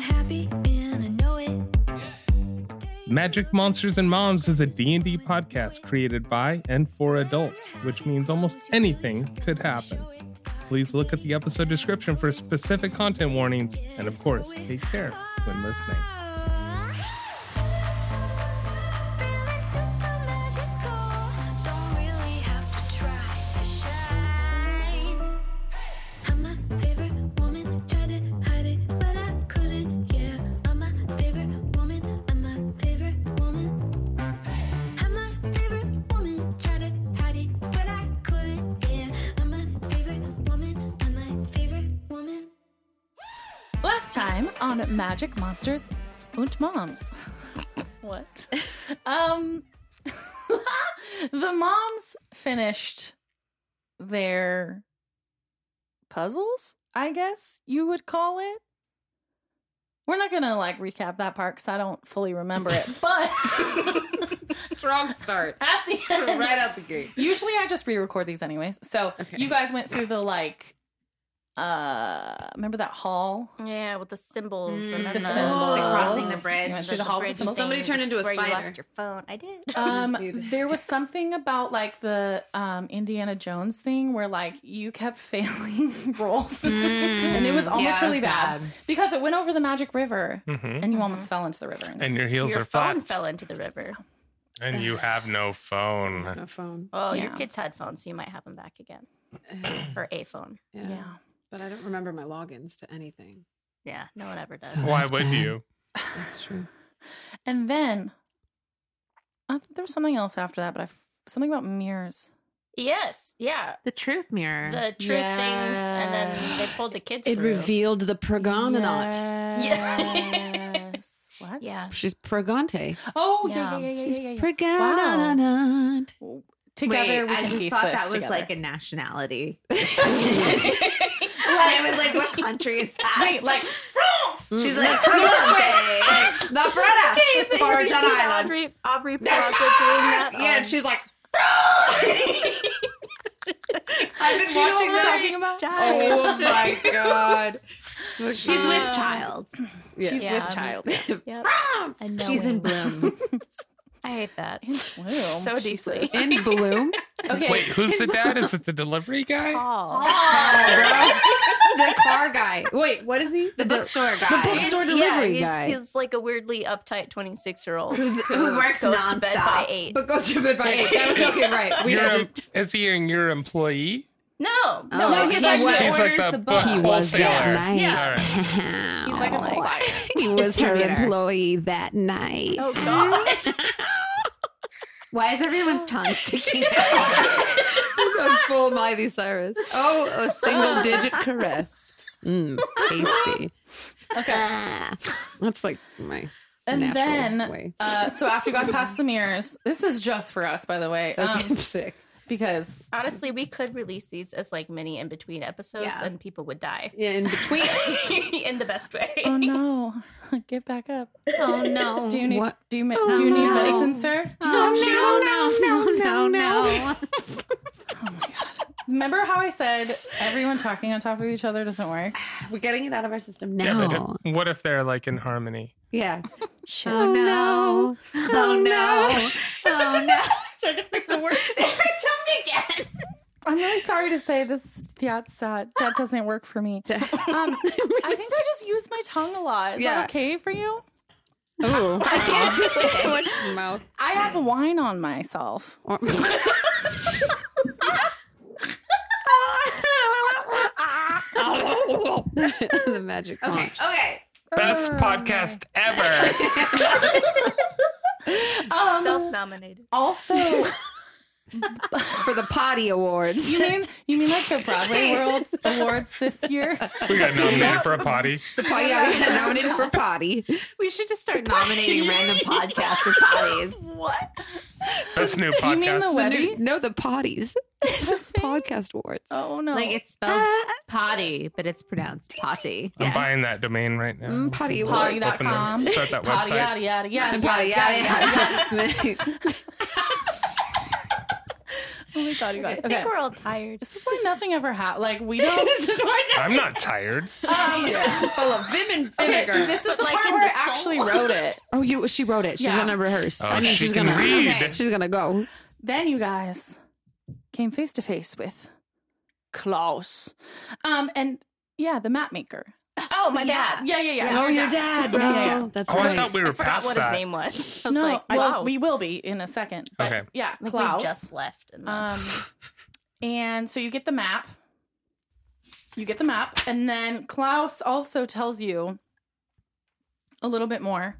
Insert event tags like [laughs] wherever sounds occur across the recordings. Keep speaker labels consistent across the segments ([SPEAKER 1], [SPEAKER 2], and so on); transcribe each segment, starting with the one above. [SPEAKER 1] happy and I know it.
[SPEAKER 2] Magic Monsters and Moms is a D&D podcast created by and for adults, which means almost anything could happen. Please look at the episode description for specific content warnings and of course, take care when listening.
[SPEAKER 1] Feeling super magical. Don't really have to try to shine. I'm my favorite woman. Tried to hide it, but I couldn't. Yeah, I'm my favorite woman. I'm my favorite woman. I'm my favorite woman. Tried to hide it, but I couldn't. Yeah, I'm my favorite woman. I'm my favorite woman.
[SPEAKER 3] Last time on Magic Monsters und Moms. what? Um [laughs] the moms finished their puzzles, I guess you would call it. We're not going to like recap that part cuz I don't fully remember it. But
[SPEAKER 4] [laughs] Strong start.
[SPEAKER 3] [laughs] at the end
[SPEAKER 4] right [laughs] out the gate.
[SPEAKER 3] Usually I just re-record these anyways. So
[SPEAKER 4] Okay.
[SPEAKER 3] you guys went through the like uh remember that hall
[SPEAKER 5] Yeah, with the symbols
[SPEAKER 4] Mm,
[SPEAKER 5] and then
[SPEAKER 3] the
[SPEAKER 5] the, the
[SPEAKER 3] symbols.
[SPEAKER 5] crossing the
[SPEAKER 3] You went
[SPEAKER 5] bridge.
[SPEAKER 3] through the hall with the symbols.
[SPEAKER 4] Somebody
[SPEAKER 5] thing,
[SPEAKER 4] turned
[SPEAKER 5] which
[SPEAKER 4] into
[SPEAKER 5] is
[SPEAKER 4] a
[SPEAKER 5] where you
[SPEAKER 4] spider.
[SPEAKER 5] lost your phone. I did.
[SPEAKER 3] [laughs] Um,
[SPEAKER 4] Dude.
[SPEAKER 3] there was something about like the um, Indiana Jones thing where like you kept [laughs] failing rolls,
[SPEAKER 6] Mm.
[SPEAKER 3] and Mm. it was almost
[SPEAKER 4] Yeah, it
[SPEAKER 3] really
[SPEAKER 4] was
[SPEAKER 3] bad. Mm-hmm.
[SPEAKER 4] bad.
[SPEAKER 3] because it went over the Magic River,
[SPEAKER 2] Mhm.
[SPEAKER 3] and you almost fell into the river. And,
[SPEAKER 2] And your heels
[SPEAKER 5] your
[SPEAKER 2] are
[SPEAKER 5] phone
[SPEAKER 2] flat
[SPEAKER 5] fell into the river.
[SPEAKER 2] and you have no phone.
[SPEAKER 4] No phone. [sighs]
[SPEAKER 5] Well, your
[SPEAKER 3] Yeah.
[SPEAKER 5] kids had phones, so you might have them back again, or a phone.
[SPEAKER 3] yeah.
[SPEAKER 4] But I don't remember my logins to anything.
[SPEAKER 5] Yeah, no one ever does.
[SPEAKER 4] [laughs]
[SPEAKER 2] Why
[SPEAKER 4] [laughs] That's
[SPEAKER 2] would
[SPEAKER 4] bad.
[SPEAKER 2] you?
[SPEAKER 4] That's true.
[SPEAKER 3] and then I think there was something else after that, but I f- something about mirrors.
[SPEAKER 5] Yes, yeah,
[SPEAKER 6] The truth mirror.
[SPEAKER 5] the truth things, and then they pulled the kids.
[SPEAKER 4] It
[SPEAKER 5] through.
[SPEAKER 4] revealed the Pregonant.
[SPEAKER 3] [laughs] Yes. what?
[SPEAKER 5] Yeah,
[SPEAKER 4] She's Pregante.
[SPEAKER 3] Oh yeah, yeah,
[SPEAKER 5] Yeah.
[SPEAKER 3] yeah, yeah,
[SPEAKER 4] She's
[SPEAKER 3] yeah, yeah.
[SPEAKER 4] Pregonant.
[SPEAKER 3] Together we
[SPEAKER 6] I
[SPEAKER 3] can
[SPEAKER 6] just
[SPEAKER 3] piece
[SPEAKER 6] thought
[SPEAKER 3] this
[SPEAKER 6] that was
[SPEAKER 3] together.
[SPEAKER 6] like a nationality. and
[SPEAKER 4] [laughs]
[SPEAKER 6] I was
[SPEAKER 5] [laughs]
[SPEAKER 6] like, what country is that?
[SPEAKER 3] Wait, like Mm. France.
[SPEAKER 6] She's like,
[SPEAKER 4] [laughs]
[SPEAKER 6] Pregante. Not British.
[SPEAKER 5] But have you seen Audrey,
[SPEAKER 3] [laughs]
[SPEAKER 5] Aubrey Plaza doing that?
[SPEAKER 6] Yeah,
[SPEAKER 5] on-
[SPEAKER 6] and she's like, I've been watching
[SPEAKER 3] what I'm
[SPEAKER 6] that.
[SPEAKER 3] talking about?
[SPEAKER 6] Oh my god. She's with child.
[SPEAKER 3] She's
[SPEAKER 5] Yeah.
[SPEAKER 3] with child.
[SPEAKER 5] Yep.
[SPEAKER 3] Oh,
[SPEAKER 5] I know
[SPEAKER 6] She's in
[SPEAKER 5] him.
[SPEAKER 6] [laughs] bloom.
[SPEAKER 5] I hate that
[SPEAKER 3] so
[SPEAKER 5] so deeply.
[SPEAKER 4] In Bloom.
[SPEAKER 3] Okay.
[SPEAKER 2] Wait, who's the dad? Is it the delivery
[SPEAKER 6] Uh,
[SPEAKER 2] guy?
[SPEAKER 3] [laughs]
[SPEAKER 5] Oh.
[SPEAKER 6] the car guy. Wait, what is he? The bookstore guy.
[SPEAKER 4] book- Store
[SPEAKER 5] yeah,
[SPEAKER 4] delivery
[SPEAKER 5] he's,
[SPEAKER 4] guy.
[SPEAKER 5] he's like a weirdly uptight twenty-six-year-old
[SPEAKER 6] Who's- who works
[SPEAKER 5] goes
[SPEAKER 6] nonstop,
[SPEAKER 5] to bed by eight.
[SPEAKER 6] but goes to bed by eight. That was okay, right? We
[SPEAKER 2] Your
[SPEAKER 6] had
[SPEAKER 2] em- is he in your employee?
[SPEAKER 5] No,
[SPEAKER 6] Oh,
[SPEAKER 5] no,
[SPEAKER 6] he
[SPEAKER 5] he's like,
[SPEAKER 6] was-
[SPEAKER 5] he
[SPEAKER 2] He's like
[SPEAKER 5] orders
[SPEAKER 2] the,
[SPEAKER 5] the
[SPEAKER 2] book
[SPEAKER 5] book.
[SPEAKER 4] He was
[SPEAKER 2] wholesaler.
[SPEAKER 4] that night.
[SPEAKER 5] Yeah.
[SPEAKER 2] All right.
[SPEAKER 6] to.
[SPEAKER 3] He's like a
[SPEAKER 6] [laughs]
[SPEAKER 3] supplier.
[SPEAKER 6] He was her
[SPEAKER 5] Distributor.
[SPEAKER 6] employee that night.
[SPEAKER 5] Oh god.
[SPEAKER 6] Why is everyone's tongue sticking out?
[SPEAKER 4] a full Miley Cyrus. Oh, a [laughs] single
[SPEAKER 6] [laughs]
[SPEAKER 4] digit caress. Mmm, tasty.
[SPEAKER 3] Okay.
[SPEAKER 4] That's like my
[SPEAKER 3] And
[SPEAKER 4] natural
[SPEAKER 3] then,
[SPEAKER 4] way.
[SPEAKER 3] uh, so after [laughs] you got past the mirrors, this is just for us, by the way,
[SPEAKER 4] [laughs]
[SPEAKER 3] um,
[SPEAKER 4] sick.
[SPEAKER 3] because
[SPEAKER 5] Honestly, we could release these as like mini in between episodes
[SPEAKER 6] Yeah.
[SPEAKER 5] and people would die. [laughs]
[SPEAKER 4] Yeah, in between.
[SPEAKER 5] in the best way.
[SPEAKER 3] [laughs] oh no, [laughs] get back up.
[SPEAKER 6] Oh no.
[SPEAKER 3] Do you need
[SPEAKER 4] What?
[SPEAKER 3] do you, ma-
[SPEAKER 6] Oh,
[SPEAKER 3] do you need
[SPEAKER 6] no.
[SPEAKER 3] medicine, sir? Um, Do you have shoes?
[SPEAKER 4] [laughs]
[SPEAKER 6] [laughs] Oh, no, no, no, no, [laughs] no.
[SPEAKER 3] Remember how I said everyone talking on top of each other doesn't work?
[SPEAKER 4] We're getting it out of our system
[SPEAKER 2] Yeah, but it- what if they're like in harmony?
[SPEAKER 4] Yeah.
[SPEAKER 3] Shit.
[SPEAKER 6] Oh no. Oh no. Oh no. Trying to pick the word. They tongue again.
[SPEAKER 3] I'm really sorry to say this. That's uh, that doesn't work for [laughs] me. Um, I think I just use my tongue a lot. Is
[SPEAKER 4] Yeah.
[SPEAKER 3] that okay for you?
[SPEAKER 4] Oh, [laughs] I can't so much mouth.
[SPEAKER 3] I have wine on myself.
[SPEAKER 4] [laughs] the magic.
[SPEAKER 6] Okay. Okay.
[SPEAKER 2] Best podcast ever.
[SPEAKER 5] [laughs] Self-nominated.
[SPEAKER 3] [laughs] Also,
[SPEAKER 4] for the potty awards.
[SPEAKER 3] You mean you mean like the [laughs] Broadway World Awards this [laughs] year?
[SPEAKER 2] we got nominated for a potty.
[SPEAKER 6] The potty yeah, we got [laughs] nominated for potty. We should just start nominating random podcasts for potties.
[SPEAKER 5] What?
[SPEAKER 2] That's new
[SPEAKER 3] You mean the
[SPEAKER 2] podcast.
[SPEAKER 3] Webby?
[SPEAKER 4] No, the potties. [laughs] Podcast awards.
[SPEAKER 3] Oh no!
[SPEAKER 6] Like it's spelled
[SPEAKER 5] Uh,
[SPEAKER 6] potty, but it's pronounced potty.
[SPEAKER 2] I'm buying that domain right now.
[SPEAKER 4] Mm, potty awards.
[SPEAKER 3] potty.com.
[SPEAKER 2] Open the- start that
[SPEAKER 3] Potty
[SPEAKER 2] website.
[SPEAKER 5] [laughs]
[SPEAKER 3] yada yada yada
[SPEAKER 4] [laughs] Potty,
[SPEAKER 3] yada yada.
[SPEAKER 4] yada, yada.
[SPEAKER 6] Oh my god, you guys.
[SPEAKER 5] I
[SPEAKER 6] Okay.
[SPEAKER 5] think we're all tired.
[SPEAKER 3] This is why nothing ever happened.
[SPEAKER 5] [laughs]
[SPEAKER 3] Like we don't.
[SPEAKER 6] this is why
[SPEAKER 2] I'm not tired.
[SPEAKER 4] Full of vim and
[SPEAKER 3] [laughs]
[SPEAKER 4] vinegar.
[SPEAKER 3] this is the
[SPEAKER 5] Like
[SPEAKER 3] part
[SPEAKER 5] in
[SPEAKER 3] where I
[SPEAKER 5] the song.
[SPEAKER 3] actually
[SPEAKER 5] [laughs]
[SPEAKER 3] wrote it.
[SPEAKER 4] Oh, you. She wrote it. She's
[SPEAKER 3] Yeah.
[SPEAKER 4] gonna rehearse.
[SPEAKER 2] Oh,
[SPEAKER 4] I mean,
[SPEAKER 2] she
[SPEAKER 4] she's
[SPEAKER 2] can
[SPEAKER 4] gonna
[SPEAKER 2] read. Okay.
[SPEAKER 4] [laughs] She's gonna go.
[SPEAKER 3] Then you guys came face to face with Klaus, um, and yeah, the map maker.
[SPEAKER 5] Oh, my
[SPEAKER 6] Yeah.
[SPEAKER 5] dad.
[SPEAKER 3] Yeah, yeah, yeah.
[SPEAKER 4] Oh, your dad.
[SPEAKER 3] Yeah, yeah, yeah.
[SPEAKER 4] Oh, That's
[SPEAKER 2] Oh,
[SPEAKER 4] right.
[SPEAKER 2] I thought we were
[SPEAKER 5] I forgot
[SPEAKER 2] past
[SPEAKER 5] what
[SPEAKER 2] that.
[SPEAKER 5] his name was. [laughs] I was
[SPEAKER 3] no,
[SPEAKER 5] like,
[SPEAKER 3] well,
[SPEAKER 5] wow.
[SPEAKER 3] we will be in a second. But
[SPEAKER 2] Okay.
[SPEAKER 3] Yeah,
[SPEAKER 5] Like,
[SPEAKER 3] Klaus.
[SPEAKER 5] we just left. And then-
[SPEAKER 3] Um, and so you get the map. You get the map, and then Klaus also tells you a little bit more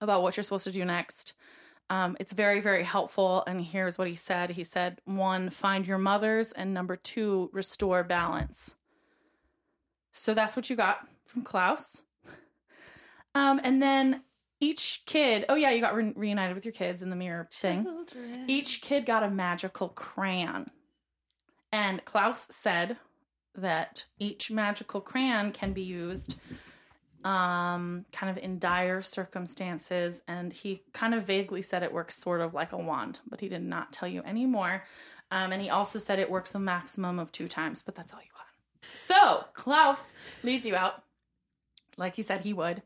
[SPEAKER 3] about what you're supposed to do next. Um, it's very, very helpful. And here's what he said He said, one, find your mothers, and number two, restore balance. So that's what you got from Klaus. Um, and then each kid, oh, yeah, you got re- reunited with your kids in the mirror thing. Each kid got a magical crayon. And Klaus said that each magical crayon can be used um, kind of in dire circumstances. And he kind of vaguely said it works sort of like a wand, but he did not tell you any more. Um, and he also said it works a maximum of two times, but that's all you got. So Klaus leads you out, like he said he would.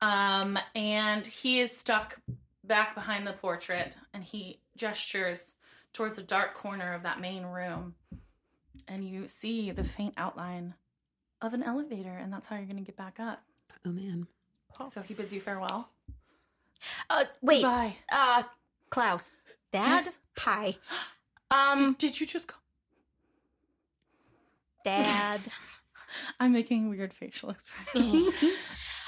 [SPEAKER 3] Um, and he is stuck back behind the portrait and he gestures towards a dark corner of that main room. And you see the faint outline of an elevator, and that's how you're going to get back up.
[SPEAKER 4] Oh man.
[SPEAKER 3] So he bids you farewell.
[SPEAKER 6] Oh, wait.
[SPEAKER 3] Goodbye.
[SPEAKER 6] Uh, Klaus. Dad?
[SPEAKER 3] Yes?
[SPEAKER 5] [gasps]
[SPEAKER 6] Hi. Um,
[SPEAKER 3] [gasps] did, did you just go?
[SPEAKER 6] Dad.
[SPEAKER 3] I'm making weird facial [laughs] expressions.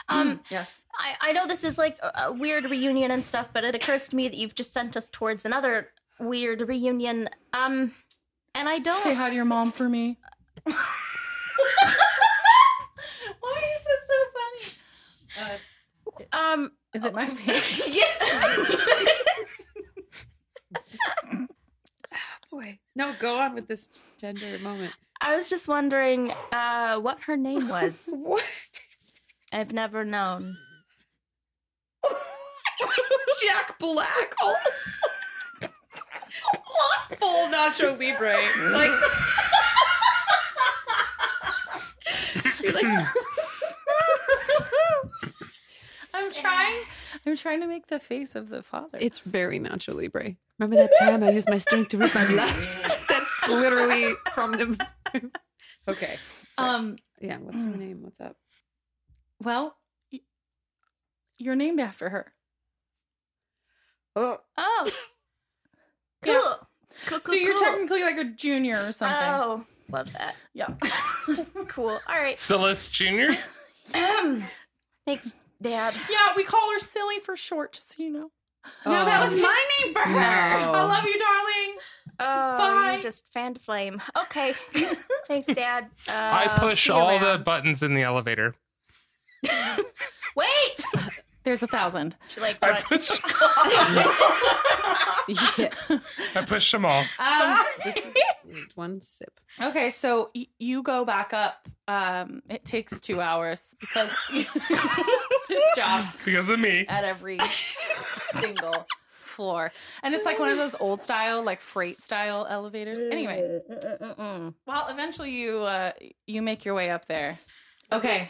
[SPEAKER 6] Um,
[SPEAKER 3] [clears throat] yes.
[SPEAKER 6] I, I know this is like a, a weird reunion and stuff, but it occurs to me that you've just sent us towards another weird reunion. Um, and I don't. [laughs]
[SPEAKER 3] Say hi to your mom for me. Why is this so funny? Uh,
[SPEAKER 6] Um, [laughs]
[SPEAKER 3] is it my face?
[SPEAKER 4] Boy. No, go on with this tender moment.
[SPEAKER 6] I was just wondering uh, what her name was.
[SPEAKER 4] What?
[SPEAKER 6] I've never known.
[SPEAKER 4] Jack Black. Oh, [laughs] Full Nacho Libre. Like. You're like, [laughs]
[SPEAKER 3] I'm trying. I'm trying to make the face of the father.
[SPEAKER 4] it's very Nacho Libre. Remember that time I used my strength to rip my [laughs] blouse? That's literally from the. okay.
[SPEAKER 3] um.
[SPEAKER 4] Yeah. What's her name? What's up?
[SPEAKER 3] Well, y- you're named after her.
[SPEAKER 4] Oh.
[SPEAKER 6] Oh,
[SPEAKER 3] [laughs]
[SPEAKER 6] cool.
[SPEAKER 3] Yeah.
[SPEAKER 6] Cool, cool,
[SPEAKER 3] so you're
[SPEAKER 6] cool.
[SPEAKER 3] technically like a junior or something.
[SPEAKER 6] Oh, love that. [laughs]
[SPEAKER 3] Yeah.
[SPEAKER 6] Cool. All right. [clears throat]
[SPEAKER 2] Celeste Jr.
[SPEAKER 6] Um, thanks, Dad.
[SPEAKER 3] yeah, we call her Silly for short, just so you know.
[SPEAKER 4] No, that was
[SPEAKER 3] my name for her.
[SPEAKER 4] No.
[SPEAKER 3] Oh. I love you, darling.
[SPEAKER 6] Oh,
[SPEAKER 3] Bye.
[SPEAKER 6] you just fanned a flame. Okay. thanks, Dad.
[SPEAKER 2] [laughs]
[SPEAKER 6] Uh,
[SPEAKER 2] I
[SPEAKER 6] I'll
[SPEAKER 2] push
[SPEAKER 6] see you
[SPEAKER 2] all the
[SPEAKER 6] around.
[SPEAKER 2] buttons in the elevator.
[SPEAKER 6] Wait.
[SPEAKER 3] There's a thousand.
[SPEAKER 6] She like
[SPEAKER 2] I
[SPEAKER 6] what?
[SPEAKER 2] push.
[SPEAKER 4] [laughs] Yeah.
[SPEAKER 2] I push them all.
[SPEAKER 6] [laughs]
[SPEAKER 3] Um,
[SPEAKER 4] This is one sip.
[SPEAKER 3] [laughs] okay, so y- you go back up. Um, it takes two hours because [laughs] you just job.
[SPEAKER 2] Because of me.
[SPEAKER 3] at every single floor. And it's like one of those old style, like freight style elevators. Anyway,
[SPEAKER 6] mm, Mm-mm-mm.
[SPEAKER 3] well, eventually you uh, you make your way up there. Okay,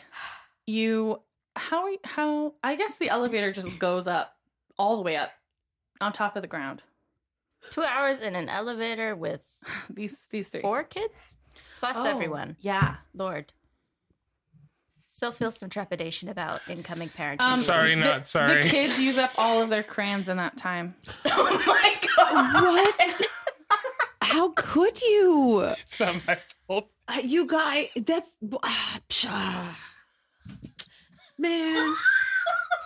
[SPEAKER 3] you how are you- how I guess the elevator just goes up all the way up on top of the ground.
[SPEAKER 6] Two hours in an elevator with
[SPEAKER 3] These these three
[SPEAKER 6] four kids plus
[SPEAKER 3] Oh,
[SPEAKER 6] everyone.
[SPEAKER 3] Yeah,
[SPEAKER 6] Lord. Still feel some trepidation about incoming parenting.
[SPEAKER 3] Um,
[SPEAKER 2] Sorry,
[SPEAKER 3] the-
[SPEAKER 2] not sorry.
[SPEAKER 3] The kids use up all of their crayons in that time. [laughs]
[SPEAKER 6] oh my god.
[SPEAKER 4] What? How could you?
[SPEAKER 2] It's not my fault.
[SPEAKER 4] Uh, you guys, that's ah, pshaw. man.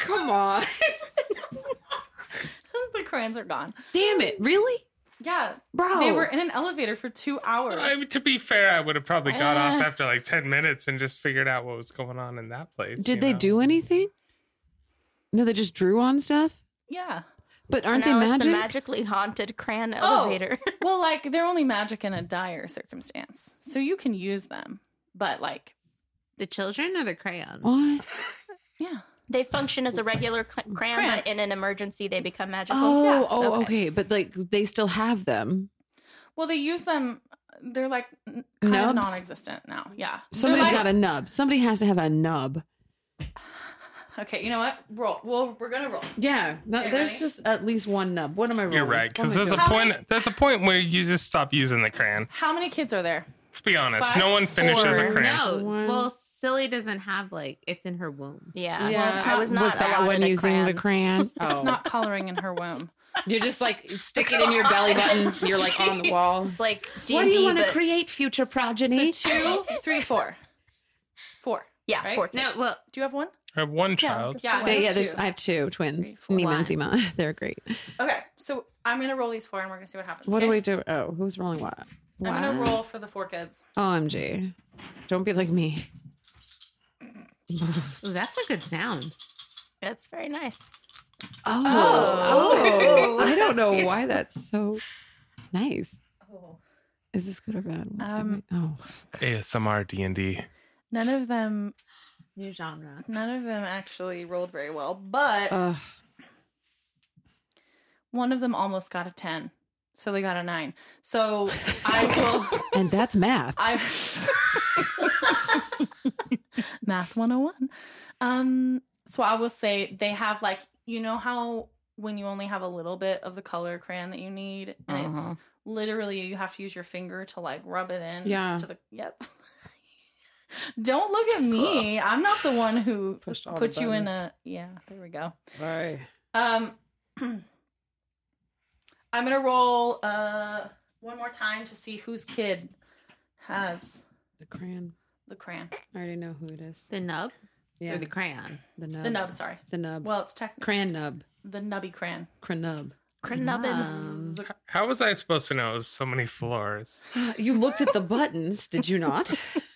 [SPEAKER 4] Come on,
[SPEAKER 3] the crayons are gone.
[SPEAKER 4] [laughs] damn it! Really,
[SPEAKER 3] Yeah,
[SPEAKER 4] bro?
[SPEAKER 3] they were in an elevator for two hours.
[SPEAKER 2] I mean, to be fair, I would have probably got off
[SPEAKER 6] Uh.
[SPEAKER 2] after like 10 minutes and just figured out what was going on in that place.
[SPEAKER 4] Did
[SPEAKER 2] you
[SPEAKER 4] they
[SPEAKER 2] know?
[SPEAKER 4] do anything? No, they just drew on stuff.
[SPEAKER 3] yeah.
[SPEAKER 4] But
[SPEAKER 6] So
[SPEAKER 4] aren't
[SPEAKER 6] now
[SPEAKER 4] they
[SPEAKER 6] It's
[SPEAKER 4] magic?
[SPEAKER 6] a magically haunted crayon
[SPEAKER 2] Oh.
[SPEAKER 6] elevator. [laughs]
[SPEAKER 3] well, like they're only magic in a dire circumstance, so you can use them. But like,
[SPEAKER 7] The children or the crayons?
[SPEAKER 4] what?
[SPEAKER 3] yeah,
[SPEAKER 6] They function as a regular cl- crayon,
[SPEAKER 3] Crayon.
[SPEAKER 6] but in an emergency, they become magical.
[SPEAKER 4] Oh,
[SPEAKER 3] yeah,
[SPEAKER 4] oh,
[SPEAKER 6] okay.
[SPEAKER 4] okay. But like, they still have them.
[SPEAKER 3] Well, they use them. They're like n- kind
[SPEAKER 4] Nubs?
[SPEAKER 3] of non-existent now. Yeah. They're
[SPEAKER 4] Somebody's
[SPEAKER 3] like-
[SPEAKER 4] got a nub. Somebody has to have a nub.
[SPEAKER 3] Okay, you know what? Roll. Well, we're gonna roll.
[SPEAKER 4] Yeah, no,
[SPEAKER 3] Okay,
[SPEAKER 4] there's
[SPEAKER 3] ready?
[SPEAKER 4] just at least one nub. What am I? Oh Rolling?
[SPEAKER 2] You're right,
[SPEAKER 4] What am
[SPEAKER 2] because
[SPEAKER 4] I
[SPEAKER 2] there's a
[SPEAKER 4] doing?
[SPEAKER 2] point. There's a point where you just stop using the crayon.
[SPEAKER 3] How many kids are there?
[SPEAKER 2] Let's be honest.
[SPEAKER 3] Five,
[SPEAKER 2] no one finishes a
[SPEAKER 4] four,
[SPEAKER 2] crayon.
[SPEAKER 7] No,
[SPEAKER 4] One.
[SPEAKER 7] well, Silly doesn't have like it's in her womb.
[SPEAKER 5] Yeah.
[SPEAKER 4] Yeah.
[SPEAKER 5] Well, it's I was not
[SPEAKER 4] was that
[SPEAKER 5] allowed
[SPEAKER 4] one
[SPEAKER 5] a
[SPEAKER 4] using the
[SPEAKER 5] crayon.
[SPEAKER 4] crayon? Oh.
[SPEAKER 3] [laughs] It's not coloring in her
[SPEAKER 4] [laughs]
[SPEAKER 3] womb.
[SPEAKER 4] You're just like stick it in your belly button. You're like on the wall.
[SPEAKER 5] It's like D&D,
[SPEAKER 4] What do you want to
[SPEAKER 5] but-
[SPEAKER 4] create, future progeny?
[SPEAKER 3] Two, three, four. Four.
[SPEAKER 5] Yeah,
[SPEAKER 3] right?
[SPEAKER 5] four
[SPEAKER 7] No,
[SPEAKER 5] kids.
[SPEAKER 7] well,
[SPEAKER 3] Do you have one?
[SPEAKER 2] I have one child.
[SPEAKER 3] Yeah.
[SPEAKER 4] They- yeah,
[SPEAKER 3] have
[SPEAKER 4] there's,
[SPEAKER 3] two.
[SPEAKER 4] I have two twins,
[SPEAKER 7] Three, four,
[SPEAKER 4] Nima and
[SPEAKER 7] one.
[SPEAKER 4] Zima. [laughs] They're great.
[SPEAKER 3] Okay, so I'm gonna roll these four, and we're gonna see what happens.
[SPEAKER 4] What do
[SPEAKER 3] okay?
[SPEAKER 4] we do? Oh, who's rolling what?
[SPEAKER 3] I'm gonna
[SPEAKER 4] Wow.
[SPEAKER 3] roll for the four kids.
[SPEAKER 4] OMG. Don't be like me.
[SPEAKER 7] ooh, that's a good sound.
[SPEAKER 5] It's very nice.
[SPEAKER 4] Oh.
[SPEAKER 3] Oh.
[SPEAKER 4] I don't know why that's so nice.
[SPEAKER 3] Oh.
[SPEAKER 4] Is this good or bad? What's
[SPEAKER 3] Um,
[SPEAKER 4] happening? oh.
[SPEAKER 2] ASMR D and D.
[SPEAKER 3] None of them,
[SPEAKER 7] New genre.
[SPEAKER 3] none of them actually rolled very well, but
[SPEAKER 4] Oh. Ugh.
[SPEAKER 3] one of them almost got a ten, so they got a nine. So I will.
[SPEAKER 4] and that's math. [laughs]
[SPEAKER 3] I math 101. Um, so I will say they have like you know how when you only have a little bit of the color crayon that you need, and
[SPEAKER 4] Uh-huh.
[SPEAKER 3] it's literally you have to use your finger to like rub it in.
[SPEAKER 4] Yeah.
[SPEAKER 3] To the yep. [laughs] Don't look at me. I'm not the one who
[SPEAKER 4] Pushed all the
[SPEAKER 3] put you in
[SPEAKER 4] buttons.
[SPEAKER 3] a yeah. There we go.
[SPEAKER 4] Right.
[SPEAKER 3] Um, [clears throat] I'm gonna roll uh one more time to see whose kid has
[SPEAKER 4] The crayon.
[SPEAKER 3] the crayon,
[SPEAKER 4] I already know who it is.
[SPEAKER 7] The nub
[SPEAKER 4] Yeah.
[SPEAKER 7] or the crayon.
[SPEAKER 4] the nub.
[SPEAKER 3] the nub. Sorry.
[SPEAKER 4] The nub.
[SPEAKER 3] Well, it's technically
[SPEAKER 4] crayon nub.
[SPEAKER 3] the nubby crayon.
[SPEAKER 4] Cranub.
[SPEAKER 7] Um,
[SPEAKER 2] How was I supposed to know? It was so many
[SPEAKER 3] [laughs]
[SPEAKER 2] floors.
[SPEAKER 4] uh, You looked at the buttons, did you not?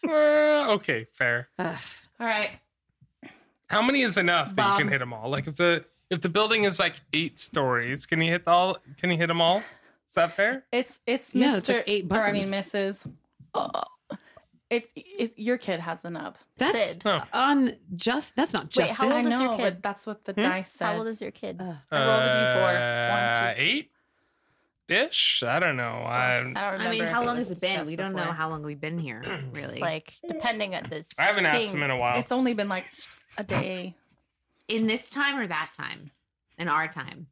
[SPEAKER 2] Uh, okay, fair.
[SPEAKER 4] Ugh.
[SPEAKER 3] All right.
[SPEAKER 2] How many is enough that you
[SPEAKER 3] Bob.
[SPEAKER 2] can hit them all? Like if the if the building is like eight stories, can you hit the all? Can you hit them all? Is that fair?
[SPEAKER 3] It's it's
[SPEAKER 4] Yeah,
[SPEAKER 3] Mr.
[SPEAKER 4] it's like eight
[SPEAKER 3] or I mean
[SPEAKER 4] buttons.
[SPEAKER 3] Mrs. Oh. It's, it's your kid has the nub.
[SPEAKER 4] That's
[SPEAKER 6] Sid.
[SPEAKER 2] No.
[SPEAKER 4] unjust. That's not
[SPEAKER 6] Wait,
[SPEAKER 4] justice. Uh,
[SPEAKER 6] How old
[SPEAKER 3] I
[SPEAKER 6] is your
[SPEAKER 3] know, but
[SPEAKER 6] kid?
[SPEAKER 3] that's what the
[SPEAKER 2] Hmm?
[SPEAKER 3] dice said.
[SPEAKER 6] How old is your kid?
[SPEAKER 4] Ugh.
[SPEAKER 3] I rolled a D4.
[SPEAKER 2] Uh,
[SPEAKER 3] One, two.
[SPEAKER 2] eight ish. I don't know. I
[SPEAKER 6] I don't remember.
[SPEAKER 7] I mean,
[SPEAKER 6] if
[SPEAKER 7] how long
[SPEAKER 6] was
[SPEAKER 7] has it been?
[SPEAKER 6] discussed
[SPEAKER 7] We don't know
[SPEAKER 6] before.
[SPEAKER 7] how long we've been here, really.
[SPEAKER 6] It's like depending on this.
[SPEAKER 2] I haven't asked
[SPEAKER 6] seeing-
[SPEAKER 2] them in a while.
[SPEAKER 3] It's only been like a day.
[SPEAKER 7] in this time or that time? In our time.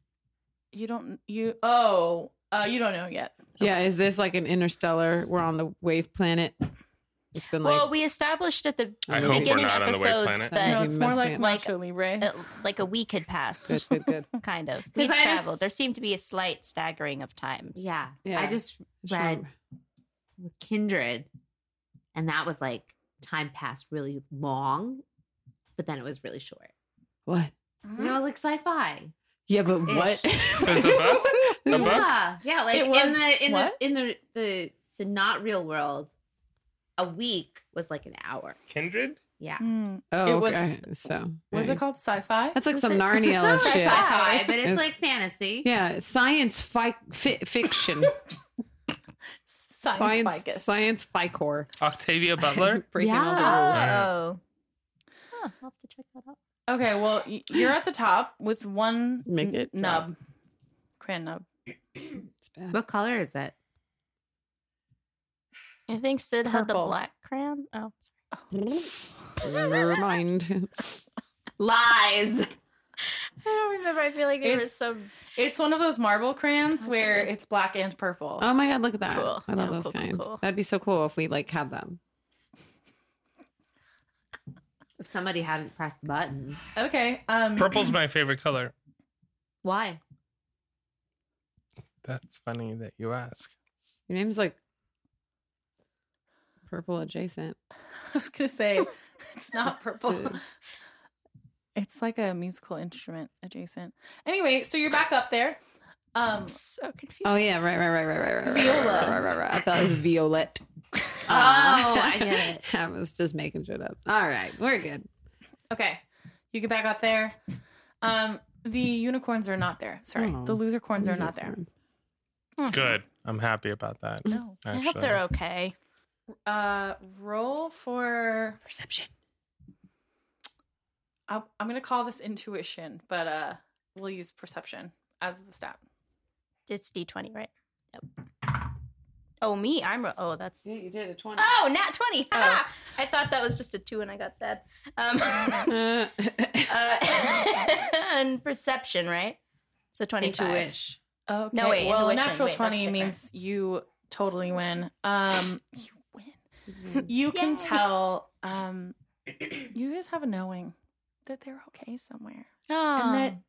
[SPEAKER 3] You don't you oh uh you don't know yet.
[SPEAKER 4] Yeah, is this like an interstellar? We're on the wave planet. It's been like
[SPEAKER 6] Well, we established at the
[SPEAKER 2] I
[SPEAKER 4] the
[SPEAKER 2] hope we're
[SPEAKER 6] beginning
[SPEAKER 2] not on the way
[SPEAKER 6] episodes
[SPEAKER 2] planet.
[SPEAKER 4] That
[SPEAKER 3] no,
[SPEAKER 6] that
[SPEAKER 4] Uh, you
[SPEAKER 3] it's more
[SPEAKER 4] messed
[SPEAKER 3] like
[SPEAKER 4] me
[SPEAKER 6] up.
[SPEAKER 3] Nacho Libre.
[SPEAKER 6] uh, like a week had passed,
[SPEAKER 4] good, good, good.
[SPEAKER 3] [laughs]
[SPEAKER 6] kind of. We
[SPEAKER 7] 'Cause I just-
[SPEAKER 6] traveled. There seemed to be a slight staggering of times.
[SPEAKER 7] Yeah.
[SPEAKER 4] Yeah.
[SPEAKER 7] I just read Kindred, and that was like time passed really long, but then it was really short.
[SPEAKER 4] What?
[SPEAKER 3] Mm-hmm.
[SPEAKER 7] You know, it was like sci-fi.
[SPEAKER 4] Yeah, but
[SPEAKER 7] Ish.
[SPEAKER 2] [laughs]
[SPEAKER 4] what?
[SPEAKER 2] It's a book?
[SPEAKER 4] [laughs]
[SPEAKER 2] The book?
[SPEAKER 7] yeah, yeah. Like
[SPEAKER 3] It was-
[SPEAKER 7] in the in
[SPEAKER 3] what?
[SPEAKER 7] the in the, the the not real world, a week was like an hour.
[SPEAKER 2] Kindred.
[SPEAKER 7] Yeah.
[SPEAKER 3] Mm.
[SPEAKER 4] Oh,
[SPEAKER 3] It was-
[SPEAKER 4] okay. So
[SPEAKER 3] Was it called sci-fi?
[SPEAKER 4] That's like
[SPEAKER 7] Was
[SPEAKER 4] some
[SPEAKER 7] it-
[SPEAKER 3] [laughs]
[SPEAKER 4] Narnia
[SPEAKER 7] It's not
[SPEAKER 4] shit.
[SPEAKER 7] sci-fi, but it's,
[SPEAKER 4] It's-
[SPEAKER 7] like fantasy.
[SPEAKER 4] Yeah, science fi- fi- fiction.
[SPEAKER 3] Science, ficus.
[SPEAKER 4] science ficor.
[SPEAKER 2] Octavia
[SPEAKER 3] [laughs]
[SPEAKER 2] Butler.
[SPEAKER 4] [laughs] Breaking all the
[SPEAKER 7] Yeah.
[SPEAKER 4] rules.
[SPEAKER 6] Oh. Huh, I'll have to check that out.
[SPEAKER 3] Okay, well, y- you're at the top with one
[SPEAKER 4] Make
[SPEAKER 3] n-
[SPEAKER 4] it drop.
[SPEAKER 3] nub, crayon nub.
[SPEAKER 4] It's bad.
[SPEAKER 7] What color is it?
[SPEAKER 6] I think Sid had the
[SPEAKER 3] Purple.
[SPEAKER 6] black crayon. Oh,
[SPEAKER 4] Never mind.
[SPEAKER 7] Lies.
[SPEAKER 6] I don't remember. I feel like there was
[SPEAKER 3] It's-
[SPEAKER 6] some.
[SPEAKER 3] It's one of those marble crayons where it's black and purple.
[SPEAKER 4] Oh my god, look at that.
[SPEAKER 6] Cool.
[SPEAKER 4] I love
[SPEAKER 6] Yeah,
[SPEAKER 4] those
[SPEAKER 6] cool, cool,
[SPEAKER 4] kind.
[SPEAKER 6] cool.
[SPEAKER 4] That'd be so cool if we like had them.
[SPEAKER 7] If somebody hadn't pressed the buttons,
[SPEAKER 3] Okay. Um,
[SPEAKER 2] Purple's my favorite color.
[SPEAKER 7] why?
[SPEAKER 2] That's funny that you ask.
[SPEAKER 4] Your name's like purple adjacent.
[SPEAKER 3] [laughs] I was gonna say it's
[SPEAKER 4] [laughs]
[SPEAKER 3] not purple.
[SPEAKER 4] Uh,
[SPEAKER 3] It's like a musical instrument adjacent. Anyway, so you're back up there. Um,
[SPEAKER 6] I'm so confused.
[SPEAKER 4] Oh yeah, right, right, right, right, right, right, right.
[SPEAKER 3] Viola.
[SPEAKER 4] Right, right, right, right. I thought it was violet.
[SPEAKER 7] Oh, I
[SPEAKER 4] [laughs]
[SPEAKER 7] get it.
[SPEAKER 4] I was just making shit up. All right, we're good.
[SPEAKER 3] okay, you get back up there. Um, the unicorns are not there. Sorry,
[SPEAKER 4] Oh.
[SPEAKER 3] the loser corns are not there. Hmm.
[SPEAKER 2] Good. I'm happy about that.
[SPEAKER 6] No. I hope
[SPEAKER 2] Actually.
[SPEAKER 6] they're okay.
[SPEAKER 3] Uh, roll for
[SPEAKER 4] Perception.
[SPEAKER 3] I, I'm going to call this intuition, but uh, we'll use perception as the stat.
[SPEAKER 6] It's D20, right? Oh, me? I'm. ro- Oh, that's.
[SPEAKER 4] Yeah, you did a 20.
[SPEAKER 6] Oh, nat 20. Ha! I thought that was just a two and I got sad. [laughs] Um,
[SPEAKER 4] Uh,
[SPEAKER 6] uh, [laughs] and perception, right? So 25.
[SPEAKER 4] Intuition.
[SPEAKER 3] Okay.
[SPEAKER 6] No, wait,
[SPEAKER 3] well, a
[SPEAKER 6] intuition.
[SPEAKER 3] natural
[SPEAKER 6] Wait, that's
[SPEAKER 3] 20
[SPEAKER 6] different.
[SPEAKER 3] means you totally win.
[SPEAKER 6] [gasps]
[SPEAKER 3] Um, you win. You can
[SPEAKER 6] Yay.
[SPEAKER 3] tell, um, you just have a knowing that they're okay somewhere
[SPEAKER 6] Oh,
[SPEAKER 3] and that
[SPEAKER 6] Um.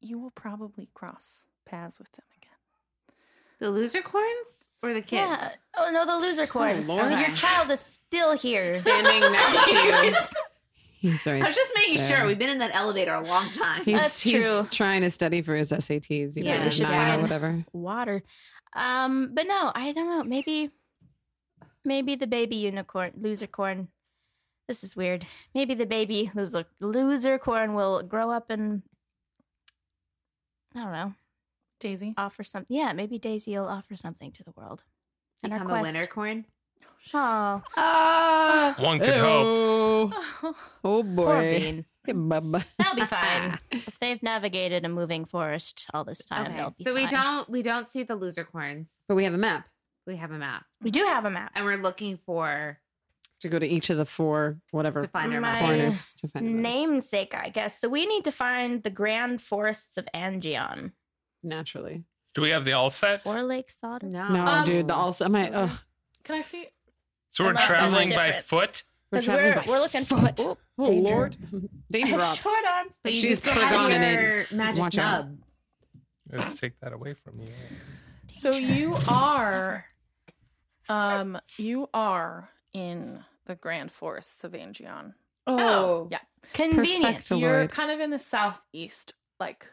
[SPEAKER 3] you will probably cross paths with them again.
[SPEAKER 7] The loser coins or the kids?
[SPEAKER 6] Yeah. Oh, no, the loser coins.
[SPEAKER 4] Lord.
[SPEAKER 6] Your child is still [laughs] here.
[SPEAKER 4] standing
[SPEAKER 7] [laughs]
[SPEAKER 4] next to you. [laughs] He's
[SPEAKER 7] I
[SPEAKER 4] right.
[SPEAKER 7] was just making
[SPEAKER 4] Yeah.
[SPEAKER 7] sure. We've been in that elevator a long time.
[SPEAKER 4] He's,
[SPEAKER 6] That's
[SPEAKER 4] he's
[SPEAKER 6] true.
[SPEAKER 4] trying to study for his SATs. Even
[SPEAKER 7] Yeah,
[SPEAKER 4] yeah,
[SPEAKER 7] we
[SPEAKER 4] he's
[SPEAKER 7] should
[SPEAKER 4] nine or
[SPEAKER 6] find-
[SPEAKER 4] whatever.
[SPEAKER 6] Water. Um, but no, I don't know. Maybe, maybe the baby unicorn, loser corn. This is weird. Maybe the baby loser, loser corn will grow up and, I don't know,
[SPEAKER 3] Daisy?
[SPEAKER 6] offer something. Yeah, maybe Daisy will offer something to the world. And our
[SPEAKER 7] Become a
[SPEAKER 6] quest.
[SPEAKER 7] winner coin. [laughs]
[SPEAKER 6] Oh, Ah.
[SPEAKER 3] Uh,
[SPEAKER 2] One could hope.
[SPEAKER 4] Oh
[SPEAKER 6] poor
[SPEAKER 4] boy.
[SPEAKER 6] Bean.
[SPEAKER 4] Hey, Bubba.
[SPEAKER 6] That'll be fine. if they've navigated a moving forest all this time,
[SPEAKER 7] Okay,
[SPEAKER 6] they'll be
[SPEAKER 7] so we
[SPEAKER 6] fine.
[SPEAKER 7] don't we don't see the loser coins.
[SPEAKER 4] But we have a map
[SPEAKER 7] We have a map,
[SPEAKER 6] We do have a map.
[SPEAKER 7] and we're looking for
[SPEAKER 4] to go to each of the four whatever
[SPEAKER 7] to find our
[SPEAKER 6] My-
[SPEAKER 7] map.
[SPEAKER 4] corners to find. another.
[SPEAKER 6] Namesake, I guess. So we need to find the grand forests of Angion
[SPEAKER 4] Naturally.
[SPEAKER 2] Do we have the all set?
[SPEAKER 6] or Lake Sodom.
[SPEAKER 7] No,
[SPEAKER 4] No, dude. The also, am I? Ugh,
[SPEAKER 3] Can I see?
[SPEAKER 2] So we're
[SPEAKER 6] Unless that's
[SPEAKER 2] traveling by
[SPEAKER 6] different.
[SPEAKER 2] foot.
[SPEAKER 4] we're
[SPEAKER 6] Because
[SPEAKER 4] traveling
[SPEAKER 6] we're-
[SPEAKER 4] by
[SPEAKER 6] we're looking for
[SPEAKER 4] foot.
[SPEAKER 6] [laughs] what?
[SPEAKER 4] Oh, oh,
[SPEAKER 6] Danger.
[SPEAKER 4] lord,
[SPEAKER 6] [laughs]
[SPEAKER 4] danger ops.
[SPEAKER 7] But you
[SPEAKER 4] She's
[SPEAKER 7] just don't have
[SPEAKER 4] predominant.
[SPEAKER 7] your magic
[SPEAKER 4] Watch out.
[SPEAKER 7] nub.
[SPEAKER 2] Let's take that away from you.
[SPEAKER 3] So you are, um, you are in the Grand Forest of Angion.
[SPEAKER 4] Oh,
[SPEAKER 3] Yeah.
[SPEAKER 6] Convenient.
[SPEAKER 4] Perfecto,
[SPEAKER 3] You're
[SPEAKER 4] Lord.
[SPEAKER 3] kind of in the southeast, like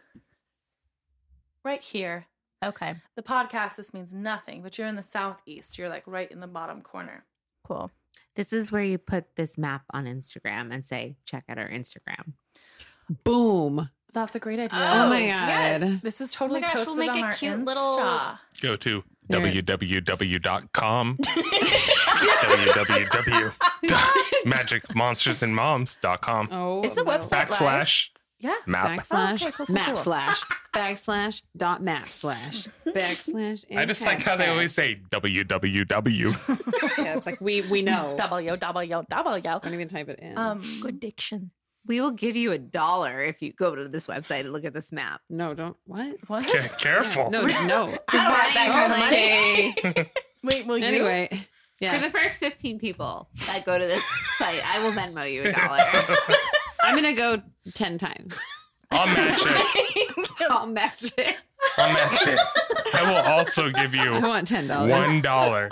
[SPEAKER 3] right here.
[SPEAKER 6] Okay,
[SPEAKER 3] The podcast, this means nothing, but you're in the southeast. You're like right in the bottom corner.
[SPEAKER 6] cool.
[SPEAKER 7] This is where you put this map on Instagram and say, check out our Instagram.
[SPEAKER 4] Boom.
[SPEAKER 3] That's a great idea.
[SPEAKER 4] Oh, my god.
[SPEAKER 3] This is totally
[SPEAKER 6] Oh my gosh,
[SPEAKER 3] posted
[SPEAKER 6] we'll make
[SPEAKER 3] on
[SPEAKER 6] a
[SPEAKER 3] our
[SPEAKER 6] cute
[SPEAKER 3] Insta.
[SPEAKER 6] little-
[SPEAKER 2] Go to
[SPEAKER 4] There. [laughs]
[SPEAKER 2] www.com. www.magicmonstersandmoms.com.
[SPEAKER 4] Oh,
[SPEAKER 6] Is the
[SPEAKER 4] no.
[SPEAKER 6] website-
[SPEAKER 2] Backslash
[SPEAKER 3] Yeah.
[SPEAKER 2] map.
[SPEAKER 4] backslash
[SPEAKER 6] Oh, okay, cool, cool,
[SPEAKER 4] map
[SPEAKER 6] cool.
[SPEAKER 4] slash
[SPEAKER 2] [laughs]
[SPEAKER 4] backslash dot map
[SPEAKER 6] [laughs]
[SPEAKER 4] slash backslash? and
[SPEAKER 2] I just like how they
[SPEAKER 4] hashtag.
[SPEAKER 2] always say
[SPEAKER 4] [laughs]
[SPEAKER 2] www.
[SPEAKER 4] Yeah, it's like we
[SPEAKER 2] [laughs]
[SPEAKER 4] we know.
[SPEAKER 3] W W W.
[SPEAKER 4] Don't even type it in.
[SPEAKER 3] Um,
[SPEAKER 6] Good diction.
[SPEAKER 7] We will give you a dollar if you go to this website and look at this map.
[SPEAKER 4] no, don't.
[SPEAKER 6] [laughs]
[SPEAKER 4] What?
[SPEAKER 3] what?
[SPEAKER 2] Okay, Careful.
[SPEAKER 4] No, no.
[SPEAKER 7] Buying your money
[SPEAKER 4] okay.
[SPEAKER 6] [laughs]
[SPEAKER 3] Wait, will you?
[SPEAKER 4] anyway,
[SPEAKER 7] For
[SPEAKER 4] yeah,
[SPEAKER 7] the first 15 people that go to [laughs] this site, I will Venmo you a dollar.
[SPEAKER 4] I'm gonna go ten
[SPEAKER 6] [laughs]
[SPEAKER 4] times.
[SPEAKER 2] I'll match it.
[SPEAKER 7] I'll match it.
[SPEAKER 2] I'll match it. I will also give
[SPEAKER 4] I [laughs]
[SPEAKER 2] you
[SPEAKER 4] want ten dollars.
[SPEAKER 2] one dollar.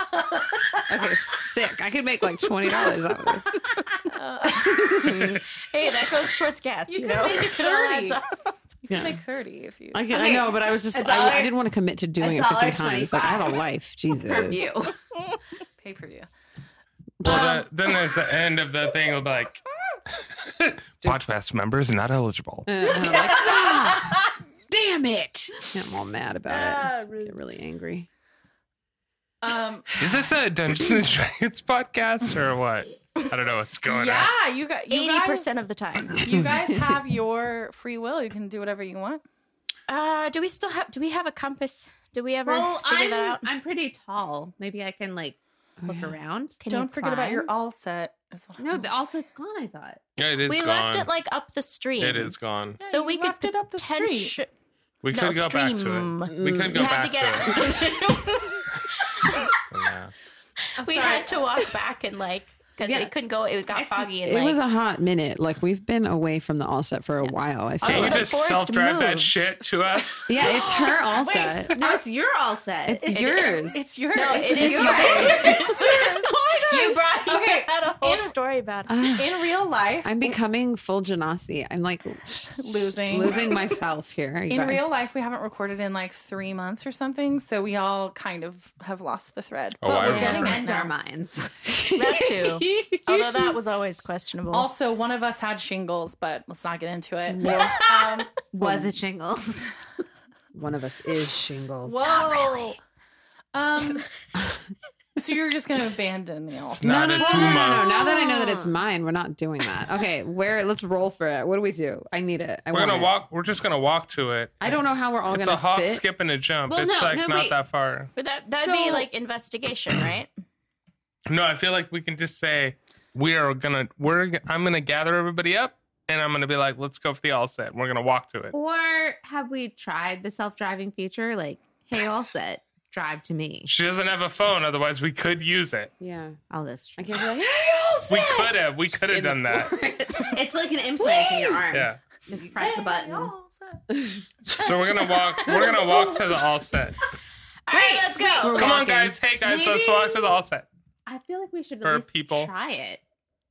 [SPEAKER 4] Okay, sick. I could make like twenty dollars out of this.
[SPEAKER 6] Hey, that goes towards gas.
[SPEAKER 3] You
[SPEAKER 6] You,
[SPEAKER 3] could
[SPEAKER 6] know?
[SPEAKER 3] make it
[SPEAKER 6] It all adds
[SPEAKER 3] 30.
[SPEAKER 6] up.
[SPEAKER 3] You
[SPEAKER 4] Yeah.
[SPEAKER 3] can make 30 if you.
[SPEAKER 4] I, can, I
[SPEAKER 7] Okay.
[SPEAKER 4] know, but I was just
[SPEAKER 7] A dollar-
[SPEAKER 4] I, I didn't want to commit to doing
[SPEAKER 7] a
[SPEAKER 4] it fifteen
[SPEAKER 7] dollar
[SPEAKER 4] times. Like I have a
[SPEAKER 7] 25
[SPEAKER 4] life, Jesus.
[SPEAKER 7] From you.
[SPEAKER 3] Pay per view.
[SPEAKER 2] Well, the, then there's the end of the thing of like [laughs] podcast members not eligible.
[SPEAKER 4] Uh, and I'm like, "Ah, damn it! I'm all mad about it. Get really angry.
[SPEAKER 3] Um,
[SPEAKER 2] Is this a Dungeons and Dragons podcast or what? I don't know what's
[SPEAKER 7] Oh,
[SPEAKER 2] going on.
[SPEAKER 3] yeah, you got you
[SPEAKER 6] Eighty percent
[SPEAKER 3] guys-
[SPEAKER 6] of the time. [coughs]
[SPEAKER 3] [laughs] You guys have your free will. You can do whatever you want.
[SPEAKER 6] Uh, do we still have? Do we have a compass? Do we ever
[SPEAKER 7] Well,
[SPEAKER 6] figure
[SPEAKER 7] I'm,
[SPEAKER 6] that out?
[SPEAKER 7] I'm pretty tall. Maybe I can like look around.
[SPEAKER 6] Can
[SPEAKER 3] Don't
[SPEAKER 6] you
[SPEAKER 3] forget about your
[SPEAKER 6] climb?
[SPEAKER 3] all set. Is what I
[SPEAKER 7] No,
[SPEAKER 3] almost
[SPEAKER 7] the all set's gone, I thought.
[SPEAKER 2] Yeah, it is
[SPEAKER 6] We
[SPEAKER 2] gone.
[SPEAKER 6] left it like up the stream.
[SPEAKER 2] it is gone.
[SPEAKER 3] Yeah,
[SPEAKER 6] So
[SPEAKER 3] you
[SPEAKER 6] we could
[SPEAKER 3] left it up the street.
[SPEAKER 6] potenti-
[SPEAKER 2] We
[SPEAKER 6] No,
[SPEAKER 2] could go back to it.
[SPEAKER 6] stream.
[SPEAKER 2] We could go
[SPEAKER 6] We
[SPEAKER 2] back
[SPEAKER 6] had to get [laughs]
[SPEAKER 2] it.
[SPEAKER 6] out.
[SPEAKER 2] Yeah.
[SPEAKER 6] we had to walk back and like because
[SPEAKER 4] Yeah.
[SPEAKER 6] it couldn't go. It got foggy and
[SPEAKER 4] It
[SPEAKER 6] like
[SPEAKER 4] was a hot minute. Like we've been away from the all set for a while. I feel.
[SPEAKER 2] Can
[SPEAKER 6] Also,
[SPEAKER 2] you
[SPEAKER 6] the
[SPEAKER 2] just
[SPEAKER 6] forest
[SPEAKER 2] self drive that
[SPEAKER 6] moves.
[SPEAKER 2] shit to
[SPEAKER 4] [laughs]
[SPEAKER 2] us?
[SPEAKER 4] yeah, it's her all set.
[SPEAKER 7] No, it's your all set.
[SPEAKER 4] It's
[SPEAKER 7] [laughs]
[SPEAKER 4] yours.
[SPEAKER 3] It's yours. Oh
[SPEAKER 6] No, it
[SPEAKER 7] It's
[SPEAKER 6] is
[SPEAKER 7] yours.
[SPEAKER 3] [laughs]
[SPEAKER 6] yours. It's yours. You brought you
[SPEAKER 3] Okay,
[SPEAKER 6] [laughs] had a whole
[SPEAKER 3] in-
[SPEAKER 6] story [laughs] about it.
[SPEAKER 3] [laughs]
[SPEAKER 4] Ah,
[SPEAKER 3] in real life.
[SPEAKER 4] I'm becoming full genasi. I'm like
[SPEAKER 3] Losing.
[SPEAKER 4] losing myself here. you
[SPEAKER 3] in
[SPEAKER 4] guys.
[SPEAKER 3] real life, we haven't recorded in like three months or something, so we all kind of have lost the thread.
[SPEAKER 2] Oh,
[SPEAKER 3] but
[SPEAKER 2] I
[SPEAKER 3] we're getting
[SPEAKER 2] remember.
[SPEAKER 3] it
[SPEAKER 7] and
[SPEAKER 3] now.
[SPEAKER 7] our minds.
[SPEAKER 6] that too. Although that was always questionable.
[SPEAKER 3] Also, one of us had shingles, but let's not get into it. um,
[SPEAKER 7] Was it shingles?
[SPEAKER 4] one of us is shingles. [laughs]
[SPEAKER 6] Whoa.
[SPEAKER 3] um, So you're just going to abandon the elf.
[SPEAKER 2] It's not
[SPEAKER 4] no,
[SPEAKER 2] a
[SPEAKER 4] no, no, no,
[SPEAKER 2] tumor.
[SPEAKER 4] no, no. Oh, Now that I know that
[SPEAKER 6] Ah.
[SPEAKER 4] it's mine, we're not doing that. Okay, where? Let's roll for it. What do we do? I need it. I
[SPEAKER 2] We're
[SPEAKER 4] want
[SPEAKER 2] gonna
[SPEAKER 4] it.
[SPEAKER 2] walk. We're just gonna walk to it.
[SPEAKER 4] I don't know how we're all
[SPEAKER 2] It's
[SPEAKER 4] gonna
[SPEAKER 2] a hop,
[SPEAKER 4] fit.
[SPEAKER 2] skip, and a jump.
[SPEAKER 7] Well,
[SPEAKER 2] it's
[SPEAKER 7] no,
[SPEAKER 2] like
[SPEAKER 7] no,
[SPEAKER 2] not
[SPEAKER 7] wait.
[SPEAKER 2] that far.
[SPEAKER 6] But that that'd be
[SPEAKER 7] So-
[SPEAKER 6] like investigation, right?
[SPEAKER 2] No, I feel like we can just say we are gonna. We're. g- I'm gonna gather everybody up, and I'm gonna be like, let's go for the all set. We're gonna walk to it.
[SPEAKER 7] Or have we tried the self driving feature? Like, hey, all set, drive to me.
[SPEAKER 2] She doesn't have a phone, otherwise we could use it.
[SPEAKER 4] Yeah,
[SPEAKER 7] Oh, that's true.
[SPEAKER 4] I can't be like, "Ah,
[SPEAKER 2] We could have. We could have done that.
[SPEAKER 7] [laughs] it's like an implant in your arm.
[SPEAKER 2] Yeah.
[SPEAKER 7] Just press the button.
[SPEAKER 2] So we're gonna walk. We're gonna walk to the all set.
[SPEAKER 6] All right, let's go.
[SPEAKER 7] We're
[SPEAKER 2] Come on,
[SPEAKER 7] walking.
[SPEAKER 2] guys. Hey, guys. Let's walk to the all set.
[SPEAKER 7] I feel like we should
[SPEAKER 2] Or
[SPEAKER 7] at least
[SPEAKER 2] people.
[SPEAKER 7] try it.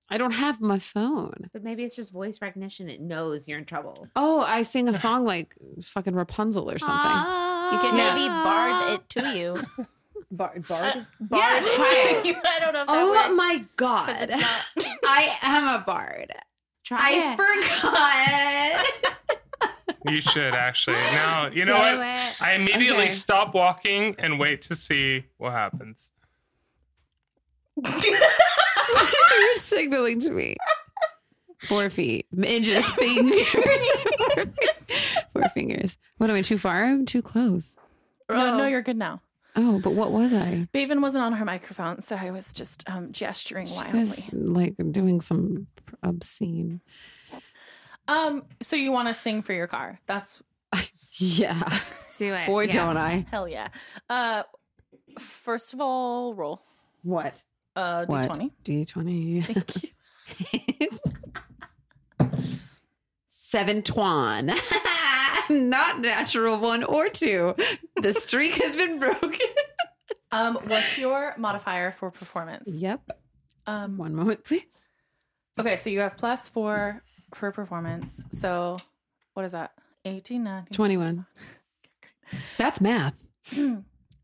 [SPEAKER 4] I don't have my phone.
[SPEAKER 7] But maybe it's just voice recognition. It knows you're in trouble.
[SPEAKER 4] Oh, I sing a song like fucking Rapunzel or something.
[SPEAKER 7] Ah.
[SPEAKER 6] You can maybe bard
[SPEAKER 4] [laughs]
[SPEAKER 6] it to you.
[SPEAKER 4] Bar- bard?
[SPEAKER 7] [laughs]
[SPEAKER 6] Bard
[SPEAKER 7] Yeah,
[SPEAKER 6] it to you. I don't know if that
[SPEAKER 7] Oh
[SPEAKER 6] works.
[SPEAKER 7] my
[SPEAKER 4] [laughs]
[SPEAKER 7] god!
[SPEAKER 6] [laughs]
[SPEAKER 7] I am a bard. Try it. I forgot.
[SPEAKER 2] You should actually. Now you know what. I immediately
[SPEAKER 4] Okay.
[SPEAKER 2] stop walking and wait to see what happens.
[SPEAKER 4] [laughs] You're signaling to me. Four feet.
[SPEAKER 6] [laughs]
[SPEAKER 4] Midges fingers. [laughs] Four fi- Four fingers. What am I too far? I'm too close.
[SPEAKER 3] No, no, you're good now.
[SPEAKER 4] Oh, but what was I?
[SPEAKER 3] Baven wasn't on her microphone, so I was just um, gesturing
[SPEAKER 4] She
[SPEAKER 3] wildly.
[SPEAKER 4] was like doing some obscene.
[SPEAKER 3] Um, so you want to sing for your car? That's
[SPEAKER 4] [laughs] Yeah.
[SPEAKER 7] [laughs] Do it.
[SPEAKER 4] Or
[SPEAKER 7] Yeah.
[SPEAKER 4] don't I?
[SPEAKER 3] hell yeah. Uh, first of all, roll
[SPEAKER 4] What?
[SPEAKER 3] uh
[SPEAKER 4] What?
[SPEAKER 3] d20.
[SPEAKER 4] D20.
[SPEAKER 3] Thank you.
[SPEAKER 4] Seven twan. [laughs] Not natural one or two. The streak has been broken.
[SPEAKER 3] Um, what's your modifier for performance?
[SPEAKER 4] [laughs] Yep.
[SPEAKER 3] Um,
[SPEAKER 4] One moment, please.
[SPEAKER 3] okay, so you have plus four for performance. So what is that? 18, 19.
[SPEAKER 4] 21. That's math.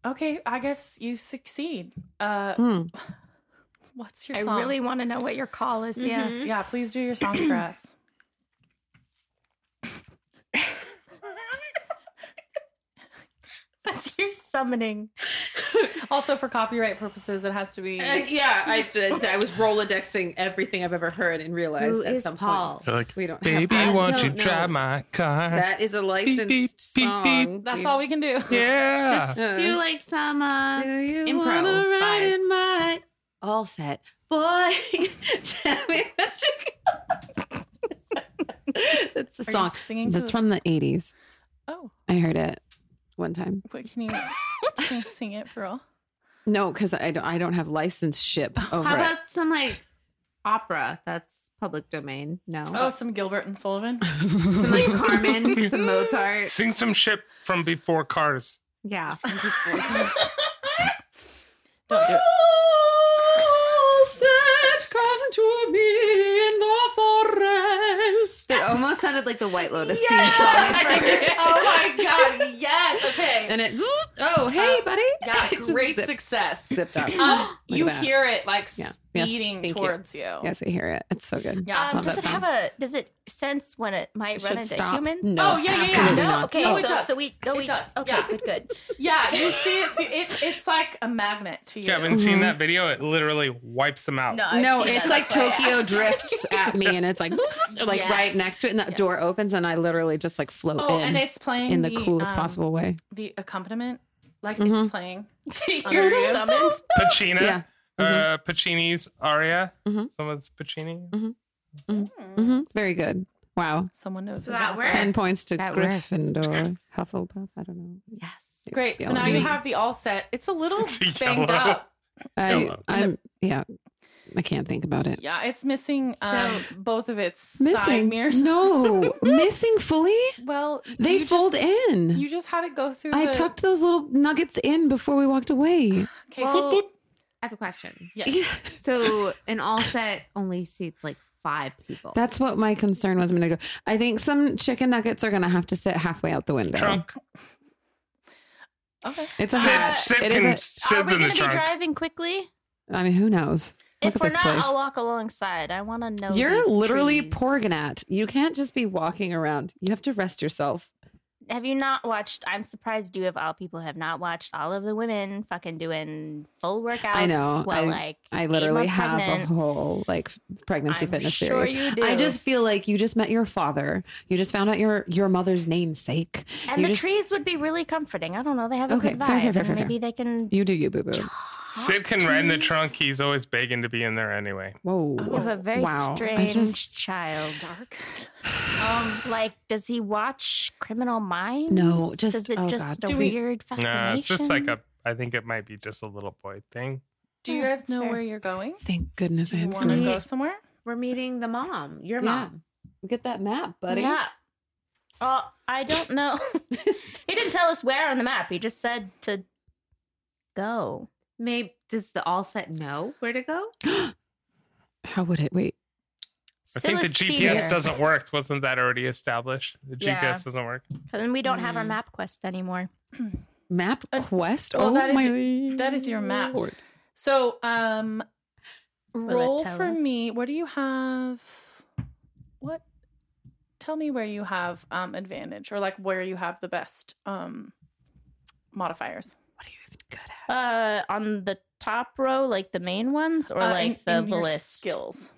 [SPEAKER 3] Okay, I guess you succeed. Uh,
[SPEAKER 4] Hmm.
[SPEAKER 3] what's your
[SPEAKER 6] I
[SPEAKER 3] song?
[SPEAKER 6] really want to know what your call is. Yeah.
[SPEAKER 4] Mm-hmm.
[SPEAKER 6] [laughs]
[SPEAKER 7] Mhm.
[SPEAKER 3] yeah, please do your song for us.
[SPEAKER 6] What's your summoning?
[SPEAKER 3] Also, for copyright purposes, it has to be.
[SPEAKER 4] Uh, yeah, I did. I was Rolodexing everything I've ever heard and realized
[SPEAKER 7] Who
[SPEAKER 4] at
[SPEAKER 7] is
[SPEAKER 4] some
[SPEAKER 7] Paul?
[SPEAKER 4] point
[SPEAKER 2] You're like,
[SPEAKER 4] we don't.
[SPEAKER 2] baby,
[SPEAKER 4] have that.
[SPEAKER 2] won't
[SPEAKER 7] don't
[SPEAKER 2] you
[SPEAKER 7] know.
[SPEAKER 2] drive my car?
[SPEAKER 4] [laughs] That is a licensed
[SPEAKER 2] beep, beep,
[SPEAKER 4] song.
[SPEAKER 2] beep.
[SPEAKER 3] That's all we can do.
[SPEAKER 2] [laughs] yeah.
[SPEAKER 7] Just
[SPEAKER 4] Yeah.
[SPEAKER 7] do like some. Uh,
[SPEAKER 4] Do you
[SPEAKER 7] Impro.
[SPEAKER 4] wanna ride
[SPEAKER 7] Bye.
[SPEAKER 4] in my all set, boy? [laughs] Tell me what you got. [laughs] That's the
[SPEAKER 3] Are you
[SPEAKER 4] song.
[SPEAKER 3] singing to
[SPEAKER 4] That's
[SPEAKER 3] the-
[SPEAKER 4] from the '80s.
[SPEAKER 3] Oh,
[SPEAKER 4] I heard it one time.
[SPEAKER 3] but can you, can you sing it for all?
[SPEAKER 4] No, because I don't. I don't have licenseship over
[SPEAKER 7] how
[SPEAKER 4] it.
[SPEAKER 7] about some like opera? That's public domain. No.
[SPEAKER 3] Oh, some Gilbert and Sullivan.
[SPEAKER 4] [laughs]
[SPEAKER 7] Some like Carmen, some Mozart.
[SPEAKER 2] Sing some shit from before Cars.
[SPEAKER 7] [laughs] Yeah.
[SPEAKER 3] Don't do it.
[SPEAKER 4] All set, come to me in the forest.
[SPEAKER 7] It almost sounded like the White
[SPEAKER 3] [laughs]
[SPEAKER 4] [laughs]
[SPEAKER 7] Lotus theme song.
[SPEAKER 3] oh my god! Yes. Okay.
[SPEAKER 4] And it's oh hey
[SPEAKER 3] Uh,
[SPEAKER 4] buddy. [laughs]
[SPEAKER 3] Yeah.
[SPEAKER 4] Just
[SPEAKER 3] Great
[SPEAKER 4] zip-
[SPEAKER 3] success.
[SPEAKER 4] zipped
[SPEAKER 7] [gasps]
[SPEAKER 4] up.
[SPEAKER 3] Um,
[SPEAKER 4] Look
[SPEAKER 3] you
[SPEAKER 4] at that.
[SPEAKER 3] hear it like
[SPEAKER 4] Yeah. Yes,
[SPEAKER 3] speeding
[SPEAKER 4] thank you.
[SPEAKER 3] towards you.
[SPEAKER 4] Yes, I hear it. It's so good.
[SPEAKER 3] Yeah.
[SPEAKER 6] Um,
[SPEAKER 4] Love
[SPEAKER 6] does
[SPEAKER 4] that
[SPEAKER 6] it have a? Does it sense when it might
[SPEAKER 4] Should
[SPEAKER 6] run into
[SPEAKER 4] stop.
[SPEAKER 6] humans?
[SPEAKER 4] No,
[SPEAKER 3] Oh, yeah, yeah, yeah.
[SPEAKER 4] absolutely
[SPEAKER 6] No.
[SPEAKER 4] not. Oh,
[SPEAKER 6] Okay.
[SPEAKER 3] No, it
[SPEAKER 6] so,
[SPEAKER 3] does.
[SPEAKER 6] so we. No, we.
[SPEAKER 3] does.
[SPEAKER 6] Okay.
[SPEAKER 3] Yeah.
[SPEAKER 6] Good.
[SPEAKER 3] [laughs]
[SPEAKER 6] Good.
[SPEAKER 3] Yeah. You see, it's it, it's like a magnet to you.
[SPEAKER 2] You haven't seen that video? It literally wipes them out.
[SPEAKER 6] No. I've
[SPEAKER 4] No,
[SPEAKER 6] seen
[SPEAKER 4] it's
[SPEAKER 6] that.
[SPEAKER 4] like
[SPEAKER 6] That's why I
[SPEAKER 4] Tokyo
[SPEAKER 3] [laughs]
[SPEAKER 6] asked.
[SPEAKER 4] drifts at me, and it's like [laughs] like
[SPEAKER 6] Yes.
[SPEAKER 4] right next to it, and that door opens, and I literally just like float
[SPEAKER 3] Oh,
[SPEAKER 4] in
[SPEAKER 3] and it's playing
[SPEAKER 4] in the, coolest
[SPEAKER 3] um,
[SPEAKER 4] possible Mm-hmm. way.
[SPEAKER 3] The accompaniment, like it's playing. [laughs]
[SPEAKER 6] You're
[SPEAKER 3] you.
[SPEAKER 6] summoned.
[SPEAKER 2] Pacina.
[SPEAKER 4] Yeah.
[SPEAKER 2] Uh, Pacini's aria.
[SPEAKER 4] Mhm.
[SPEAKER 2] Someone's Pacini.
[SPEAKER 3] mm.
[SPEAKER 4] hmm Very good. Wow.
[SPEAKER 3] Someone knows
[SPEAKER 7] So
[SPEAKER 3] his
[SPEAKER 7] that
[SPEAKER 3] opera.
[SPEAKER 7] works.
[SPEAKER 4] Ten points to
[SPEAKER 7] That works.
[SPEAKER 4] Gryffindor, Hufflepuff. I don't know.
[SPEAKER 7] yes.
[SPEAKER 3] Great.
[SPEAKER 4] It's
[SPEAKER 3] So now
[SPEAKER 4] yellow.
[SPEAKER 3] you have the all set. It's a little
[SPEAKER 2] It's
[SPEAKER 3] banged
[SPEAKER 2] yellow.
[SPEAKER 3] up.
[SPEAKER 4] I,
[SPEAKER 2] Yellow.
[SPEAKER 4] I'm yeah. I can't think about it.
[SPEAKER 3] Yeah, it's missing um, both of its side
[SPEAKER 4] Missing
[SPEAKER 3] mirrors. [laughs]
[SPEAKER 4] no, missing fully.
[SPEAKER 3] Well,
[SPEAKER 4] They
[SPEAKER 3] you
[SPEAKER 4] fold
[SPEAKER 3] just,
[SPEAKER 4] in.
[SPEAKER 3] You just had it go through.
[SPEAKER 4] I
[SPEAKER 3] the,
[SPEAKER 4] tucked those little nuggets in before we walked away.
[SPEAKER 3] Okay,
[SPEAKER 7] Well, I have a question.
[SPEAKER 3] yeah.
[SPEAKER 7] So an all set only seats like five people.
[SPEAKER 4] That's what my concern was. I'm gonna go. I think some chicken nuggets are gonna have to sit halfway out the window.
[SPEAKER 2] Trunk.
[SPEAKER 3] Okay.
[SPEAKER 4] It's a
[SPEAKER 2] Sid,
[SPEAKER 4] hat.
[SPEAKER 2] Sid
[SPEAKER 4] It is
[SPEAKER 2] can.
[SPEAKER 4] a-
[SPEAKER 6] Are
[SPEAKER 2] Sid's
[SPEAKER 6] we
[SPEAKER 2] in the
[SPEAKER 6] going to be
[SPEAKER 2] trunk.
[SPEAKER 6] driving quickly?
[SPEAKER 4] I mean, who knows? Look
[SPEAKER 6] if
[SPEAKER 4] at
[SPEAKER 6] we're
[SPEAKER 4] this
[SPEAKER 6] not,
[SPEAKER 4] place.
[SPEAKER 6] I'll walk alongside. I want to know.
[SPEAKER 4] You're
[SPEAKER 6] these
[SPEAKER 4] literally
[SPEAKER 6] trees.
[SPEAKER 4] Porgnat. You can't just be walking around. You have to rest yourself.
[SPEAKER 6] have you not watched? I'm surprised you of all people have not watched all of the women fucking doing full workouts.
[SPEAKER 4] I know.
[SPEAKER 6] While, like
[SPEAKER 4] I
[SPEAKER 6] eight
[SPEAKER 4] literally
[SPEAKER 6] months
[SPEAKER 4] have
[SPEAKER 6] pregnant.
[SPEAKER 4] a whole like pregnancy
[SPEAKER 6] I'm
[SPEAKER 4] fitness
[SPEAKER 6] sure
[SPEAKER 4] series.
[SPEAKER 6] you do.
[SPEAKER 4] I just feel like you just met your father. You just found out your your mother's namesake.
[SPEAKER 6] and
[SPEAKER 4] you
[SPEAKER 6] the
[SPEAKER 4] just-
[SPEAKER 6] trees would be really comforting. I don't know. They have a
[SPEAKER 4] Okay,
[SPEAKER 6] good vibe.
[SPEAKER 4] fair, fair, fair,
[SPEAKER 6] and
[SPEAKER 4] fair,
[SPEAKER 6] maybe they can.
[SPEAKER 4] You do you, boo boo.
[SPEAKER 2] Sid can ride in the trunk. He's always begging to be in there anyway.
[SPEAKER 4] Whoa.
[SPEAKER 6] You have a very
[SPEAKER 4] wow.
[SPEAKER 6] strange
[SPEAKER 4] It's just-
[SPEAKER 6] child.
[SPEAKER 3] Dark.
[SPEAKER 6] [laughs] Um, like, does he watch Criminal Minds?
[SPEAKER 4] No, just-
[SPEAKER 6] does it
[SPEAKER 4] oh,
[SPEAKER 6] just
[SPEAKER 4] God.
[SPEAKER 6] a
[SPEAKER 4] Do we-
[SPEAKER 6] weird fascination?
[SPEAKER 2] Nah, it's just like a. I think it might be just a little boy thing.
[SPEAKER 3] Do you guys know
[SPEAKER 6] Fair.
[SPEAKER 3] where you're going?
[SPEAKER 4] Thank goodness I
[SPEAKER 3] Do you
[SPEAKER 4] had
[SPEAKER 3] want to
[SPEAKER 4] someone.
[SPEAKER 3] go
[SPEAKER 7] Yes.
[SPEAKER 3] somewhere?
[SPEAKER 7] We're meeting the mom, your
[SPEAKER 4] Yeah.
[SPEAKER 7] mom.
[SPEAKER 4] Get that map, buddy.
[SPEAKER 6] Yeah. Uh, I don't know. [laughs] he didn't tell us where on the map. He just said to go.
[SPEAKER 7] Maybe does the all set know where to go?
[SPEAKER 4] How would it? Wait.
[SPEAKER 2] I think the
[SPEAKER 6] Silas
[SPEAKER 2] GPS
[SPEAKER 6] Senior.
[SPEAKER 2] doesn't work. Wasn't that already established? The GPS
[SPEAKER 6] Yeah.
[SPEAKER 2] doesn't work.
[SPEAKER 6] And then we don't have our
[SPEAKER 7] Mm.
[SPEAKER 3] Hmm.
[SPEAKER 6] map quest anymore.
[SPEAKER 4] Map
[SPEAKER 3] Uh,
[SPEAKER 4] quest.
[SPEAKER 3] well,
[SPEAKER 4] oh
[SPEAKER 3] that is
[SPEAKER 4] my.
[SPEAKER 3] that is your map.
[SPEAKER 4] lord.
[SPEAKER 3] So, um,
[SPEAKER 6] it
[SPEAKER 3] roll
[SPEAKER 6] tell
[SPEAKER 3] for
[SPEAKER 6] us?
[SPEAKER 3] me. What do you have? What? Tell me where you have um advantage, or like where you have the best um modifiers.
[SPEAKER 4] What are you even good at?
[SPEAKER 6] Uh, on the top row, like the main ones, or
[SPEAKER 3] Uh,
[SPEAKER 6] like
[SPEAKER 3] in-
[SPEAKER 6] the,
[SPEAKER 3] in
[SPEAKER 6] the
[SPEAKER 3] your
[SPEAKER 6] list.
[SPEAKER 3] skills.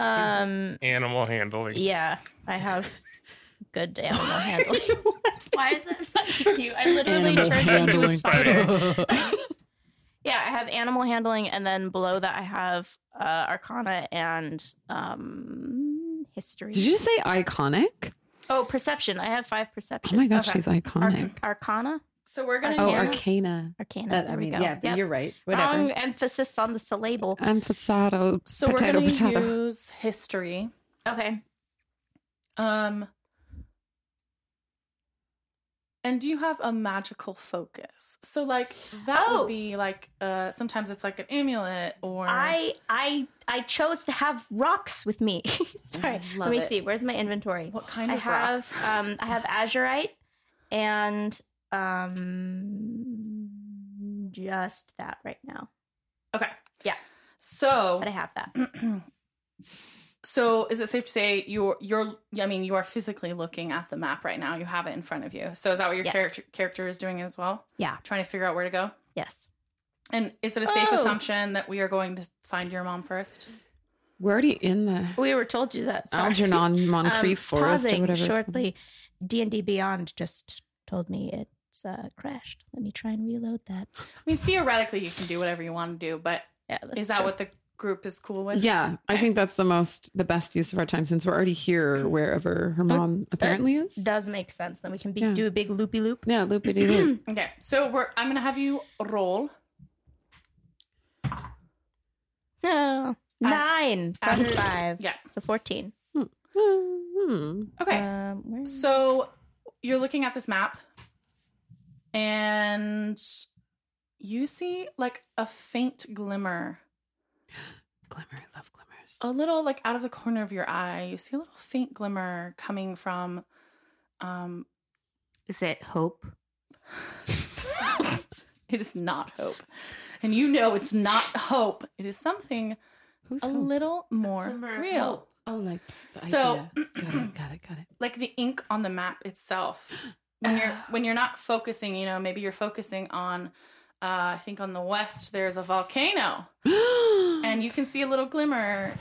[SPEAKER 6] Um,
[SPEAKER 2] Animal handling. [laughs]
[SPEAKER 6] yeah, I have good animal handling. Why is [laughs] that funny to you? I literally
[SPEAKER 4] Animal
[SPEAKER 6] turned into a
[SPEAKER 4] handling.
[SPEAKER 6] [laughs] spider. yeah, I have animal handling, and then below that I have uh, arcana and um, history.
[SPEAKER 4] Did you just say iconic?
[SPEAKER 6] Oh, perception. I have five
[SPEAKER 4] Oh
[SPEAKER 6] perception.
[SPEAKER 4] my gosh,
[SPEAKER 6] Okay.
[SPEAKER 4] she's
[SPEAKER 6] Ar-
[SPEAKER 4] iconic.
[SPEAKER 6] arcana,
[SPEAKER 3] So we're gonna.
[SPEAKER 4] oh,
[SPEAKER 6] yeah.
[SPEAKER 3] use-
[SPEAKER 4] Arcana.
[SPEAKER 6] arcana.
[SPEAKER 4] That,
[SPEAKER 6] there
[SPEAKER 4] I mean,
[SPEAKER 6] we go.
[SPEAKER 4] yeah, but
[SPEAKER 6] Yep.
[SPEAKER 4] you're right. Whatever.
[SPEAKER 6] Wrong emphasis on the syllable.
[SPEAKER 4] Emphasado.
[SPEAKER 3] Um, So
[SPEAKER 4] potato,
[SPEAKER 3] we're gonna
[SPEAKER 4] potato.
[SPEAKER 3] use history.
[SPEAKER 6] Okay.
[SPEAKER 3] Um. And do you have a magical focus? So, like that
[SPEAKER 6] Oh.
[SPEAKER 3] would be like uh sometimes it's like an amulet or
[SPEAKER 6] I I I chose to have rocks with me. [laughs] Sorry.
[SPEAKER 7] I
[SPEAKER 6] Let
[SPEAKER 7] love
[SPEAKER 6] me
[SPEAKER 7] it.
[SPEAKER 6] see. Where's my inventory?
[SPEAKER 3] what kind
[SPEAKER 6] I
[SPEAKER 3] of rock?
[SPEAKER 6] have um I have azurite and um just that right now.
[SPEAKER 3] Okay.
[SPEAKER 6] Yeah.
[SPEAKER 3] So,
[SPEAKER 6] But I have [clears throat] that.
[SPEAKER 3] so is it safe to say you're you're? I mean, you are physically looking at the map right now. You have it in front of you. So is that what your
[SPEAKER 6] Yes.
[SPEAKER 3] character character is doing as well?
[SPEAKER 6] Yeah.
[SPEAKER 3] Trying to figure out where to go.
[SPEAKER 6] Yes.
[SPEAKER 3] And is it a safe
[SPEAKER 6] Oh.
[SPEAKER 3] assumption that we are going to find your mom first?
[SPEAKER 4] We're already in the
[SPEAKER 6] We were told you that. Sorry.
[SPEAKER 3] [laughs]
[SPEAKER 4] Algernon
[SPEAKER 6] Um,
[SPEAKER 4] Moncrief Forest or
[SPEAKER 6] pausing
[SPEAKER 4] whatever. it's called.
[SPEAKER 6] shortly. D and D Beyond just told me it's uh, crashed. Let me try and reload that.
[SPEAKER 3] I mean, theoretically, you can do whatever you want to do, but
[SPEAKER 6] Yeah, that's
[SPEAKER 3] is that
[SPEAKER 6] true.
[SPEAKER 3] what the group is cool with?
[SPEAKER 4] Yeah, I
[SPEAKER 3] Okay.
[SPEAKER 4] think that's the most the best use of our time since we're already here wherever her mom apparently is.
[SPEAKER 6] does make sense? Then we can be,
[SPEAKER 4] Yeah.
[SPEAKER 6] do a big loopy loop.
[SPEAKER 4] Yeah, loopy
[SPEAKER 3] [clears throat]
[SPEAKER 4] doo loop.
[SPEAKER 3] Okay, so we're. I'm gonna have you roll
[SPEAKER 6] No, nine plus
[SPEAKER 3] After-
[SPEAKER 6] five.
[SPEAKER 3] yeah.
[SPEAKER 6] so fourteen.
[SPEAKER 4] Hmm.
[SPEAKER 3] Okay.
[SPEAKER 6] Um, where-
[SPEAKER 3] so you're looking at this map and you see like a faint glimmer,
[SPEAKER 4] Glimmer, I love glimmers.
[SPEAKER 3] a little like out of the corner of your eye. You see a little faint glimmer coming from um [laughs]
[SPEAKER 7] Is it hope?
[SPEAKER 3] it is not hope. And you know it's not hope. It is something
[SPEAKER 4] Who's
[SPEAKER 3] a
[SPEAKER 4] who?
[SPEAKER 3] little more
[SPEAKER 7] Glimmer of
[SPEAKER 3] real.
[SPEAKER 7] hope.
[SPEAKER 4] Oh, like the
[SPEAKER 3] So-
[SPEAKER 4] idea. got it, got it, got it.
[SPEAKER 3] like the ink on the map itself when
[SPEAKER 7] [sighs]
[SPEAKER 3] you're when you're not focusing you know maybe you're focusing on uh, i think on the west there's a volcano
[SPEAKER 4] [gasps]
[SPEAKER 3] [clears throat] and you can see a little glimmer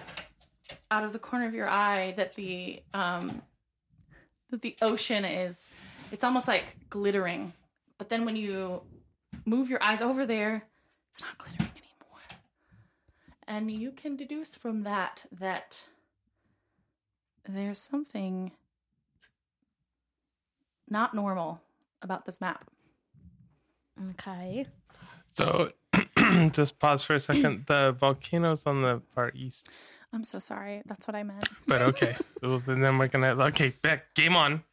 [SPEAKER 3] out of the corner of your eye that the um that the ocean is it's almost like glittering but then when you move your eyes over there it's not glittering anymore and you can deduce from that that there's something not normal about this map.
[SPEAKER 6] okay.
[SPEAKER 2] So [clears throat] just pause for a second. The volcano's on the far east.
[SPEAKER 3] I'm so sorry. That's what I meant.
[SPEAKER 2] But okay.
[SPEAKER 6] [laughs]
[SPEAKER 2] Well, then then we're gonna okay, back game on.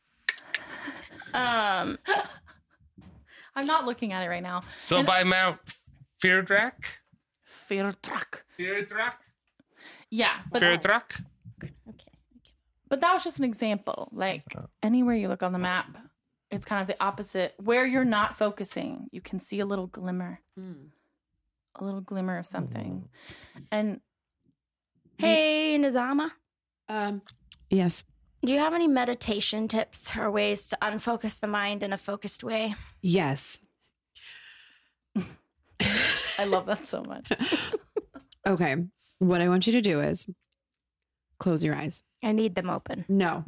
[SPEAKER 6] Um,
[SPEAKER 3] I'm not looking at it right now.
[SPEAKER 2] So by Mount Feardrak?
[SPEAKER 3] Fear truck.
[SPEAKER 2] Feardrak?
[SPEAKER 3] Yeah, but
[SPEAKER 2] Feardrak?
[SPEAKER 6] okay.
[SPEAKER 3] but that was just an example. Like anywhere you look on the map, it's kind of the opposite. Where you're not focusing, you can see a little glimmer,
[SPEAKER 4] Mm.
[SPEAKER 3] a little glimmer of something. And
[SPEAKER 6] Hey, Nizama.
[SPEAKER 4] Um, yes.
[SPEAKER 6] Do you have any meditation tips or ways to unfocus the mind in a focused way?
[SPEAKER 4] Yes.
[SPEAKER 3] I love that so
[SPEAKER 4] [coughs]
[SPEAKER 3] much.
[SPEAKER 4] Okay. What I want you to do is close your eyes.
[SPEAKER 6] I need them open.
[SPEAKER 4] No.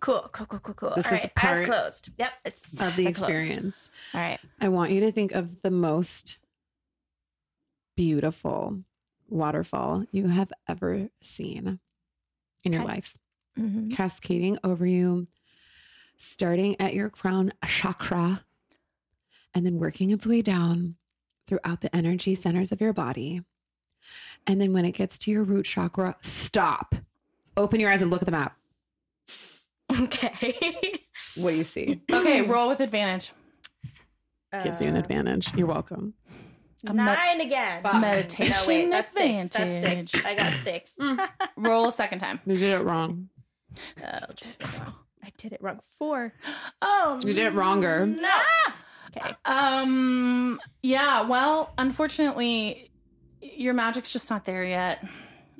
[SPEAKER 6] Cool, cool, cool, cool, cool.
[SPEAKER 4] This
[SPEAKER 6] All
[SPEAKER 4] is
[SPEAKER 6] right,
[SPEAKER 4] a part
[SPEAKER 6] eyes closed. Yep, it's
[SPEAKER 4] Of the
[SPEAKER 6] [laughs] they're closed.
[SPEAKER 4] experience.
[SPEAKER 6] All right.
[SPEAKER 4] I want you to think of the most beautiful waterfall you have ever seen in your
[SPEAKER 6] Okay.
[SPEAKER 4] life,
[SPEAKER 6] Mhm.
[SPEAKER 4] cascading over you, starting at your crown chakra, and then working its way down throughout the energy centers of your body. And then when it gets to your root chakra, stop. Open your eyes and look at the map.
[SPEAKER 6] Okay.
[SPEAKER 4] What do you
[SPEAKER 6] [laughs]
[SPEAKER 4] see?
[SPEAKER 3] Okay, roll with advantage.
[SPEAKER 4] Gives you an
[SPEAKER 6] Uh,
[SPEAKER 4] advantage. You're welcome.
[SPEAKER 3] A med-
[SPEAKER 6] Nine again.
[SPEAKER 3] Fuck. Meditation
[SPEAKER 6] No, wait, that's six. That's
[SPEAKER 3] advantage.
[SPEAKER 6] six. I got six.
[SPEAKER 4] Mm.
[SPEAKER 3] roll a second time.
[SPEAKER 4] You did it wrong.
[SPEAKER 6] Oh, I did it wrong. I did it wrong. Four.
[SPEAKER 3] Oh,
[SPEAKER 4] You did
[SPEAKER 6] [laughs]
[SPEAKER 4] it wronger.
[SPEAKER 3] no.
[SPEAKER 6] Okay.
[SPEAKER 3] Um. Yeah. Well, unfortunately, your magic's just not there yet,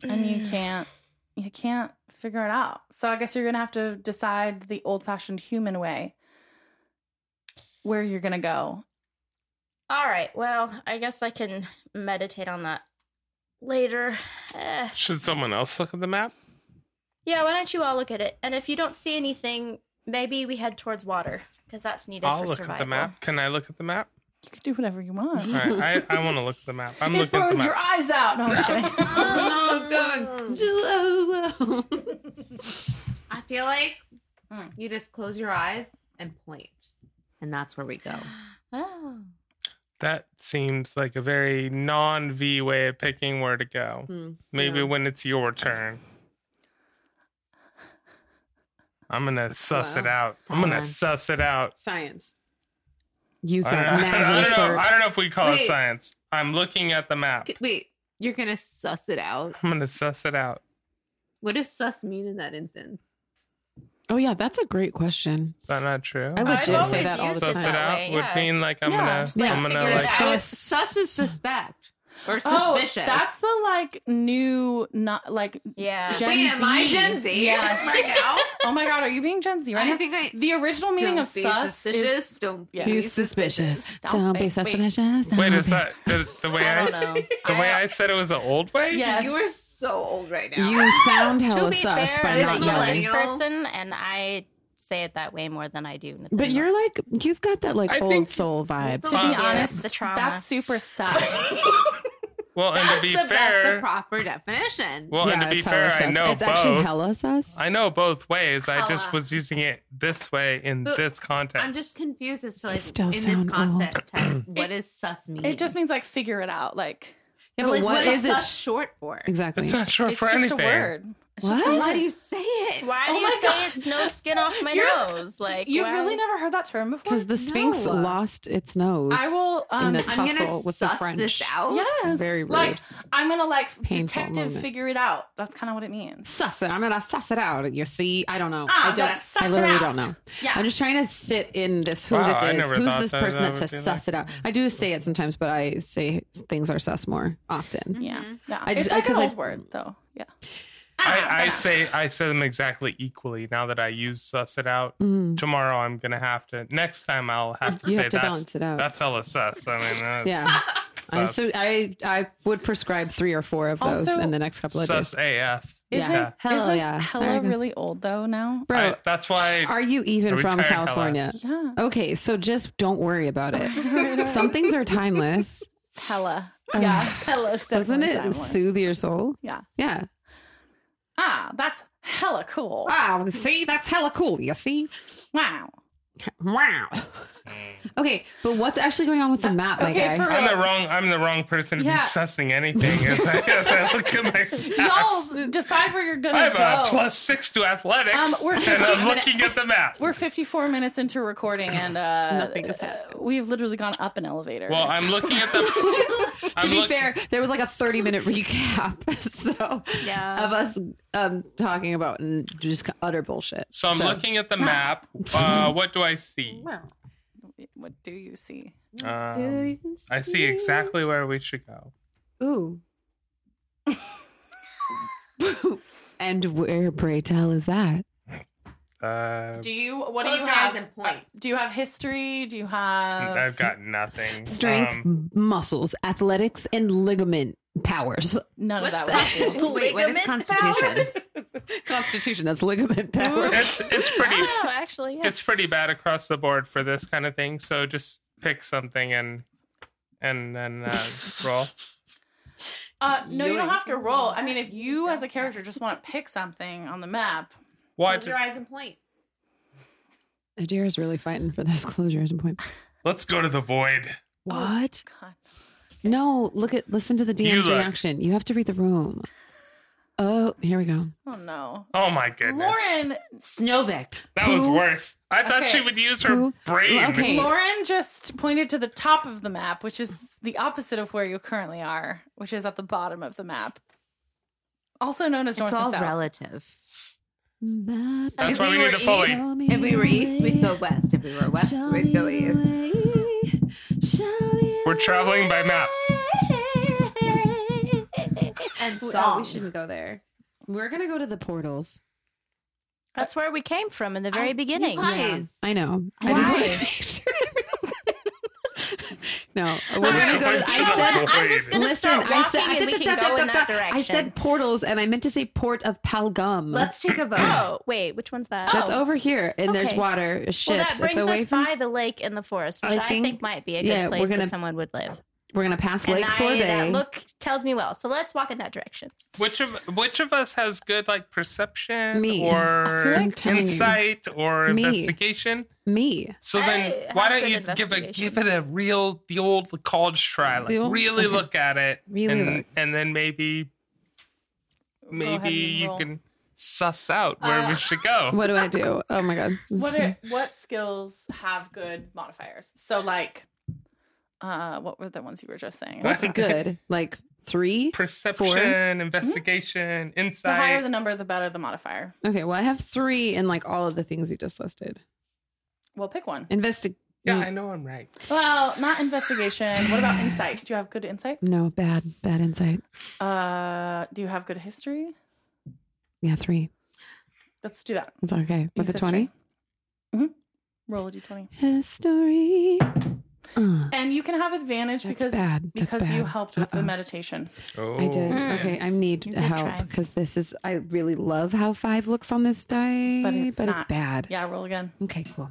[SPEAKER 3] and you can't you can't figure it out. So I guess you're gonna have to decide the old-fashioned human way where you're gonna go.
[SPEAKER 6] All right. Well, I guess I can meditate on that later. Eh.
[SPEAKER 2] Should someone else look at the map?
[SPEAKER 6] yeah, why don't you all look at it? And if you don't see anything, maybe we head towards water because that's needed
[SPEAKER 2] I'll
[SPEAKER 6] for
[SPEAKER 2] look
[SPEAKER 6] survival.
[SPEAKER 2] at the map. Can I look at the
[SPEAKER 6] [laughs]
[SPEAKER 2] map?
[SPEAKER 3] You can do whatever you want.
[SPEAKER 2] All right, I, I want to look at the map. I'm
[SPEAKER 3] It
[SPEAKER 2] looking at the
[SPEAKER 3] burns your
[SPEAKER 2] map.
[SPEAKER 3] eyes out. No, I'm just kidding.
[SPEAKER 4] Oh, God.
[SPEAKER 7] [laughs] I feel like
[SPEAKER 3] Mm.
[SPEAKER 7] you just close your eyes and point, and that's where we go.
[SPEAKER 6] Oh.
[SPEAKER 2] That seems like a very non V way of picking where to go.
[SPEAKER 6] Hmm,
[SPEAKER 2] Maybe when it's your turn. I'm gonna suss it
[SPEAKER 4] Wow.
[SPEAKER 2] out. I'm gonna
[SPEAKER 7] Science.
[SPEAKER 2] suss it out.
[SPEAKER 4] Science. Use
[SPEAKER 2] I don't,
[SPEAKER 4] that
[SPEAKER 2] know, [laughs] I,
[SPEAKER 4] NASA
[SPEAKER 2] don't know, I
[SPEAKER 4] search.
[SPEAKER 2] don't know if we call it
[SPEAKER 7] Wait.
[SPEAKER 2] science. I'm looking at the map.
[SPEAKER 7] K- Wait, you're gonna suss it out.
[SPEAKER 2] I'm gonna suss it out.
[SPEAKER 7] What does suss mean in that instance?
[SPEAKER 4] Oh yeah, that's a great question.
[SPEAKER 2] Is that not true?
[SPEAKER 4] I
[SPEAKER 6] I've
[SPEAKER 4] legit
[SPEAKER 6] always
[SPEAKER 4] say that all the
[SPEAKER 6] used
[SPEAKER 2] suss it
[SPEAKER 6] that
[SPEAKER 4] time.
[SPEAKER 2] out
[SPEAKER 6] way,
[SPEAKER 2] would
[SPEAKER 6] yeah.
[SPEAKER 2] mean like I'm
[SPEAKER 3] Yeah,
[SPEAKER 2] gonna,
[SPEAKER 3] just, like,
[SPEAKER 2] I'm gonna
[SPEAKER 6] figure it
[SPEAKER 2] like
[SPEAKER 6] out.
[SPEAKER 7] I was-
[SPEAKER 4] Sus-
[SPEAKER 7] suss is suspect or
[SPEAKER 3] [laughs] Oh,
[SPEAKER 7] suspicious.
[SPEAKER 3] that's the like new not like.
[SPEAKER 6] Yeah.
[SPEAKER 3] Gen
[SPEAKER 7] Wait, am I
[SPEAKER 3] Z.
[SPEAKER 7] Gen Z? [laughs]
[SPEAKER 3] Yes.
[SPEAKER 7] Right now?
[SPEAKER 3] Oh my god, are you being Gen Z right
[SPEAKER 7] I
[SPEAKER 3] now?
[SPEAKER 7] think I.
[SPEAKER 3] the original meaning
[SPEAKER 7] Don't
[SPEAKER 3] of
[SPEAKER 7] be
[SPEAKER 3] sus is
[SPEAKER 7] suspicious. Don't
[SPEAKER 3] Yeah.
[SPEAKER 7] be
[SPEAKER 4] He's suspicious.
[SPEAKER 3] Stop
[SPEAKER 4] Don't
[SPEAKER 3] it.
[SPEAKER 4] be
[SPEAKER 3] Wait.
[SPEAKER 4] suspicious. Don't
[SPEAKER 2] Wait, is
[SPEAKER 4] be-
[SPEAKER 2] that the, the way I,
[SPEAKER 6] I
[SPEAKER 2] s-
[SPEAKER 6] don't know.
[SPEAKER 2] the way I said it was the old way?
[SPEAKER 3] Yes.
[SPEAKER 7] You are so old right now.
[SPEAKER 4] You sound
[SPEAKER 6] to
[SPEAKER 4] hella
[SPEAKER 6] be
[SPEAKER 4] sus
[SPEAKER 6] fair,
[SPEAKER 4] by
[SPEAKER 7] this
[SPEAKER 4] not
[SPEAKER 6] I'm a
[SPEAKER 4] yelling.
[SPEAKER 6] millennial
[SPEAKER 7] millennial.
[SPEAKER 6] person, and I say it that way more than I do.
[SPEAKER 4] But you're like you've got that like
[SPEAKER 2] I
[SPEAKER 4] old
[SPEAKER 2] think-
[SPEAKER 4] soul vibe.
[SPEAKER 3] to be
[SPEAKER 2] Uh,
[SPEAKER 3] honest,
[SPEAKER 6] the trauma.
[SPEAKER 3] that's super sus.
[SPEAKER 2] Well, and to
[SPEAKER 7] That's
[SPEAKER 2] be
[SPEAKER 7] the, that's the
[SPEAKER 2] fair,
[SPEAKER 7] proper definition.
[SPEAKER 2] well, and to be
[SPEAKER 4] it's hella
[SPEAKER 2] fair, I
[SPEAKER 4] sus.
[SPEAKER 2] know
[SPEAKER 4] it's actually
[SPEAKER 2] both.
[SPEAKER 4] hella sus.
[SPEAKER 2] I know both ways. I just
[SPEAKER 7] Hella.
[SPEAKER 2] was using it this way in
[SPEAKER 7] But
[SPEAKER 2] this context.
[SPEAKER 7] I'm just confused as to like
[SPEAKER 4] still
[SPEAKER 7] in this
[SPEAKER 4] sound old. [clears throat]
[SPEAKER 7] concept text, what does sus mean?
[SPEAKER 3] it just means like figure it out. Like
[SPEAKER 4] Yeah,
[SPEAKER 7] Like,
[SPEAKER 4] but
[SPEAKER 7] what
[SPEAKER 4] what
[SPEAKER 7] is
[SPEAKER 4] is it?
[SPEAKER 7] sus short for?
[SPEAKER 4] Exactly.
[SPEAKER 2] it's not short
[SPEAKER 3] it's
[SPEAKER 2] for
[SPEAKER 3] just
[SPEAKER 2] anything.
[SPEAKER 3] a word. It's just a
[SPEAKER 4] What?
[SPEAKER 3] word.
[SPEAKER 7] Why do you say it?
[SPEAKER 6] Why
[SPEAKER 3] Oh
[SPEAKER 6] do you
[SPEAKER 3] my
[SPEAKER 6] say
[SPEAKER 3] God.
[SPEAKER 6] it's no skin off my
[SPEAKER 3] You're-
[SPEAKER 6] nose? Like
[SPEAKER 3] You've
[SPEAKER 6] why-
[SPEAKER 3] really never heard that term before.
[SPEAKER 4] Because the Sphinx
[SPEAKER 7] No.
[SPEAKER 4] lost its nose.
[SPEAKER 3] I will. Um,
[SPEAKER 4] the
[SPEAKER 7] I'm gonna
[SPEAKER 4] tussle with the
[SPEAKER 7] suss this
[SPEAKER 4] French.
[SPEAKER 7] out.
[SPEAKER 3] yes,
[SPEAKER 4] Very rude.
[SPEAKER 3] like I'm gonna like
[SPEAKER 4] Painful
[SPEAKER 3] detective
[SPEAKER 4] moment.
[SPEAKER 3] figure it out. That's kind of what it means.
[SPEAKER 4] suss it. I'm gonna suss it out. You see, I don't know.
[SPEAKER 3] Ah,
[SPEAKER 4] I
[SPEAKER 3] I'm
[SPEAKER 4] don't.
[SPEAKER 3] gonna suss
[SPEAKER 4] I
[SPEAKER 3] it
[SPEAKER 4] literally
[SPEAKER 3] out.
[SPEAKER 4] don't know.
[SPEAKER 3] Yeah.
[SPEAKER 4] I'm just trying to sit in this. Who
[SPEAKER 2] Wow, I
[SPEAKER 4] this
[SPEAKER 2] never
[SPEAKER 4] is? Who's
[SPEAKER 2] thought
[SPEAKER 4] this
[SPEAKER 2] that
[SPEAKER 4] person
[SPEAKER 2] that
[SPEAKER 4] that
[SPEAKER 2] would
[SPEAKER 4] says
[SPEAKER 2] be
[SPEAKER 4] suss it out? I do say it sometimes, but I say things are suss more often.
[SPEAKER 3] Yeah, yeah.
[SPEAKER 4] Mm-hmm. I just-
[SPEAKER 3] it's like an
[SPEAKER 4] 'cause I-
[SPEAKER 3] old word though. Yeah.
[SPEAKER 2] I, I say I say them exactly equally now that I use suss it out.
[SPEAKER 4] Mm.
[SPEAKER 2] Tomorrow I'm gonna have to next time I'll have to
[SPEAKER 4] You
[SPEAKER 2] say
[SPEAKER 4] have to
[SPEAKER 2] that's
[SPEAKER 4] balance it out.
[SPEAKER 2] that's hella sus. I mean that's
[SPEAKER 3] [laughs]
[SPEAKER 4] [laughs] yeah. I,
[SPEAKER 2] sus,
[SPEAKER 4] so I I would prescribe three or four of those
[SPEAKER 3] Also-
[SPEAKER 4] in the next couple of
[SPEAKER 2] sus
[SPEAKER 4] days.
[SPEAKER 2] AF.
[SPEAKER 3] Isn't
[SPEAKER 2] Yeah.
[SPEAKER 4] Hell
[SPEAKER 3] isn't
[SPEAKER 4] yeah.
[SPEAKER 3] hella
[SPEAKER 4] Americans.
[SPEAKER 3] really old though now?
[SPEAKER 4] Bro,
[SPEAKER 2] I- that's why
[SPEAKER 4] are you even
[SPEAKER 2] I
[SPEAKER 4] from
[SPEAKER 2] retired hella.
[SPEAKER 4] California?
[SPEAKER 3] Yeah,
[SPEAKER 4] Okay, so just don't worry about
[SPEAKER 3] [laughs]
[SPEAKER 4] it. Some things are timeless.
[SPEAKER 3] hella.
[SPEAKER 4] Ugh.
[SPEAKER 3] Yeah, hella's [laughs]
[SPEAKER 4] Doesn't
[SPEAKER 3] definitely
[SPEAKER 4] it
[SPEAKER 3] timeless.
[SPEAKER 4] soothe your soul?
[SPEAKER 3] Yeah.
[SPEAKER 4] Yeah.
[SPEAKER 3] Ah, that's hella cool.
[SPEAKER 4] Wow. See, that's hella cool. You see?
[SPEAKER 3] Wow.
[SPEAKER 4] Wow. Okay, but what's actually going on with the map, my
[SPEAKER 3] Okay,
[SPEAKER 4] guy?
[SPEAKER 3] for real.
[SPEAKER 2] I'm the wrong I'm the wrong person to
[SPEAKER 3] Oh. Yeah.
[SPEAKER 2] be sussing anything as
[SPEAKER 3] [laughs]
[SPEAKER 2] I, as I look at my
[SPEAKER 3] Y'all
[SPEAKER 2] stats.
[SPEAKER 3] decide where you're gonna
[SPEAKER 2] I'm
[SPEAKER 3] go.
[SPEAKER 2] a plus six to athletics
[SPEAKER 3] Um, we're
[SPEAKER 2] and
[SPEAKER 3] 50
[SPEAKER 2] I'm looking at the map.
[SPEAKER 3] We're 54 minutes into recording and uh,
[SPEAKER 4] Nothing has happened.
[SPEAKER 3] We've literally gone up an elevator.
[SPEAKER 2] Well, I'm looking at
[SPEAKER 3] [laughs]
[SPEAKER 2] the
[SPEAKER 4] to
[SPEAKER 2] I'm
[SPEAKER 4] be
[SPEAKER 2] look-
[SPEAKER 4] fair, there was like a 30 minute [laughs] recap, so
[SPEAKER 6] Yeah.
[SPEAKER 4] of us um talking about n- just utter bullshit.
[SPEAKER 2] So I'm looking at the map. Uh, what do I see?
[SPEAKER 3] what do you see?
[SPEAKER 2] Um, I see exactly where we should go.
[SPEAKER 4] Ooh. [laughs] And where, pray tell, is that?
[SPEAKER 2] Uh,
[SPEAKER 3] Do you? What do
[SPEAKER 7] Close
[SPEAKER 3] you
[SPEAKER 7] your eyes
[SPEAKER 3] have?
[SPEAKER 7] and point.
[SPEAKER 3] Do you have history? Do you have?
[SPEAKER 2] I've got nothing.
[SPEAKER 4] Strength,
[SPEAKER 2] Um,
[SPEAKER 4] m- muscles, athletics, and ligament powers. [laughs]
[SPEAKER 3] None
[SPEAKER 7] [laughs]
[SPEAKER 3] of that. Was
[SPEAKER 7] Wait,
[SPEAKER 6] that?
[SPEAKER 7] what is
[SPEAKER 6] Ligament
[SPEAKER 7] constitution?
[SPEAKER 4] Constitution, that's ligament powers. [laughs]
[SPEAKER 2] it's
[SPEAKER 3] [laughs]
[SPEAKER 2] it's pretty
[SPEAKER 3] Ah,
[SPEAKER 6] Oh, actually, yeah.
[SPEAKER 2] it's pretty bad across the board for this kind of thing. So just pick something and and then uh,
[SPEAKER 3] [laughs]
[SPEAKER 2] roll.
[SPEAKER 3] uh, no, you don't have to roll. I mean, if you as a character just want to pick something on the map,
[SPEAKER 2] Why?
[SPEAKER 7] Close your eyes and point.
[SPEAKER 4] Adira's really fighting for this closure as a point.
[SPEAKER 2] Let's go to the void.
[SPEAKER 4] What?
[SPEAKER 3] Oh, God.
[SPEAKER 4] No, look at listen to the
[SPEAKER 2] You
[SPEAKER 4] DMG
[SPEAKER 2] look.
[SPEAKER 4] action. You have to read the room. Oh, here we go.
[SPEAKER 3] Oh no,
[SPEAKER 2] Oh my goodness,
[SPEAKER 3] Lauren.
[SPEAKER 7] Snovik.
[SPEAKER 2] that was
[SPEAKER 4] who-
[SPEAKER 2] worse. I thought she
[SPEAKER 3] Okay.
[SPEAKER 2] would use her
[SPEAKER 4] Who-
[SPEAKER 2] brain.
[SPEAKER 4] okay.
[SPEAKER 3] Lauren just pointed to the top of the map, which is the opposite of where you currently are, which is at the bottom of the map, also known as
[SPEAKER 7] It's
[SPEAKER 3] north
[SPEAKER 7] all
[SPEAKER 3] and south.
[SPEAKER 7] relative.
[SPEAKER 2] That's
[SPEAKER 7] If
[SPEAKER 2] why
[SPEAKER 7] we
[SPEAKER 2] we
[SPEAKER 7] were
[SPEAKER 2] need to
[SPEAKER 7] each-
[SPEAKER 2] fully.
[SPEAKER 7] If we were east, we'd go west. If we were west, we'd go east.
[SPEAKER 2] We're traveling by map.
[SPEAKER 6] [laughs]
[SPEAKER 7] And
[SPEAKER 4] Oh, we
[SPEAKER 7] salt.
[SPEAKER 4] shouldn't go there. We're gonna go to the portals.
[SPEAKER 6] That's where we came from in the very
[SPEAKER 7] I-
[SPEAKER 6] beginning.
[SPEAKER 7] you guys.
[SPEAKER 4] I know. I just want to make sure. [laughs] no, we're gonna go to.
[SPEAKER 2] Went to
[SPEAKER 4] I
[SPEAKER 2] the
[SPEAKER 4] said.
[SPEAKER 2] void.
[SPEAKER 6] I'm just gonna
[SPEAKER 4] Listen,
[SPEAKER 6] start walking
[SPEAKER 4] I said. I,
[SPEAKER 6] and we
[SPEAKER 4] did-
[SPEAKER 6] can
[SPEAKER 4] did-
[SPEAKER 6] go in
[SPEAKER 4] did-
[SPEAKER 6] that
[SPEAKER 4] did-
[SPEAKER 6] direction.
[SPEAKER 4] I said portals, and I meant to say port of Palgum.
[SPEAKER 7] Let's take a vote.
[SPEAKER 6] Oh, wait, which one's that?
[SPEAKER 4] That's
[SPEAKER 6] oh.
[SPEAKER 4] over here, and there's
[SPEAKER 6] Okay.
[SPEAKER 4] water ships.
[SPEAKER 6] Well, that brings
[SPEAKER 4] it's away
[SPEAKER 6] us
[SPEAKER 4] from.
[SPEAKER 6] by the lake and the forest, which
[SPEAKER 4] I
[SPEAKER 6] I think,
[SPEAKER 4] think-
[SPEAKER 6] might be a good
[SPEAKER 4] yeah, we're
[SPEAKER 6] place
[SPEAKER 4] gonna-
[SPEAKER 6] that someone would live.
[SPEAKER 4] We're gonna pass
[SPEAKER 6] And
[SPEAKER 4] Lake
[SPEAKER 6] I-
[SPEAKER 4] Sorbet.
[SPEAKER 6] that look tells me well. So let's walk in that direction.
[SPEAKER 2] Which of which of us has good like perception
[SPEAKER 4] Me. I feel
[SPEAKER 2] or
[SPEAKER 4] like Tony.
[SPEAKER 2] insight or
[SPEAKER 4] Me.
[SPEAKER 2] investigation?
[SPEAKER 4] Me.
[SPEAKER 2] So then,
[SPEAKER 6] I
[SPEAKER 2] why
[SPEAKER 6] have
[SPEAKER 2] don't
[SPEAKER 6] good
[SPEAKER 2] you give a
[SPEAKER 6] investigation.
[SPEAKER 2] give it a real the old college try? Like
[SPEAKER 4] The old-
[SPEAKER 2] really
[SPEAKER 4] okay.
[SPEAKER 2] look at it,
[SPEAKER 4] Really
[SPEAKER 2] and
[SPEAKER 4] look.
[SPEAKER 2] and then maybe
[SPEAKER 3] ahead
[SPEAKER 2] maybe
[SPEAKER 3] and
[SPEAKER 2] you
[SPEAKER 3] roll.
[SPEAKER 2] can suss out where we
[SPEAKER 3] Uh,
[SPEAKER 2] should go.
[SPEAKER 4] [laughs] What do I do? Oh my god. This
[SPEAKER 3] what
[SPEAKER 4] [laughs] is-
[SPEAKER 3] are, what skills have good modifiers? So like, uh, what were the ones you were just saying?
[SPEAKER 2] What?
[SPEAKER 4] What's good? Like three?
[SPEAKER 2] Perception, investigation,
[SPEAKER 3] The higher
[SPEAKER 2] insight.
[SPEAKER 3] the number, the better the modifier.
[SPEAKER 4] Okay, well I have three in like all of the things you just listed.
[SPEAKER 3] Well, pick one.
[SPEAKER 4] Investi mm,
[SPEAKER 2] yeah, I know I'm right.
[SPEAKER 3] Well, not investigation. What about insight? Do you have good insight?
[SPEAKER 4] No, bad, bad insight.
[SPEAKER 3] Uh, do you have good history?
[SPEAKER 4] Yeah, three.
[SPEAKER 3] Let's do that.
[SPEAKER 4] It's okay. With
[SPEAKER 3] Use
[SPEAKER 4] a twenty.
[SPEAKER 3] hmm Roll a d20.
[SPEAKER 4] History. Uh,
[SPEAKER 3] And you can have advantage
[SPEAKER 4] that's
[SPEAKER 3] because
[SPEAKER 4] bad. That's
[SPEAKER 3] because you
[SPEAKER 4] bad. Uh-uh.
[SPEAKER 3] helped with the
[SPEAKER 4] Uh-oh.
[SPEAKER 3] meditation.
[SPEAKER 2] Oh,
[SPEAKER 4] I did.
[SPEAKER 6] Mm.
[SPEAKER 4] Okay, I need
[SPEAKER 6] Good try.
[SPEAKER 4] help because this is. I really love how five looks on this die,
[SPEAKER 3] But it's
[SPEAKER 4] but it's
[SPEAKER 3] not.
[SPEAKER 4] bad.
[SPEAKER 3] Yeah, roll again.
[SPEAKER 4] Okay, cool.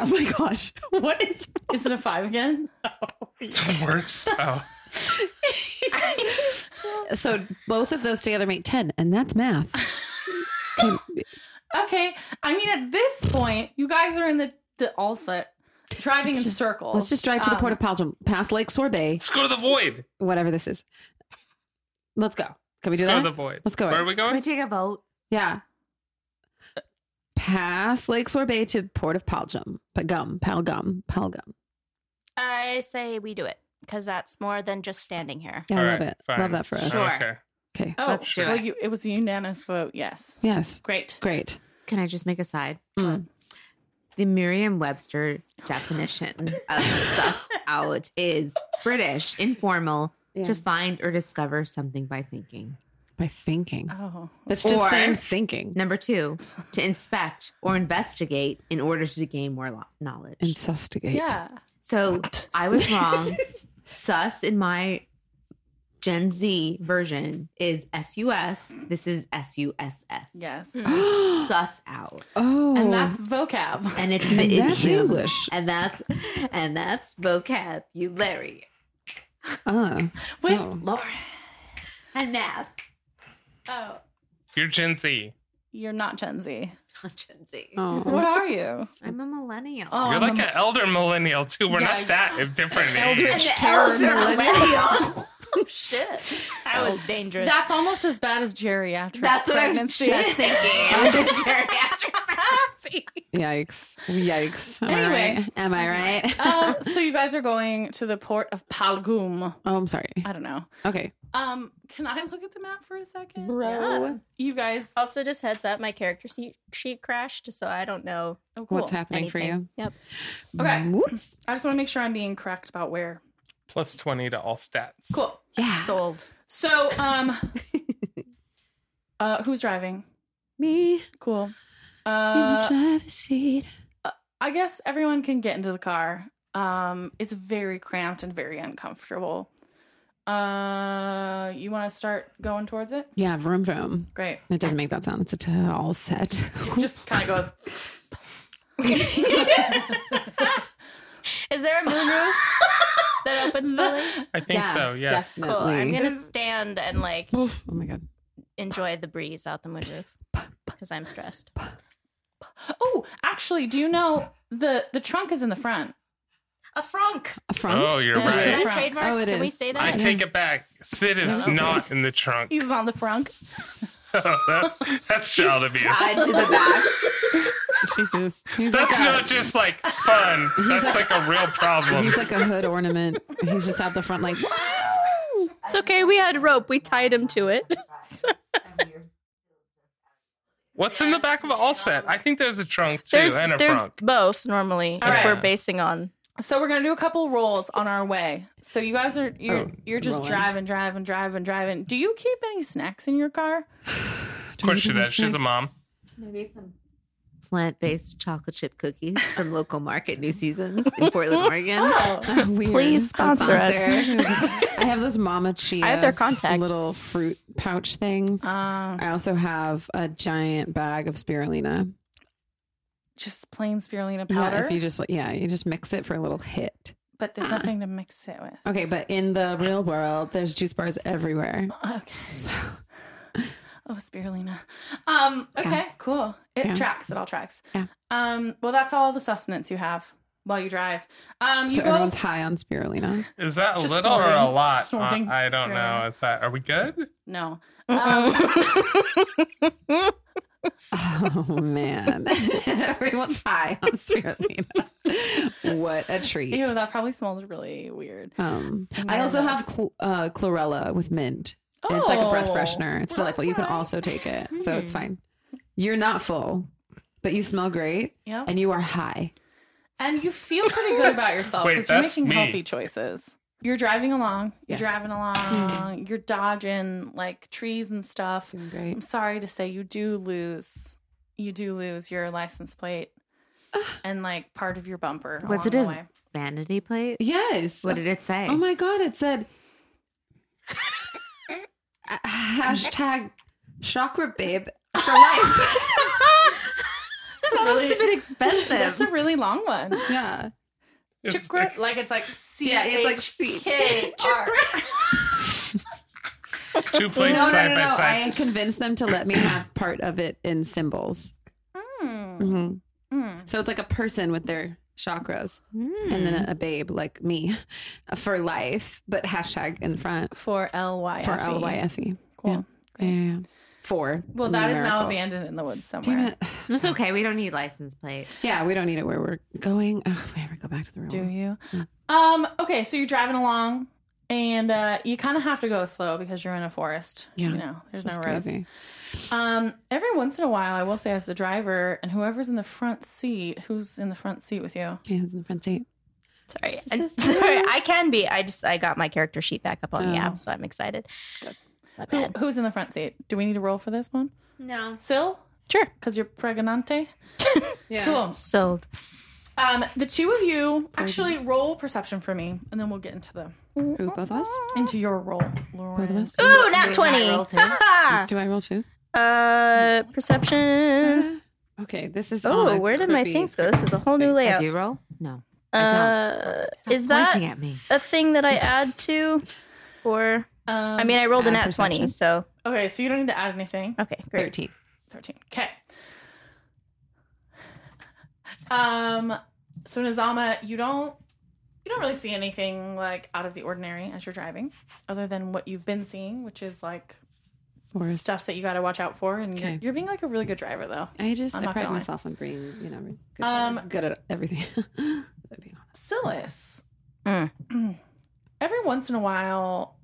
[SPEAKER 4] Oh my gosh, [laughs] what is?
[SPEAKER 3] Is it a five again?
[SPEAKER 2] the worst. Oh,
[SPEAKER 4] So both of those together make ten, and that's math. Can-
[SPEAKER 3] Okay. I mean, at this point, you guys are in the the all set driving
[SPEAKER 4] Let's
[SPEAKER 3] in
[SPEAKER 4] just-
[SPEAKER 3] circles.
[SPEAKER 4] let's just drive to the
[SPEAKER 3] Um,
[SPEAKER 4] port of Palgum, past Lake
[SPEAKER 2] [laughs]
[SPEAKER 4] Sorbet,
[SPEAKER 2] let's go to the void.
[SPEAKER 4] whatever this is. Let's go. Can we do
[SPEAKER 2] Let's go to
[SPEAKER 4] that?
[SPEAKER 2] the void.
[SPEAKER 4] Let's go.
[SPEAKER 2] Where are we
[SPEAKER 7] Can we
[SPEAKER 2] going?
[SPEAKER 7] take a vote?
[SPEAKER 4] yeah. Past Lake Sorbet to Port of Palgum, Palgum, Palgum, Palgum.
[SPEAKER 6] I say we do it because that's more than just standing here.
[SPEAKER 4] Yeah, I
[SPEAKER 2] All
[SPEAKER 4] love
[SPEAKER 2] right,
[SPEAKER 4] it.
[SPEAKER 2] fine.
[SPEAKER 4] Love that for us.
[SPEAKER 2] I don't
[SPEAKER 7] Sure.
[SPEAKER 2] care.
[SPEAKER 4] Okay.
[SPEAKER 3] Oh,
[SPEAKER 7] Let's do
[SPEAKER 3] well,
[SPEAKER 7] it.
[SPEAKER 3] You, it was a unanimous vote. Yes.
[SPEAKER 4] Yes.
[SPEAKER 3] Great.
[SPEAKER 4] Great.
[SPEAKER 7] Can I just make a side?
[SPEAKER 4] Mm.
[SPEAKER 7] The Merriam-Webster definition [laughs] of suss out is British, informal,
[SPEAKER 4] Yeah.
[SPEAKER 7] to find or discover something by thinking.
[SPEAKER 4] By thinking.
[SPEAKER 3] Oh.
[SPEAKER 4] That's just
[SPEAKER 7] Or-
[SPEAKER 4] saying thinking.
[SPEAKER 7] Number two, to inspect or investigate in order to gain more lo- knowledge.
[SPEAKER 4] And sustigate.
[SPEAKER 3] Yeah.
[SPEAKER 4] [laughs]
[SPEAKER 7] So I was wrong. Sus in my Gen Z version is S U S. This is S U S S.
[SPEAKER 4] [gasps]
[SPEAKER 3] Yes.
[SPEAKER 7] Sus out.
[SPEAKER 4] Oh.
[SPEAKER 3] And that's vocab.
[SPEAKER 4] [laughs]
[SPEAKER 7] And it's
[SPEAKER 4] And
[SPEAKER 7] an
[SPEAKER 4] that's
[SPEAKER 7] idiom.
[SPEAKER 4] English.
[SPEAKER 7] And that's and that's vocabulary.
[SPEAKER 4] Uh,
[SPEAKER 3] With
[SPEAKER 4] Oh.
[SPEAKER 3] Lauren.
[SPEAKER 7] A nap.
[SPEAKER 3] Oh.
[SPEAKER 2] You're Gen Z.
[SPEAKER 3] You're not Gen Z.
[SPEAKER 7] [laughs] Gen Z.
[SPEAKER 3] What
[SPEAKER 4] oh.
[SPEAKER 3] are you?
[SPEAKER 7] I'm a millennial. [laughs]
[SPEAKER 3] Oh,
[SPEAKER 2] You're
[SPEAKER 3] I'm
[SPEAKER 2] like
[SPEAKER 3] a-
[SPEAKER 2] an elder millennial too. We're
[SPEAKER 3] Yeah,
[SPEAKER 2] not that different.
[SPEAKER 4] Elder-
[SPEAKER 2] age.
[SPEAKER 7] And the
[SPEAKER 4] terror
[SPEAKER 3] [laughs]
[SPEAKER 7] elder millennial.
[SPEAKER 6] Shit, that was
[SPEAKER 3] [laughs]
[SPEAKER 6] dangerous. [laughs]
[SPEAKER 3] That's almost as bad as geriatric.
[SPEAKER 7] That's what I was
[SPEAKER 3] pregnancy.
[SPEAKER 7] just thinking. I was a geriatric pregnancy.
[SPEAKER 4] Yikes. Yikes. Am
[SPEAKER 3] Anyway.
[SPEAKER 4] I right? Am I right?
[SPEAKER 3] um, so you guys are going to the port of Palgum.
[SPEAKER 4] oh, I'm sorry.
[SPEAKER 3] I don't know.
[SPEAKER 4] Okay.
[SPEAKER 3] Um, can I look at the map for a second?
[SPEAKER 6] Bro.
[SPEAKER 3] You guys. oh,
[SPEAKER 6] Also, just heads up, my character sheet, sheet crashed, so I don't know
[SPEAKER 3] Oh, cool.
[SPEAKER 4] What's happening for you?
[SPEAKER 6] anything. Yep.
[SPEAKER 3] Okay.
[SPEAKER 4] Whoops.
[SPEAKER 3] I just want to make sure I'm being correct about where.
[SPEAKER 2] Plus twenty to all stats.
[SPEAKER 3] Cool.
[SPEAKER 4] Yeah.
[SPEAKER 6] Sold.
[SPEAKER 3] So, um, Uh, who's driving?
[SPEAKER 4] Me
[SPEAKER 3] Cool.
[SPEAKER 4] in
[SPEAKER 3] Uh,
[SPEAKER 4] the driver's seat.
[SPEAKER 3] I guess everyone can get into the car. Um, it's very cramped and very uncomfortable. Uh, you want to start going towards it?
[SPEAKER 4] Yeah, vroom vroom.
[SPEAKER 3] Great.
[SPEAKER 4] It doesn't make that sound. It's a t- all set. [laughs]
[SPEAKER 3] It just kind of
[SPEAKER 6] [laughs] Is there a moonroof that opens fully?
[SPEAKER 2] I think so. Yes.
[SPEAKER 6] Cool.
[SPEAKER 4] Definitely.
[SPEAKER 6] I'm gonna stand and like
[SPEAKER 4] Oof. Oh my god.
[SPEAKER 6] enjoy the breeze out the moonroof because I'm stressed.
[SPEAKER 3] goes. Oh, actually, do you know the the trunk is in the front?
[SPEAKER 6] A franc.
[SPEAKER 4] A front?
[SPEAKER 2] Oh, you're
[SPEAKER 6] Is
[SPEAKER 3] That's
[SPEAKER 2] right.
[SPEAKER 6] that
[SPEAKER 3] Franc.
[SPEAKER 6] trademarked?
[SPEAKER 4] Oh, it
[SPEAKER 6] Can we
[SPEAKER 4] is.
[SPEAKER 6] say
[SPEAKER 2] I
[SPEAKER 6] that?
[SPEAKER 2] take it back. Sid is
[SPEAKER 6] Okay.
[SPEAKER 2] not in the trunk.
[SPEAKER 3] He's not the front.
[SPEAKER 2] That- that's child abuse.
[SPEAKER 7] Tied to the back.
[SPEAKER 4] [laughs] Jesus. He's like,
[SPEAKER 2] That's
[SPEAKER 4] a,
[SPEAKER 2] not just like fun. That's like a real problem.
[SPEAKER 4] he's like a hood ornament. He's just out the front, like, "Whoa."
[SPEAKER 5] It's okay. We had rope. We tied him to
[SPEAKER 2] [laughs]
[SPEAKER 5] it.
[SPEAKER 2] What's in the back of all set? I think there's a trunk too
[SPEAKER 6] There's
[SPEAKER 2] and a
[SPEAKER 6] there's
[SPEAKER 2] trunk.
[SPEAKER 6] both normally
[SPEAKER 3] All
[SPEAKER 6] if
[SPEAKER 3] right.
[SPEAKER 6] we're basing on.
[SPEAKER 3] So we're gonna do a couple rolls on our way. So you guys are you're
[SPEAKER 4] Oh,
[SPEAKER 3] you're just
[SPEAKER 4] rolling.
[SPEAKER 3] driving, driving, driving, driving. Do you keep any snacks in your car?
[SPEAKER 2] Of course she does. She's a mom.
[SPEAKER 7] Maybe some plant based chocolate chip cookies from local market New Seasons in Portland, Oregon.
[SPEAKER 4] Weird.
[SPEAKER 6] [laughs] Please sponsor us. [laughs]
[SPEAKER 4] I have those Mama Chia.
[SPEAKER 6] I have their contact.
[SPEAKER 4] Little fruit pouch things.
[SPEAKER 3] Um,
[SPEAKER 4] I also have a giant bag of spirulina.
[SPEAKER 3] just plain spirulina
[SPEAKER 4] Yeah,
[SPEAKER 3] powder.
[SPEAKER 4] if you just, yeah, you just mix it for a little hit.
[SPEAKER 3] but there's nothing to mix it
[SPEAKER 4] [laughs]
[SPEAKER 3] with.
[SPEAKER 4] Okay, but in the real world, there's juice bars everywhere.
[SPEAKER 3] Okay. Oh, spirulina. Um, okay, cool. It
[SPEAKER 4] Yeah.
[SPEAKER 3] tracks. It all tracks.
[SPEAKER 4] Yeah.
[SPEAKER 3] Um, well, that's all the sustenance you have while you drive. Um, you
[SPEAKER 4] So
[SPEAKER 3] go.
[SPEAKER 4] everyone's high on spirulina.
[SPEAKER 2] Is that a
[SPEAKER 3] Just
[SPEAKER 2] little or a
[SPEAKER 3] snorting,
[SPEAKER 2] lot?
[SPEAKER 3] snorting,
[SPEAKER 2] Uh, I don't
[SPEAKER 3] scaring.
[SPEAKER 2] know. Is that are we good?
[SPEAKER 3] No.
[SPEAKER 4] [laughs] Oh man, everyone's high [laughs] on spirulina. what a treat!
[SPEAKER 3] Ew, that probably smells really weird.
[SPEAKER 4] Um, I also have cl- uh, chlorella with mint. It's like a breath
[SPEAKER 3] Oh.
[SPEAKER 4] freshener. It's delightful. You can also take it, so it's fine. You're not full, but you smell great
[SPEAKER 3] Yeah.
[SPEAKER 4] and you are high.
[SPEAKER 3] And you feel pretty good
[SPEAKER 4] [laughs]
[SPEAKER 3] about yourself
[SPEAKER 2] Wait,
[SPEAKER 3] because you're
[SPEAKER 2] that's
[SPEAKER 3] making
[SPEAKER 2] me.
[SPEAKER 3] healthy choices. You're driving along.
[SPEAKER 4] Yes. Mm.
[SPEAKER 3] You're driving along. you're dodging like trees and stuff.
[SPEAKER 4] Doing
[SPEAKER 3] I'm
[SPEAKER 4] great.
[SPEAKER 3] sorry to say you do lose you do lose your license plate and like part of your bumper along
[SPEAKER 7] What's it
[SPEAKER 3] the
[SPEAKER 7] in?
[SPEAKER 3] way.
[SPEAKER 7] Vanity plate.
[SPEAKER 4] Yes.
[SPEAKER 7] What did it say?
[SPEAKER 4] Oh my god! It [laughs] said uh, hashtag chakra [laughs] babe for life.
[SPEAKER 6] That
[SPEAKER 4] [laughs]
[SPEAKER 6] must have been expensive.
[SPEAKER 3] That's a really long one.
[SPEAKER 4] yeah.
[SPEAKER 2] [laughs] It's
[SPEAKER 3] Chakra-
[SPEAKER 2] like-
[SPEAKER 3] like it's like C
[SPEAKER 4] Yeah, it's like
[SPEAKER 3] H
[SPEAKER 4] C.
[SPEAKER 3] K R.
[SPEAKER 2] two plates
[SPEAKER 4] no, no,
[SPEAKER 2] side
[SPEAKER 4] no,
[SPEAKER 2] by
[SPEAKER 4] no. I
[SPEAKER 2] side.
[SPEAKER 4] convinced them to let me have part of it in symbols.
[SPEAKER 3] Mm,
[SPEAKER 4] hmm
[SPEAKER 3] mm.
[SPEAKER 4] So it's like a person with their chakras
[SPEAKER 7] Hmm.
[SPEAKER 4] and then a, a babe like me [laughs] for life, but hashtag in front
[SPEAKER 3] For L Y
[SPEAKER 4] for L Y F E.
[SPEAKER 3] Cool.
[SPEAKER 4] Yeah. Yeah, yeah, yeah. For.
[SPEAKER 3] Well, that is now
[SPEAKER 4] numerical.
[SPEAKER 3] abandoned in the woods somewhere.
[SPEAKER 4] Damn it.
[SPEAKER 7] It's okay. We don't need license plate.
[SPEAKER 4] Yeah, we don't need it where we're going. Oh, we ever go back to the room.
[SPEAKER 3] Do you? Um. Okay. So you're driving along, and uh, you kind of have to go slow because you're in a forest.
[SPEAKER 4] Yeah.
[SPEAKER 3] You know, there's
[SPEAKER 4] This is
[SPEAKER 3] no roads.
[SPEAKER 4] crazy.
[SPEAKER 3] Um. Every once in a while, I will say, as the driver and whoever's in the front seat, who's in the front seat with you?
[SPEAKER 4] Okay, who's in the front seat?
[SPEAKER 6] Sorry. I, [laughs] sorry, I can be. I just I got my character sheet back up on the
[SPEAKER 4] Oh.
[SPEAKER 6] app, so I'm excited. My
[SPEAKER 3] Who,
[SPEAKER 6] bad.
[SPEAKER 3] who's in the front seat? Do we need to roll for this one?
[SPEAKER 7] No.
[SPEAKER 3] Still,
[SPEAKER 6] Sure.
[SPEAKER 3] because you're pregnante.
[SPEAKER 4] Yeah.
[SPEAKER 3] Cool.
[SPEAKER 6] Sold.
[SPEAKER 3] Um. The two of you actually roll perception for me, and then we'll get into the
[SPEAKER 4] Who, both of us?
[SPEAKER 3] into your roll,
[SPEAKER 4] Both of
[SPEAKER 3] Lauren.
[SPEAKER 4] us?
[SPEAKER 6] Ooh, not twenty.
[SPEAKER 7] roll too?
[SPEAKER 6] Ha
[SPEAKER 4] Do I roll too?
[SPEAKER 6] ha. [laughs] uh, perception.
[SPEAKER 4] Okay, this is. on
[SPEAKER 6] Oh,
[SPEAKER 4] a
[SPEAKER 6] where did my
[SPEAKER 4] creepy-
[SPEAKER 6] things go? This is a whole new
[SPEAKER 7] I
[SPEAKER 6] layout.
[SPEAKER 7] do roll? No.
[SPEAKER 6] Uh,
[SPEAKER 7] Stop
[SPEAKER 6] is that
[SPEAKER 7] pointing at me?
[SPEAKER 6] a thing that I add to, or
[SPEAKER 3] Um,
[SPEAKER 6] I mean, I rolled an
[SPEAKER 4] add
[SPEAKER 6] at twenty,
[SPEAKER 4] perception.
[SPEAKER 6] so
[SPEAKER 3] Okay. So you don't need to add anything.
[SPEAKER 6] okay, great.
[SPEAKER 4] 13.
[SPEAKER 3] 13. Okay. [laughs] Um so Nazama, you don't you don't really see anything like out of the ordinary as you're driving other than what you've been seeing, which is like
[SPEAKER 4] Forest.
[SPEAKER 3] stuff that you got to watch out for and you're,
[SPEAKER 4] Okay.
[SPEAKER 3] you're being like a really good driver though.
[SPEAKER 4] I just
[SPEAKER 3] I'm
[SPEAKER 4] I
[SPEAKER 3] not
[SPEAKER 4] pride
[SPEAKER 3] gonna lie.
[SPEAKER 4] myself on being, you know, good,
[SPEAKER 3] Um,
[SPEAKER 4] good at everything. [laughs] But being honest.
[SPEAKER 3] Silas. [clears throat] Every once in a while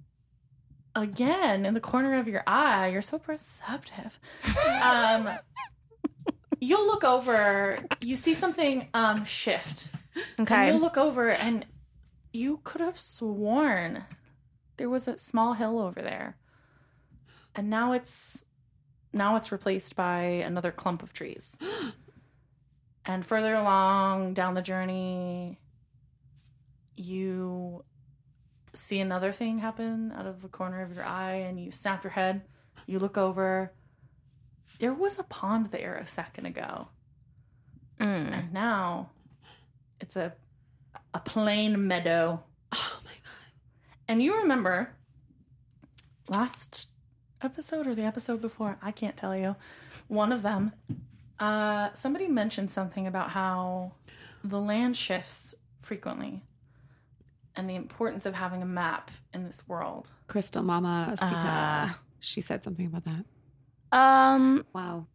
[SPEAKER 3] again in the corner of your eye, you're so perceptive. Um you'll look over, you see something um shift And
[SPEAKER 6] Okay.
[SPEAKER 3] you look over and you could have sworn there was a small hill over there. And now it's now it's replaced by another clump of
[SPEAKER 6] [gasps]
[SPEAKER 3] trees. and further along down the journey, you see another thing happen out of the corner of your eye, and you snap your head. You look over. There was a pond there a second ago,
[SPEAKER 6] Mm.
[SPEAKER 3] and now it's a a plain meadow.
[SPEAKER 4] Oh my god.
[SPEAKER 3] And you remember last episode or the episode before, I can't tell you, one of them, uh, somebody mentioned something about how the land shifts frequently and the importance of having a map in this world.
[SPEAKER 4] Crystal Mama Sita.
[SPEAKER 6] Ah.
[SPEAKER 4] she said something about that.
[SPEAKER 6] Um,
[SPEAKER 4] Wow.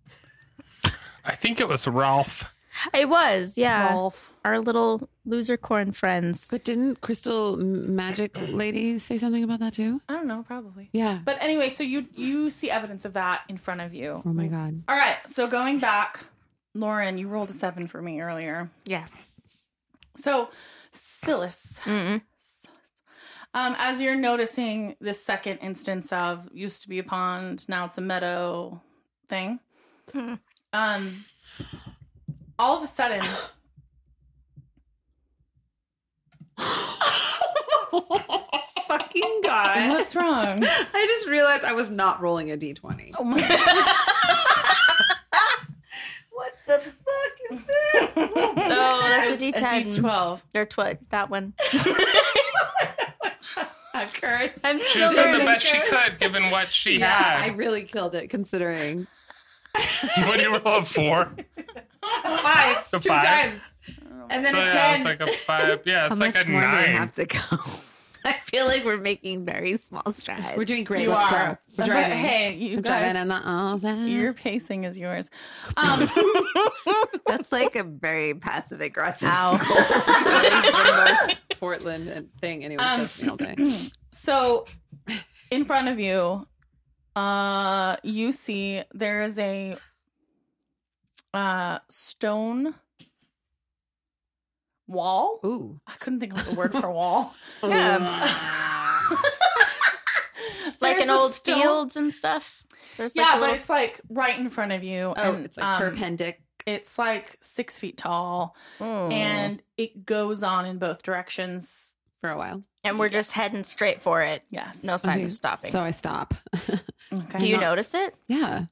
[SPEAKER 2] I think it was Ralph.
[SPEAKER 6] it was yeah.
[SPEAKER 3] Rolf.
[SPEAKER 6] Our little loser corn friends.
[SPEAKER 4] But didn't Crystal M-
[SPEAKER 3] [clears throat]
[SPEAKER 4] Magic Lady say something about that too?
[SPEAKER 3] I don't know, probably.
[SPEAKER 4] Yeah.
[SPEAKER 3] But anyway, so you you see evidence of that in front of you.
[SPEAKER 4] Oh
[SPEAKER 3] [laughs]
[SPEAKER 4] my god.
[SPEAKER 3] All right, so going back, Lauren, you rolled a 7 for me earlier.
[SPEAKER 7] Yes.
[SPEAKER 3] So, Silas,
[SPEAKER 6] Mm.
[SPEAKER 3] Um, as you're noticing this second instance of used to be a pond, now it's a meadow thing.
[SPEAKER 6] Hmm.
[SPEAKER 3] Um, all of a sudden,
[SPEAKER 4] Fucking god.
[SPEAKER 3] what's wrong?
[SPEAKER 4] [laughs] I just realized I was not rolling a d20.
[SPEAKER 3] Oh my god!
[SPEAKER 7] What the fuck is this?
[SPEAKER 3] [laughs]
[SPEAKER 6] [laughs] Oh, that's a
[SPEAKER 3] A
[SPEAKER 6] D10.
[SPEAKER 3] D12.
[SPEAKER 6] Or tw- that one.
[SPEAKER 3] A curse.
[SPEAKER 6] I'm
[SPEAKER 2] She
[SPEAKER 6] still
[SPEAKER 2] was doing the
[SPEAKER 6] learning.
[SPEAKER 2] best she could given what she
[SPEAKER 4] I really killed it considering.
[SPEAKER 2] had. [laughs] What do you roll a four?
[SPEAKER 7] Five.
[SPEAKER 2] A
[SPEAKER 7] Two
[SPEAKER 2] five?
[SPEAKER 7] times. And then
[SPEAKER 2] so
[SPEAKER 7] a
[SPEAKER 2] yeah,
[SPEAKER 7] ten.
[SPEAKER 2] it's like a five. Yeah,
[SPEAKER 4] How
[SPEAKER 2] it's like
[SPEAKER 4] much
[SPEAKER 2] a
[SPEAKER 4] more do I
[SPEAKER 2] nine.
[SPEAKER 4] have to go?
[SPEAKER 7] [laughs] I feel like we're making very small strides.
[SPEAKER 4] We're doing great.
[SPEAKER 3] You are.
[SPEAKER 4] Let's go. We're
[SPEAKER 3] But
[SPEAKER 4] driving.
[SPEAKER 3] hey, you
[SPEAKER 4] We're driving
[SPEAKER 3] guys,
[SPEAKER 4] in the outside.
[SPEAKER 3] your pacing is yours. Um,
[SPEAKER 7] That's like [laughs] a very passive aggressive. [laughs]
[SPEAKER 4] the most [laughs] Portland thing anyone
[SPEAKER 3] Um,
[SPEAKER 4] says to me all day.
[SPEAKER 3] So, in front of you, uh, you see there is a uh stone wall.
[SPEAKER 4] [clears throat] Ooh.
[SPEAKER 3] I couldn't think of the word for [laughs] wall.
[SPEAKER 6] like
[SPEAKER 3] There's
[SPEAKER 6] an
[SPEAKER 3] a
[SPEAKER 6] old
[SPEAKER 3] stone-
[SPEAKER 6] fields and stuff. There's like
[SPEAKER 3] yeah,
[SPEAKER 6] a
[SPEAKER 3] but
[SPEAKER 6] little-
[SPEAKER 3] it's like right in front of you.
[SPEAKER 4] Oh,
[SPEAKER 3] and,
[SPEAKER 4] it's like
[SPEAKER 3] um,
[SPEAKER 4] perpendic.
[SPEAKER 3] It's like six feet tall, Hmm.
[SPEAKER 6] Mm.
[SPEAKER 3] and it goes on in both directions.
[SPEAKER 4] for a while.
[SPEAKER 6] and we're just heading straight for it.
[SPEAKER 3] Yes.
[SPEAKER 6] No signs
[SPEAKER 4] Okay,
[SPEAKER 6] of stopping.
[SPEAKER 4] So I stop. [laughs]
[SPEAKER 3] Okay.
[SPEAKER 6] Do you notice it?
[SPEAKER 4] yeah.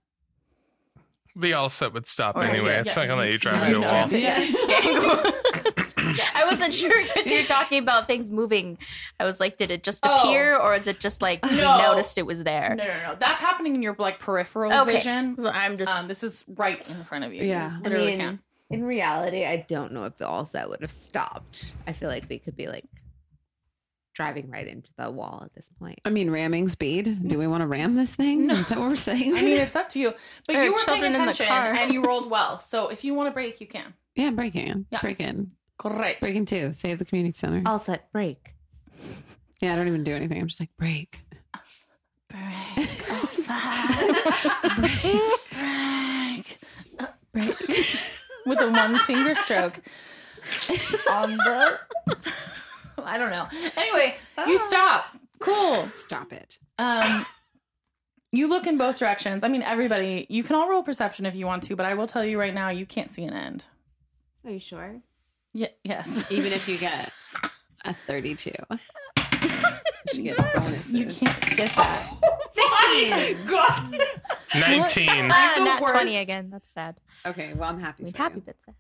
[SPEAKER 2] They all said would stop
[SPEAKER 6] Or is
[SPEAKER 2] anyway.
[SPEAKER 3] it-
[SPEAKER 2] it's
[SPEAKER 3] yeah,
[SPEAKER 2] not gonna let you drive
[SPEAKER 3] yeah,
[SPEAKER 2] through a
[SPEAKER 3] it's
[SPEAKER 2] wall.
[SPEAKER 3] [laughs] just- Yes.
[SPEAKER 6] [laughs] I wasn't sure because you're talking about things moving. I was like, did it just
[SPEAKER 3] Oh.
[SPEAKER 6] appear, or is it just like we
[SPEAKER 3] No.
[SPEAKER 6] noticed it was there?
[SPEAKER 3] No, no, no. That's happening in your like peripheral
[SPEAKER 6] Okay.
[SPEAKER 3] vision.
[SPEAKER 6] So I'm just [laughs]
[SPEAKER 3] Um, this is right in front of you.
[SPEAKER 4] Yeah.
[SPEAKER 3] You
[SPEAKER 7] I
[SPEAKER 3] literally
[SPEAKER 7] mean,
[SPEAKER 3] can't.
[SPEAKER 7] in reality, I don't know if the all set would have stopped. I feel like we could be like driving right into the wall at this point.
[SPEAKER 4] I mean, ramming speed. Do we want to ram this thing? Is that what we're [laughs] saying?
[SPEAKER 3] I mean, it's up
[SPEAKER 6] [laughs]
[SPEAKER 3] to you. But
[SPEAKER 6] Or
[SPEAKER 3] you were paying
[SPEAKER 6] children in the
[SPEAKER 3] attention
[SPEAKER 6] car.
[SPEAKER 3] and you rolled
[SPEAKER 6] [laughs]
[SPEAKER 3] well. So if you want to break, you can.
[SPEAKER 4] yeah, breaking.
[SPEAKER 3] Yeah.
[SPEAKER 4] Breaking.
[SPEAKER 3] Great.
[SPEAKER 4] Breaking too. Save the community center.
[SPEAKER 7] All set, break.
[SPEAKER 4] Yeah, I don't even do anything. I'm just like, break.
[SPEAKER 3] Break. outside. break. Break. [laughs] With a one finger
[SPEAKER 6] [laughs]
[SPEAKER 3] stroke. On the. [laughs] I don't know. Anyway, you stop. Cool.
[SPEAKER 4] Stop it.
[SPEAKER 3] Um, you look in both directions. I mean, everybody, you can all roll perception if you want to, but I will tell you right now, you can't see an end.
[SPEAKER 7] Are you sure?
[SPEAKER 3] Ye- yes.
[SPEAKER 4] Even if you get [laughs] a [laughs] 32. You should get bonuses.
[SPEAKER 3] You can't get that.
[SPEAKER 7] Sixteen.
[SPEAKER 2] Nineteen.
[SPEAKER 6] Ah,
[SPEAKER 3] the
[SPEAKER 6] not twenty
[SPEAKER 3] worst.
[SPEAKER 6] again. That's sad.
[SPEAKER 4] Okay, well, I'm happy
[SPEAKER 6] I mean,
[SPEAKER 4] for
[SPEAKER 6] happy
[SPEAKER 4] you.
[SPEAKER 6] but [laughs] sad.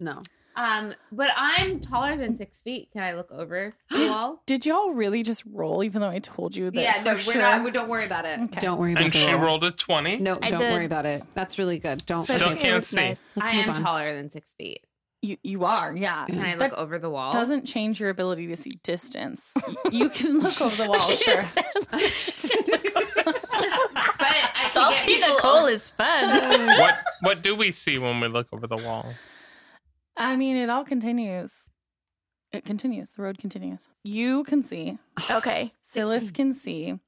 [SPEAKER 4] No.
[SPEAKER 7] Um, but I'm taller than six feet. Can I look [gasps] over the wall?
[SPEAKER 3] Did y'all really just roll, even though I told you that?
[SPEAKER 7] Yeah,
[SPEAKER 3] for
[SPEAKER 7] no, we're
[SPEAKER 3] sure?
[SPEAKER 7] not. We don't worry about it.
[SPEAKER 3] Okay.
[SPEAKER 4] Don't worry about
[SPEAKER 2] And
[SPEAKER 4] the
[SPEAKER 2] she
[SPEAKER 4] roll.
[SPEAKER 2] rolled a twenty.
[SPEAKER 4] No,
[SPEAKER 6] I
[SPEAKER 4] don't
[SPEAKER 6] did.
[SPEAKER 4] worry about it. That's really good. Don't.
[SPEAKER 6] So
[SPEAKER 2] Still
[SPEAKER 6] I
[SPEAKER 4] okay.
[SPEAKER 6] think it
[SPEAKER 2] can't
[SPEAKER 6] looks
[SPEAKER 2] see.
[SPEAKER 4] Let's
[SPEAKER 7] I
[SPEAKER 4] move
[SPEAKER 7] am
[SPEAKER 4] on.
[SPEAKER 7] taller than six feet.
[SPEAKER 3] You, you are, yeah.
[SPEAKER 7] Can I
[SPEAKER 3] That
[SPEAKER 7] look over the wall?
[SPEAKER 3] doesn't change your ability to see distance. you [laughs] can look over the wall,
[SPEAKER 6] She
[SPEAKER 3] sure.
[SPEAKER 6] just says,
[SPEAKER 7] but I can get
[SPEAKER 6] salty
[SPEAKER 7] people
[SPEAKER 6] Nicole
[SPEAKER 7] over-
[SPEAKER 6] is
[SPEAKER 3] [laughs]
[SPEAKER 6] fun.
[SPEAKER 2] What what do we see when we look over the wall?
[SPEAKER 3] I mean, it all continues. It continues. The road continues. You can see.
[SPEAKER 6] okay.
[SPEAKER 3] Silas can see.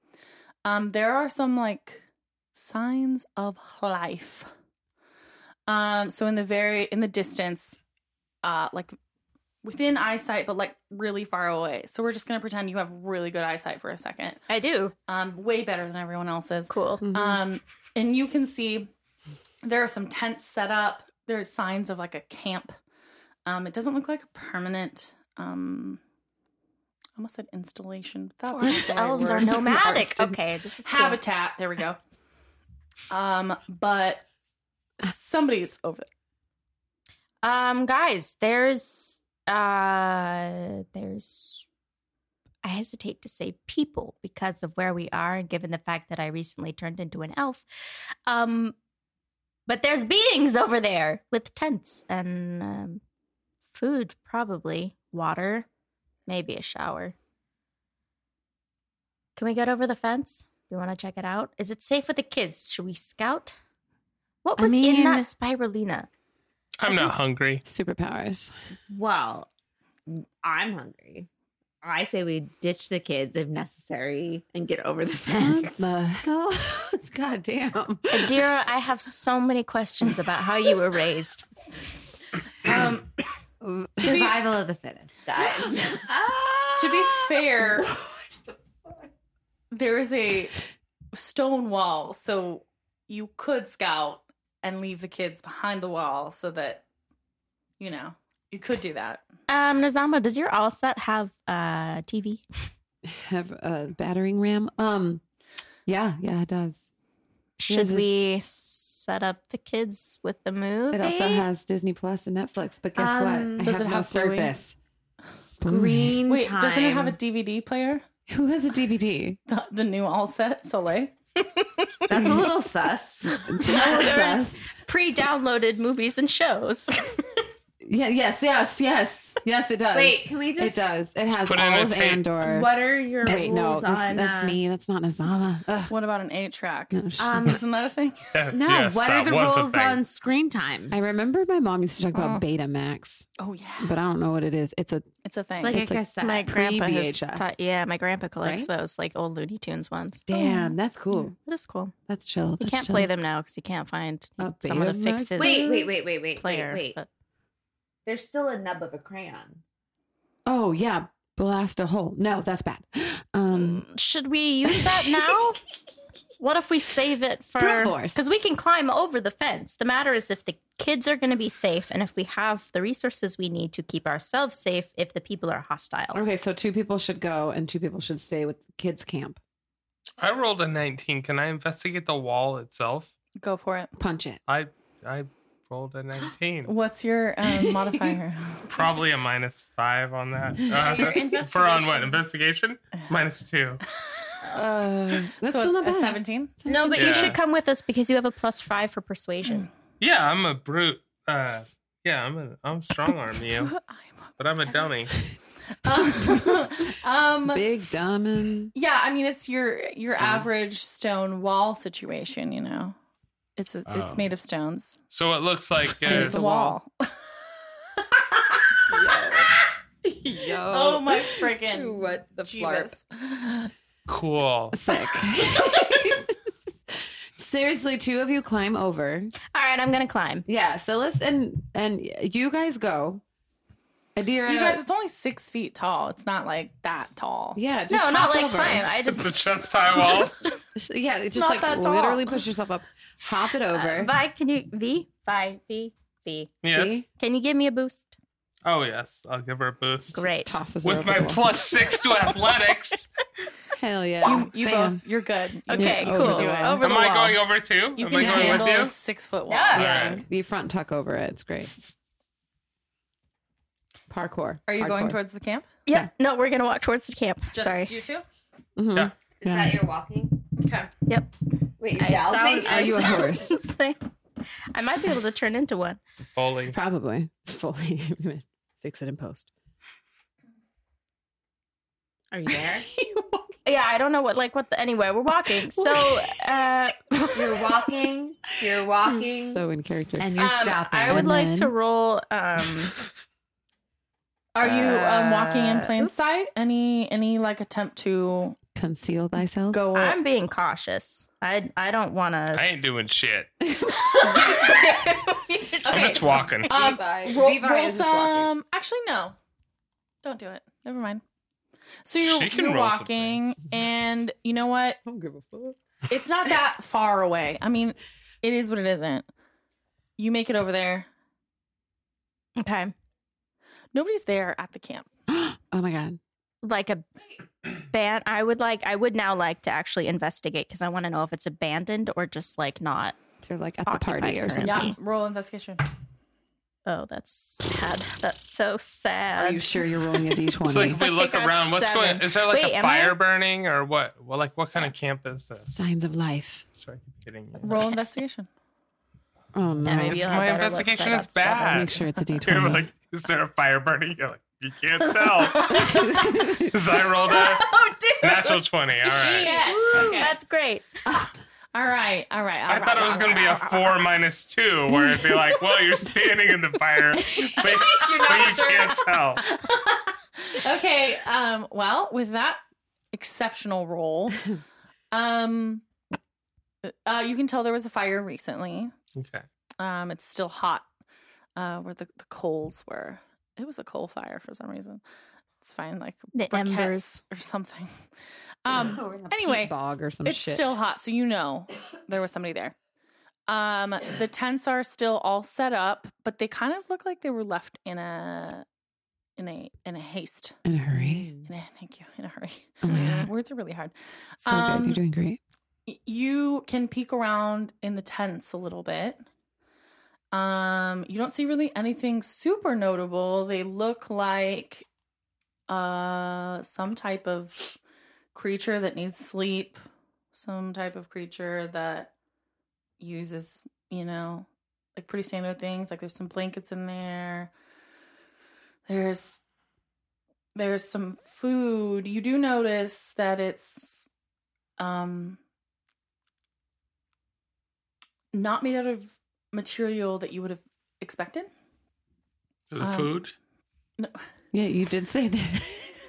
[SPEAKER 3] Um, there are some like signs of life. Um, so in the very in the distance, uh, like within eyesight, but like really far away. So we're just gonna pretend you have really good eyesight for a second.
[SPEAKER 6] I do.
[SPEAKER 3] Um, way better than everyone else's.
[SPEAKER 6] Cool.
[SPEAKER 4] Mhm.
[SPEAKER 3] Um, and you can see there are some tents set up. There's signs of like a camp. Um, it doesn't look like a permanent. Um, I almost said installation. but That's
[SPEAKER 6] Forest
[SPEAKER 3] not the right
[SPEAKER 6] elves are
[SPEAKER 3] word. [laughs]
[SPEAKER 6] nomadic.
[SPEAKER 3] Forest elves.
[SPEAKER 6] okay, this is cool.
[SPEAKER 3] habitat. There we go. Um, but somebody's over there.
[SPEAKER 6] Um, guys, there's uh, there's. I hesitate to say people because of where we are, and given the fact that I recently turned into an elf. Um, but there's beings over there with tents and um, food, probably water, maybe a shower. Can we get over the fence? Do you want to check it out? Is it safe with the kids? Should we scout? What
[SPEAKER 7] I
[SPEAKER 6] was in that
[SPEAKER 7] mean-
[SPEAKER 6] spirulina?
[SPEAKER 2] I'm not hungry.
[SPEAKER 4] Superpowers.
[SPEAKER 7] [laughs] Well, I'm hungry. I say we ditch the kids if necessary and get over the
[SPEAKER 4] [laughs]
[SPEAKER 7] fence.
[SPEAKER 4] What the hell? God
[SPEAKER 7] [laughs]
[SPEAKER 4] damn.
[SPEAKER 6] Adira, I have so many questions about how you were raised.
[SPEAKER 3] Um,
[SPEAKER 7] Survival of the fittest, guys. [laughs]
[SPEAKER 3] to
[SPEAKER 4] [laughs]
[SPEAKER 3] be fair, there is a stone wall, so you could scout and leave the kids behind the wall so that you know you could do that.
[SPEAKER 6] Um, Nazama, does your all set have uh TV?
[SPEAKER 4] Have a battering ram. Um, yeah, yeah, it does.
[SPEAKER 6] Should
[SPEAKER 4] Yes.
[SPEAKER 6] we set up the kids with the movie?
[SPEAKER 4] It also has Disney Plus and Netflix, but guess
[SPEAKER 7] Um,
[SPEAKER 4] what? I
[SPEAKER 3] does
[SPEAKER 4] have
[SPEAKER 3] it
[SPEAKER 4] no
[SPEAKER 3] have Bluey?
[SPEAKER 4] service. Bluey.
[SPEAKER 7] Green
[SPEAKER 3] [sighs] Wait,
[SPEAKER 7] time.
[SPEAKER 3] doesn't it have a [laughs] DVD player?
[SPEAKER 4] Mm. Who has a DVD?
[SPEAKER 3] The, the new all set Soleil.
[SPEAKER 7] That's a little sus.
[SPEAKER 4] Tell
[SPEAKER 6] There's-
[SPEAKER 4] us.
[SPEAKER 6] pre-downloaded movies and shows.
[SPEAKER 4] Yeah, yes, yes, yes, yes. It does.
[SPEAKER 7] Wait, can we
[SPEAKER 4] it
[SPEAKER 7] just?
[SPEAKER 4] does. It has
[SPEAKER 2] put it in
[SPEAKER 4] all
[SPEAKER 2] a
[SPEAKER 4] of
[SPEAKER 2] tape.
[SPEAKER 4] Andor.
[SPEAKER 7] What are your
[SPEAKER 4] Wait,
[SPEAKER 7] rules
[SPEAKER 4] no, this,
[SPEAKER 7] on?
[SPEAKER 4] that's
[SPEAKER 7] uh,
[SPEAKER 4] me. That's not Nazama. Ugh.
[SPEAKER 3] What about an eight track?
[SPEAKER 4] No, sh-
[SPEAKER 7] Um,
[SPEAKER 3] Isn't that a thing? [laughs]
[SPEAKER 7] No,
[SPEAKER 2] Yes,
[SPEAKER 7] what are
[SPEAKER 2] that
[SPEAKER 7] the
[SPEAKER 2] was a
[SPEAKER 7] rules
[SPEAKER 2] thing.
[SPEAKER 7] on screen time?
[SPEAKER 4] I remember my mom used to talk about
[SPEAKER 3] Oh.
[SPEAKER 4] Betamax,
[SPEAKER 3] Oh yeah, Oh.
[SPEAKER 4] but I don't know what it is. It's a
[SPEAKER 3] it's a thing.
[SPEAKER 7] It's like
[SPEAKER 4] It's
[SPEAKER 7] a
[SPEAKER 4] like-
[SPEAKER 6] [laughs]
[SPEAKER 7] cassette.
[SPEAKER 6] my grandpa has
[SPEAKER 4] Pre-VHS.
[SPEAKER 6] taught- yeah, my grandpa collects
[SPEAKER 4] Right?
[SPEAKER 6] those like old Looney Tunes ones.
[SPEAKER 4] damn. That's cool.
[SPEAKER 6] It is cool.
[SPEAKER 4] That's chill.
[SPEAKER 6] He
[SPEAKER 4] That's
[SPEAKER 6] can't
[SPEAKER 4] chill.
[SPEAKER 6] play them now because he can't find
[SPEAKER 4] A
[SPEAKER 6] someone to fix
[SPEAKER 4] Betamax?
[SPEAKER 6] his
[SPEAKER 7] wait, wait, wait, wait, wait,
[SPEAKER 6] player.
[SPEAKER 7] wait, wait.
[SPEAKER 6] but-
[SPEAKER 7] There's still a nub of a crayon.
[SPEAKER 4] Oh yeah, blast a hole. No, that's bad. Um,
[SPEAKER 6] should we use that now?
[SPEAKER 4] [laughs]
[SPEAKER 6] what if we save it for
[SPEAKER 4] Brute force.
[SPEAKER 6] because we can climb over the fence. The matter is if the kids are going to be safe and if we have the resources we need to keep ourselves safe if the people are
[SPEAKER 3] Mm.
[SPEAKER 6] hostile.
[SPEAKER 4] okay, so two people should go and two people should stay with kids camp.
[SPEAKER 2] I rolled a 19. Can I investigate the wall itself?
[SPEAKER 3] Go for it.
[SPEAKER 4] Punch it.
[SPEAKER 2] I I rolled a 19.
[SPEAKER 3] What's your
[SPEAKER 4] [laughs]
[SPEAKER 3] um, modifier?
[SPEAKER 2] Probably a minus five on that.
[SPEAKER 6] your
[SPEAKER 2] Uh, for on what investigation? Minus two.
[SPEAKER 4] Uh, [laughs] that's
[SPEAKER 3] so
[SPEAKER 4] still
[SPEAKER 3] it's
[SPEAKER 4] not bad.
[SPEAKER 3] a [laughs]
[SPEAKER 4] [laughs]
[SPEAKER 3] seventeen.
[SPEAKER 6] No, but
[SPEAKER 2] Yeah.
[SPEAKER 6] you should come with us because you have a plus 5 for persuasion.
[SPEAKER 2] Yeah, I'm a brute. Uh, yeah, I'm a, I'm strong arm you, but I'm a dummy.
[SPEAKER 3] um,
[SPEAKER 4] Big diamond.
[SPEAKER 3] Yeah, I mean it's your your
[SPEAKER 2] Stone.
[SPEAKER 3] average stone wall situation, you know. It's a, it's
[SPEAKER 2] Oh.
[SPEAKER 3] made of stones.
[SPEAKER 2] So it looks like
[SPEAKER 3] And
[SPEAKER 2] uh,
[SPEAKER 3] it's a wall.
[SPEAKER 2] [laughs]
[SPEAKER 7] Yo.
[SPEAKER 3] Oh my [laughs] freaking
[SPEAKER 7] What the
[SPEAKER 3] Jeebus.
[SPEAKER 2] cool.
[SPEAKER 4] [laughs] Sick. Seriously, two of you climb over.
[SPEAKER 6] [clears throat] All right, I'm going to climb.
[SPEAKER 4] Yeah. So let's and and you guys go. Adira.
[SPEAKER 3] You guys, it's only six feet tall. It's not like that tall.
[SPEAKER 4] yeah. Just
[SPEAKER 6] No, not
[SPEAKER 4] hop
[SPEAKER 6] like
[SPEAKER 4] over.
[SPEAKER 6] climb. I
[SPEAKER 2] It's [laughs]
[SPEAKER 6] just
[SPEAKER 2] a chest
[SPEAKER 6] [laughs]
[SPEAKER 2] high wall.
[SPEAKER 4] Just- Yeah. It's just
[SPEAKER 3] not
[SPEAKER 4] like
[SPEAKER 3] that tall. Uh,
[SPEAKER 4] literally push yourself up, hop it over.
[SPEAKER 6] Vi, can you V? Vi, V, V.
[SPEAKER 2] Yes.
[SPEAKER 4] See?
[SPEAKER 6] Can you give me a boost?
[SPEAKER 2] Oh yes, I'll give her a boost.
[SPEAKER 6] Great.
[SPEAKER 4] tosses her
[SPEAKER 2] With
[SPEAKER 4] over
[SPEAKER 2] my
[SPEAKER 4] the wall.
[SPEAKER 2] plus six to athletics,
[SPEAKER 4] Hell yeah.
[SPEAKER 3] You, you
[SPEAKER 4] Bam.
[SPEAKER 3] both, you're good. You
[SPEAKER 6] Okay,
[SPEAKER 3] can-
[SPEAKER 4] over
[SPEAKER 3] you
[SPEAKER 6] cool.
[SPEAKER 3] can do it.
[SPEAKER 6] Over
[SPEAKER 2] am
[SPEAKER 6] the
[SPEAKER 2] I
[SPEAKER 6] wall.
[SPEAKER 2] going over too?
[SPEAKER 3] you
[SPEAKER 2] am
[SPEAKER 3] can
[SPEAKER 2] I going
[SPEAKER 3] handle a
[SPEAKER 2] with
[SPEAKER 3] six foot wall.
[SPEAKER 6] Yeah.
[SPEAKER 4] Yeah.
[SPEAKER 2] Alright.
[SPEAKER 4] You front tuck over it. It's great. Parkour.
[SPEAKER 3] Are you going
[SPEAKER 4] Hardcore.
[SPEAKER 3] towards the camp?
[SPEAKER 6] Yeah. No, we're going to walk towards the camp. Sorry.
[SPEAKER 3] you two?
[SPEAKER 4] Mhm.
[SPEAKER 2] Yeah.
[SPEAKER 7] Is that your walking?
[SPEAKER 3] Okay.
[SPEAKER 6] Yep.
[SPEAKER 7] Wait, you're
[SPEAKER 6] I sound,
[SPEAKER 7] galloping?
[SPEAKER 6] I
[SPEAKER 4] Are you a
[SPEAKER 6] sound [laughs]
[SPEAKER 4] horse?
[SPEAKER 6] insane. I might be able to turn into one.
[SPEAKER 2] you? Foley.
[SPEAKER 4] Probably. Fully. [laughs] I'm gonna Fix it in post.
[SPEAKER 7] Are you there?
[SPEAKER 6] Yeah, I don't know what like what the anyway, we're walking. [laughs] So uh
[SPEAKER 7] [laughs] You're walking. You're walking.
[SPEAKER 4] So in character.
[SPEAKER 7] and you're
[SPEAKER 6] um,
[SPEAKER 7] stopping.
[SPEAKER 6] I would
[SPEAKER 4] And
[SPEAKER 6] like
[SPEAKER 4] then-
[SPEAKER 6] to roll um
[SPEAKER 3] Are you um, walking in plain
[SPEAKER 6] Uh, oops.
[SPEAKER 3] sight? Any any like attempt to
[SPEAKER 4] Conceal thyself.
[SPEAKER 3] go
[SPEAKER 6] I'm being cautious. I I don't wanna
[SPEAKER 2] I ain't doing shit.
[SPEAKER 6] You're
[SPEAKER 2] I'm
[SPEAKER 6] just- [laughs]
[SPEAKER 2] just walking.
[SPEAKER 3] um,
[SPEAKER 7] Levi-
[SPEAKER 3] roll,
[SPEAKER 7] Levi
[SPEAKER 3] Um, roll
[SPEAKER 7] is just walking.
[SPEAKER 3] some actually no. Don't do it. Never mind. So you're,
[SPEAKER 8] She can
[SPEAKER 3] you're
[SPEAKER 8] roll some
[SPEAKER 3] walking,
[SPEAKER 8] things. [laughs]
[SPEAKER 3] and you know what?
[SPEAKER 4] I don't give a fuck.
[SPEAKER 3] It's not that far away. I mean, it is what it isn't. You make it over there.
[SPEAKER 6] Okay.
[SPEAKER 3] Nobody's there at the camp.
[SPEAKER 4] oh my god.
[SPEAKER 6] Like a ban I would like I would now like to actually investigate because I want to know if it's abandoned or just like not.
[SPEAKER 4] They're like at the
[SPEAKER 6] Occupied
[SPEAKER 4] party or
[SPEAKER 6] currently.
[SPEAKER 4] something.
[SPEAKER 3] Yeah. Roll investigation.
[SPEAKER 6] Oh, that's sad. That's so sad.
[SPEAKER 4] Are you sure you're rolling a d20?
[SPEAKER 2] It's like
[SPEAKER 3] [laughs]
[SPEAKER 2] if we look
[SPEAKER 6] I got
[SPEAKER 2] around, what's
[SPEAKER 6] seven.
[SPEAKER 2] going? Is there like
[SPEAKER 6] Wait,
[SPEAKER 2] a
[SPEAKER 6] am
[SPEAKER 2] fire
[SPEAKER 6] I-
[SPEAKER 2] burning or what? Well, like what kind of camp is this?
[SPEAKER 4] Signs of life.
[SPEAKER 2] Sorry, I keep hitting you.
[SPEAKER 3] Roll investigation.
[SPEAKER 4] Oh no.
[SPEAKER 6] Yeah, maybe
[SPEAKER 2] It's-
[SPEAKER 6] you'll have
[SPEAKER 2] my
[SPEAKER 6] better looks. I
[SPEAKER 2] investigation
[SPEAKER 6] got
[SPEAKER 2] is bad.
[SPEAKER 4] Make
[SPEAKER 2] [laughs]
[SPEAKER 4] sure it's a
[SPEAKER 2] You're
[SPEAKER 4] d20.
[SPEAKER 2] like, is there a fire burning? You're like, you can't
[SPEAKER 6] [laughs]
[SPEAKER 2] tell. so I rolled a
[SPEAKER 6] seven. [laughs] Oh, dude.
[SPEAKER 2] natural twenty. All right.
[SPEAKER 6] Ooh, That's great.
[SPEAKER 3] All right. All right. [laughs] all
[SPEAKER 2] I thought
[SPEAKER 3] right,
[SPEAKER 2] it was
[SPEAKER 3] all
[SPEAKER 2] going to
[SPEAKER 3] right,
[SPEAKER 2] be a
[SPEAKER 3] all right.
[SPEAKER 2] four minus two, where it'd be like, well, you're standing in the
[SPEAKER 6] [laughs]
[SPEAKER 2] fire, but, but you can't tell.
[SPEAKER 3] okay. Um, well, with that exceptional
[SPEAKER 4] [laughs]
[SPEAKER 3] roll, um, uh, you can tell there was a fire recently.
[SPEAKER 2] Okay.
[SPEAKER 3] Um, it's still hot uh, where the, the coals were. It was a coal fire for some reason. It's fine, like
[SPEAKER 6] The
[SPEAKER 3] briquettes
[SPEAKER 6] embers.
[SPEAKER 3] or something.
[SPEAKER 4] [laughs]
[SPEAKER 3] Um, [laughs]
[SPEAKER 4] Oh,
[SPEAKER 3] anyway,
[SPEAKER 4] bog or some
[SPEAKER 3] it's
[SPEAKER 4] shit.
[SPEAKER 3] still hot, so you know there was somebody there. Um, the tents are still all set up, but they kind of look like they were left in a in a in a haste.
[SPEAKER 4] in a hurry.
[SPEAKER 3] In a, thank you. In a hurry.
[SPEAKER 4] Oh my god.
[SPEAKER 3] Words are really hard.
[SPEAKER 4] So
[SPEAKER 3] Um,
[SPEAKER 4] good. You're doing great.
[SPEAKER 3] Y- You can peek around in the tents a little bit. Um, you don't see really anything super notable. They look like uh some type of creature that needs sleep, some type of creature that uses, you know, like pretty standard things. Like there's some blankets in there. There's there's some food. You do notice that it's um not made out of material that you would have expected. [laughs]
[SPEAKER 2] The
[SPEAKER 3] Um,
[SPEAKER 2] food?
[SPEAKER 4] Yeah, you did say that.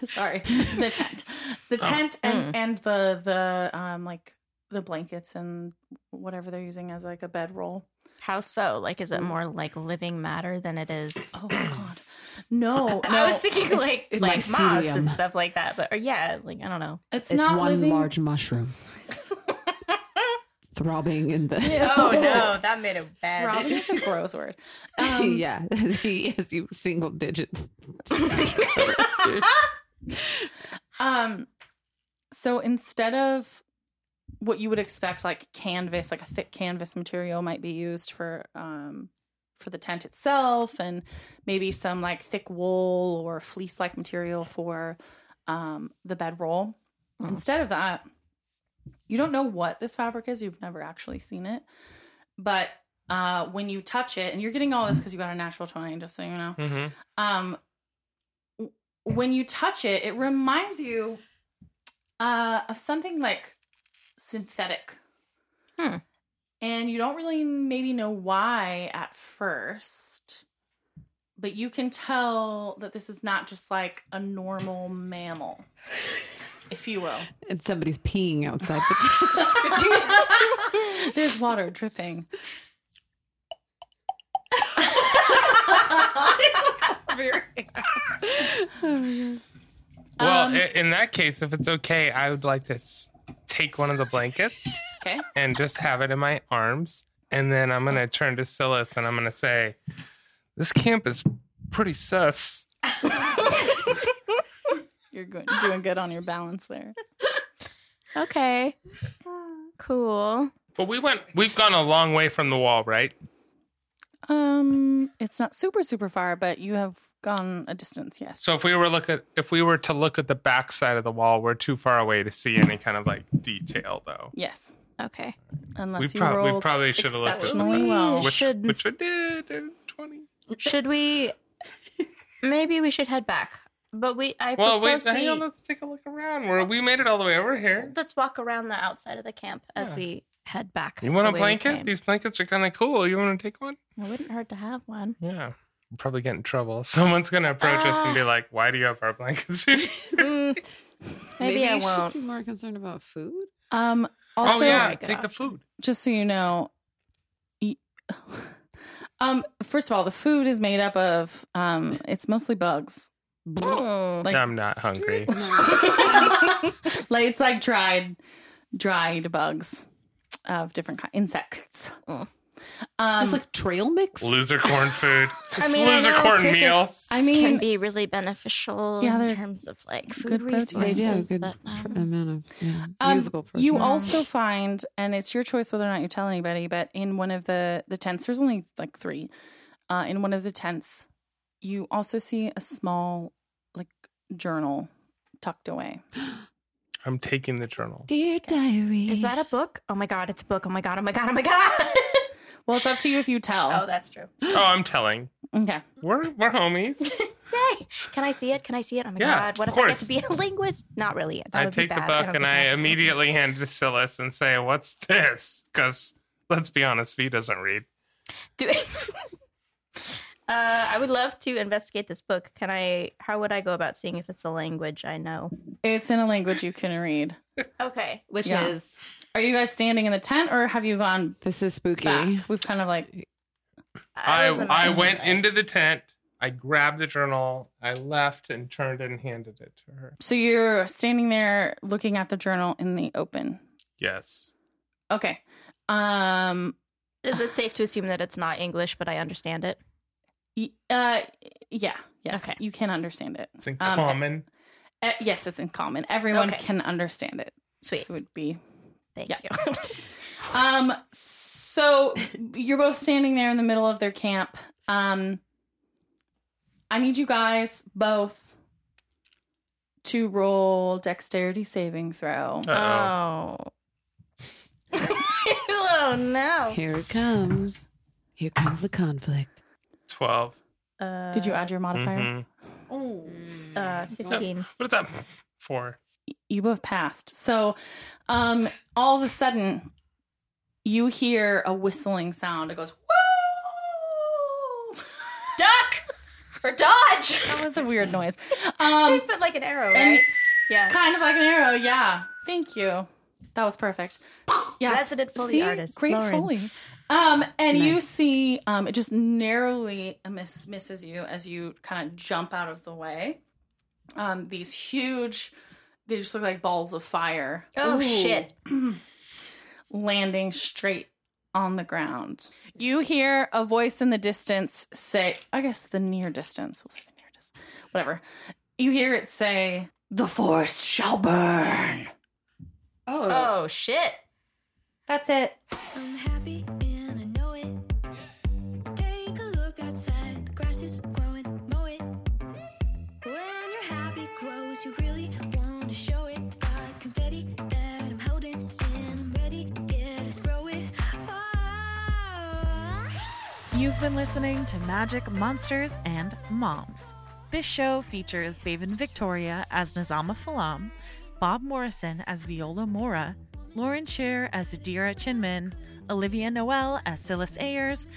[SPEAKER 4] [laughs]
[SPEAKER 3] Sorry, the tent, the tent, and and the the um like the blankets and whatever they're using as like a bedroll.
[SPEAKER 6] How so? Like, is it more like living matter than it is?
[SPEAKER 3] Oh God, no, no!
[SPEAKER 6] I was thinking
[SPEAKER 3] it's-
[SPEAKER 6] like
[SPEAKER 4] it's
[SPEAKER 6] like moss
[SPEAKER 4] mycelium.
[SPEAKER 6] and stuff like that, but or yeah, like I don't know.
[SPEAKER 3] it's,
[SPEAKER 4] It's
[SPEAKER 3] not
[SPEAKER 4] one
[SPEAKER 3] living.
[SPEAKER 4] large mushroom throbbing in the.
[SPEAKER 6] [laughs]
[SPEAKER 4] [laughs]
[SPEAKER 6] Oh no, that made it
[SPEAKER 3] Throbbing is a gross word. Um,
[SPEAKER 4] yeah, he is you single digits.
[SPEAKER 6] [laughs]
[SPEAKER 3] Um, so instead of what you would expect, like canvas, like a thick canvas material might be used for um for the tent itself, and maybe some like thick wool or fleece like material for um the bedroll. Instead of that, you don't know what this fabric is. You've never actually seen it, but uh, when you touch it, and you're getting all this because you got a natural twenty, just so you know
[SPEAKER 2] Mm-hmm.
[SPEAKER 3] um w- when you touch it it reminds you uh of something like synthetic
[SPEAKER 6] Hmm.
[SPEAKER 3] and you don't really maybe know why at first but you can tell that this is not just like a normal mammal if you will
[SPEAKER 4] And somebody's peeing outside
[SPEAKER 6] [laughs]
[SPEAKER 4] the tent.
[SPEAKER 3] There's water [laughs] dripping.
[SPEAKER 2] Well,
[SPEAKER 3] Um,
[SPEAKER 2] i in that case, if it's okay, I would like to s- take one of the blankets
[SPEAKER 3] Okay.
[SPEAKER 2] and just have it in my arms. And then I'm going to turn to Silas and I'm going to say, this camp is pretty sus.
[SPEAKER 3] You're go- doing good on your balance there.
[SPEAKER 6] [laughs] Okay, cool.
[SPEAKER 2] But we went, we've gone a long way from the wall, right?
[SPEAKER 3] Um, it's not super super far, but you have gone a distance. Yes.
[SPEAKER 2] So if we were look at, if we were to look at the back side of the wall, we're too far away to see any kind of like detail, though.
[SPEAKER 3] Yes.
[SPEAKER 6] Okay,
[SPEAKER 3] Unless
[SPEAKER 2] we,
[SPEAKER 3] you
[SPEAKER 2] prob- we
[SPEAKER 3] rolled
[SPEAKER 2] probably should have looked at the
[SPEAKER 3] exceptionally
[SPEAKER 2] back,
[SPEAKER 3] well.
[SPEAKER 2] which,
[SPEAKER 6] Should-
[SPEAKER 2] which we did in twenty.
[SPEAKER 6] should we? Maybe we should head back. But we, I
[SPEAKER 2] Well, wait, uh,
[SPEAKER 6] propose
[SPEAKER 2] hang
[SPEAKER 6] we
[SPEAKER 2] on. Let's take a look around. We're, we made it all the way over here.
[SPEAKER 6] let's walk around the outside of the camp as
[SPEAKER 2] Yeah.
[SPEAKER 6] we head back.
[SPEAKER 2] You want
[SPEAKER 6] the
[SPEAKER 2] a
[SPEAKER 6] way we
[SPEAKER 2] blanket?
[SPEAKER 6] came.
[SPEAKER 2] These blankets are kind of cool. You want to take one?
[SPEAKER 6] It wouldn't hurt to have one.
[SPEAKER 2] Yeah. We'll probably get in trouble. [laughs] Someone's going to approach us and be like, why do you have our blankets? here?"
[SPEAKER 6] [laughs] Mm, maybe, I
[SPEAKER 4] you should [laughs]
[SPEAKER 6] won't.
[SPEAKER 4] Be more concerned about food.
[SPEAKER 3] Um.
[SPEAKER 2] oh,
[SPEAKER 3] Also,
[SPEAKER 2] yeah.
[SPEAKER 6] my
[SPEAKER 2] Take the
[SPEAKER 6] gosh.
[SPEAKER 2] food.
[SPEAKER 3] just so you know, y- [laughs] um, first of all, the food is made up of um, it's mostly bugs. Mm, like
[SPEAKER 2] I'm not hungry.
[SPEAKER 6] [laughs]
[SPEAKER 3] [laughs] like it's like dried dried bugs of different kind insects. Mm. Um,
[SPEAKER 4] Just like trail mix.
[SPEAKER 2] Loser corn food.
[SPEAKER 6] I
[SPEAKER 2] It's
[SPEAKER 6] mean,
[SPEAKER 2] loser
[SPEAKER 6] I know
[SPEAKER 2] corn meal.
[SPEAKER 6] crickets
[SPEAKER 3] I mean-
[SPEAKER 6] can be really beneficial
[SPEAKER 3] Yeah,
[SPEAKER 6] in
[SPEAKER 3] they're
[SPEAKER 6] terms of like food
[SPEAKER 3] good protein.
[SPEAKER 4] They
[SPEAKER 6] resources,
[SPEAKER 4] do have good
[SPEAKER 6] but
[SPEAKER 4] pr-
[SPEAKER 6] um,
[SPEAKER 4] amount of yeah,
[SPEAKER 3] Um,
[SPEAKER 4] usable protein.
[SPEAKER 3] you also find, and it's your choice whether or not you tell anybody, but in one of the the tents, there's only like three. Uh, in one of the tents, you also see a small like journal tucked away.
[SPEAKER 2] I'm taking the journal.
[SPEAKER 4] dear diary.
[SPEAKER 6] is that a book? Oh my god, it's a book. Oh my god, oh my god, oh my god. [laughs]
[SPEAKER 3] Well, it's up to you if you
[SPEAKER 6] oh,
[SPEAKER 3] tell.
[SPEAKER 6] that's true.
[SPEAKER 2] Oh, I'm telling.
[SPEAKER 3] Okay.
[SPEAKER 2] We're we're
[SPEAKER 6] [laughs]
[SPEAKER 2] homies.
[SPEAKER 6] Yay! Can I see it? Can I see it? Oh my
[SPEAKER 2] Yeah,
[SPEAKER 6] god, what
[SPEAKER 2] of
[SPEAKER 6] if I get
[SPEAKER 2] course.
[SPEAKER 6] to be a [laughs] linguist? Not really. That
[SPEAKER 2] I
[SPEAKER 6] would be
[SPEAKER 2] take the
[SPEAKER 6] bad.
[SPEAKER 2] book
[SPEAKER 6] don't
[SPEAKER 2] and
[SPEAKER 6] think
[SPEAKER 2] I
[SPEAKER 6] have the
[SPEAKER 2] immediately hand it to Silas and say, "What's this?" Because let's be honest, V doesn't read.
[SPEAKER 6] [laughs] Do it. [laughs] Uh, I would love to investigate this book. Can I? How would I go about seeing if it's a language I know?
[SPEAKER 3] It's in a language you can read.
[SPEAKER 6] Okay.
[SPEAKER 7] Which
[SPEAKER 3] Yeah.
[SPEAKER 7] is
[SPEAKER 3] Are you guys standing in the tent or have you gone
[SPEAKER 4] This is spooky.
[SPEAKER 3] back? We've kind of like,
[SPEAKER 2] I
[SPEAKER 6] was
[SPEAKER 2] I,
[SPEAKER 6] imagining
[SPEAKER 2] went
[SPEAKER 6] that.
[SPEAKER 2] into the tent. I grabbed the journal. I left and turned and handed it to her.
[SPEAKER 3] so you're standing there looking at the journal in the open.
[SPEAKER 2] Yes.
[SPEAKER 3] Okay. Um,
[SPEAKER 6] Is it safe to assume that it's not English, but I understand it?
[SPEAKER 3] Y- Uh, yeah, yes,
[SPEAKER 6] Okay.
[SPEAKER 3] you can understand it.
[SPEAKER 2] It's in
[SPEAKER 3] Um,
[SPEAKER 2] common.
[SPEAKER 3] Uh, yes, it's in common. Everyone
[SPEAKER 6] Okay.
[SPEAKER 3] can understand it.
[SPEAKER 6] Sweet.
[SPEAKER 3] This would be.
[SPEAKER 6] Thank
[SPEAKER 3] Yeah.
[SPEAKER 6] you.
[SPEAKER 3] Um, so you're both standing there in the middle of their camp. Um, I need you guys both to roll dexterity saving throw.
[SPEAKER 2] Uh-oh.
[SPEAKER 6] Oh. [laughs] oh no.
[SPEAKER 4] Here it comes. Here comes the conflict.
[SPEAKER 2] 12
[SPEAKER 6] Uh,
[SPEAKER 3] Did you add your modifier?
[SPEAKER 2] Mhm.
[SPEAKER 6] Uh, fifteen.
[SPEAKER 2] What is that? Four.
[SPEAKER 3] you both passed. So, um, all of a sudden, you hear a whistling sound. It goes, [laughs] "Woo!"
[SPEAKER 6] Duck or dodge?
[SPEAKER 3] That was a weird noise. Um,
[SPEAKER 6] Put like an arrow,
[SPEAKER 3] and
[SPEAKER 6] right? Yeah.
[SPEAKER 3] kind of like an arrow. Yeah. Thank you. That was [laughs] perfect. Yeah.
[SPEAKER 6] Resident Foley
[SPEAKER 3] see?
[SPEAKER 6] artist,
[SPEAKER 3] Great
[SPEAKER 6] Lauren.
[SPEAKER 3] Foley. Um, and you see, um, it just narrowly miss- misses you as you kind of jump out of the way. Um, these huge, they just look like balls of fire
[SPEAKER 6] Oh
[SPEAKER 7] Ooh.
[SPEAKER 6] shit.
[SPEAKER 3] landing straight on the ground. You hear a voice in the distance say, I guess the near distance, we'll say the near distance, whatever. You hear it say, The forest shall burn.
[SPEAKER 6] Oh shit.
[SPEAKER 3] That's it.
[SPEAKER 1] I'm happy and I know it. Take a look outside, the grass is growing, mow it. When your happy grows, you really wanna show it. Got confetti that I'm holding, and I'm ready, yeah, to throw it. Oh.
[SPEAKER 8] You've been listening to Magic Monsters and Moms. This show features Baven Victoria as Nazama Falam, Bob Morrison as Viola Mora, Lauren Shear as Adira Chinman, Olivia Noel as Silas Ayers,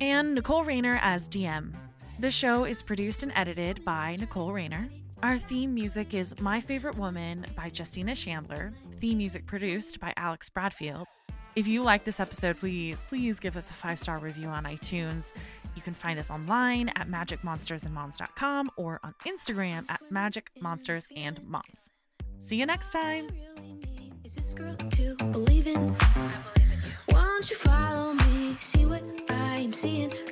[SPEAKER 8] and Nicole Rayner as DM. The show is produced and edited by Nicole Rayner. Our theme music is My Favorite Woman by Justina Chandler, theme music produced by Alex Bradfield. If you like this episode, please, please give us a five star review on iTunes. You can find us online at magicmonstersandmoms.com or on Instagram at magicmonstersandmoms. See you next time.
[SPEAKER 1] really need is this girl to believe in. I believe in you. Won't you follow me? See what I am seeing. uh. Uh-huh. Uh-huh.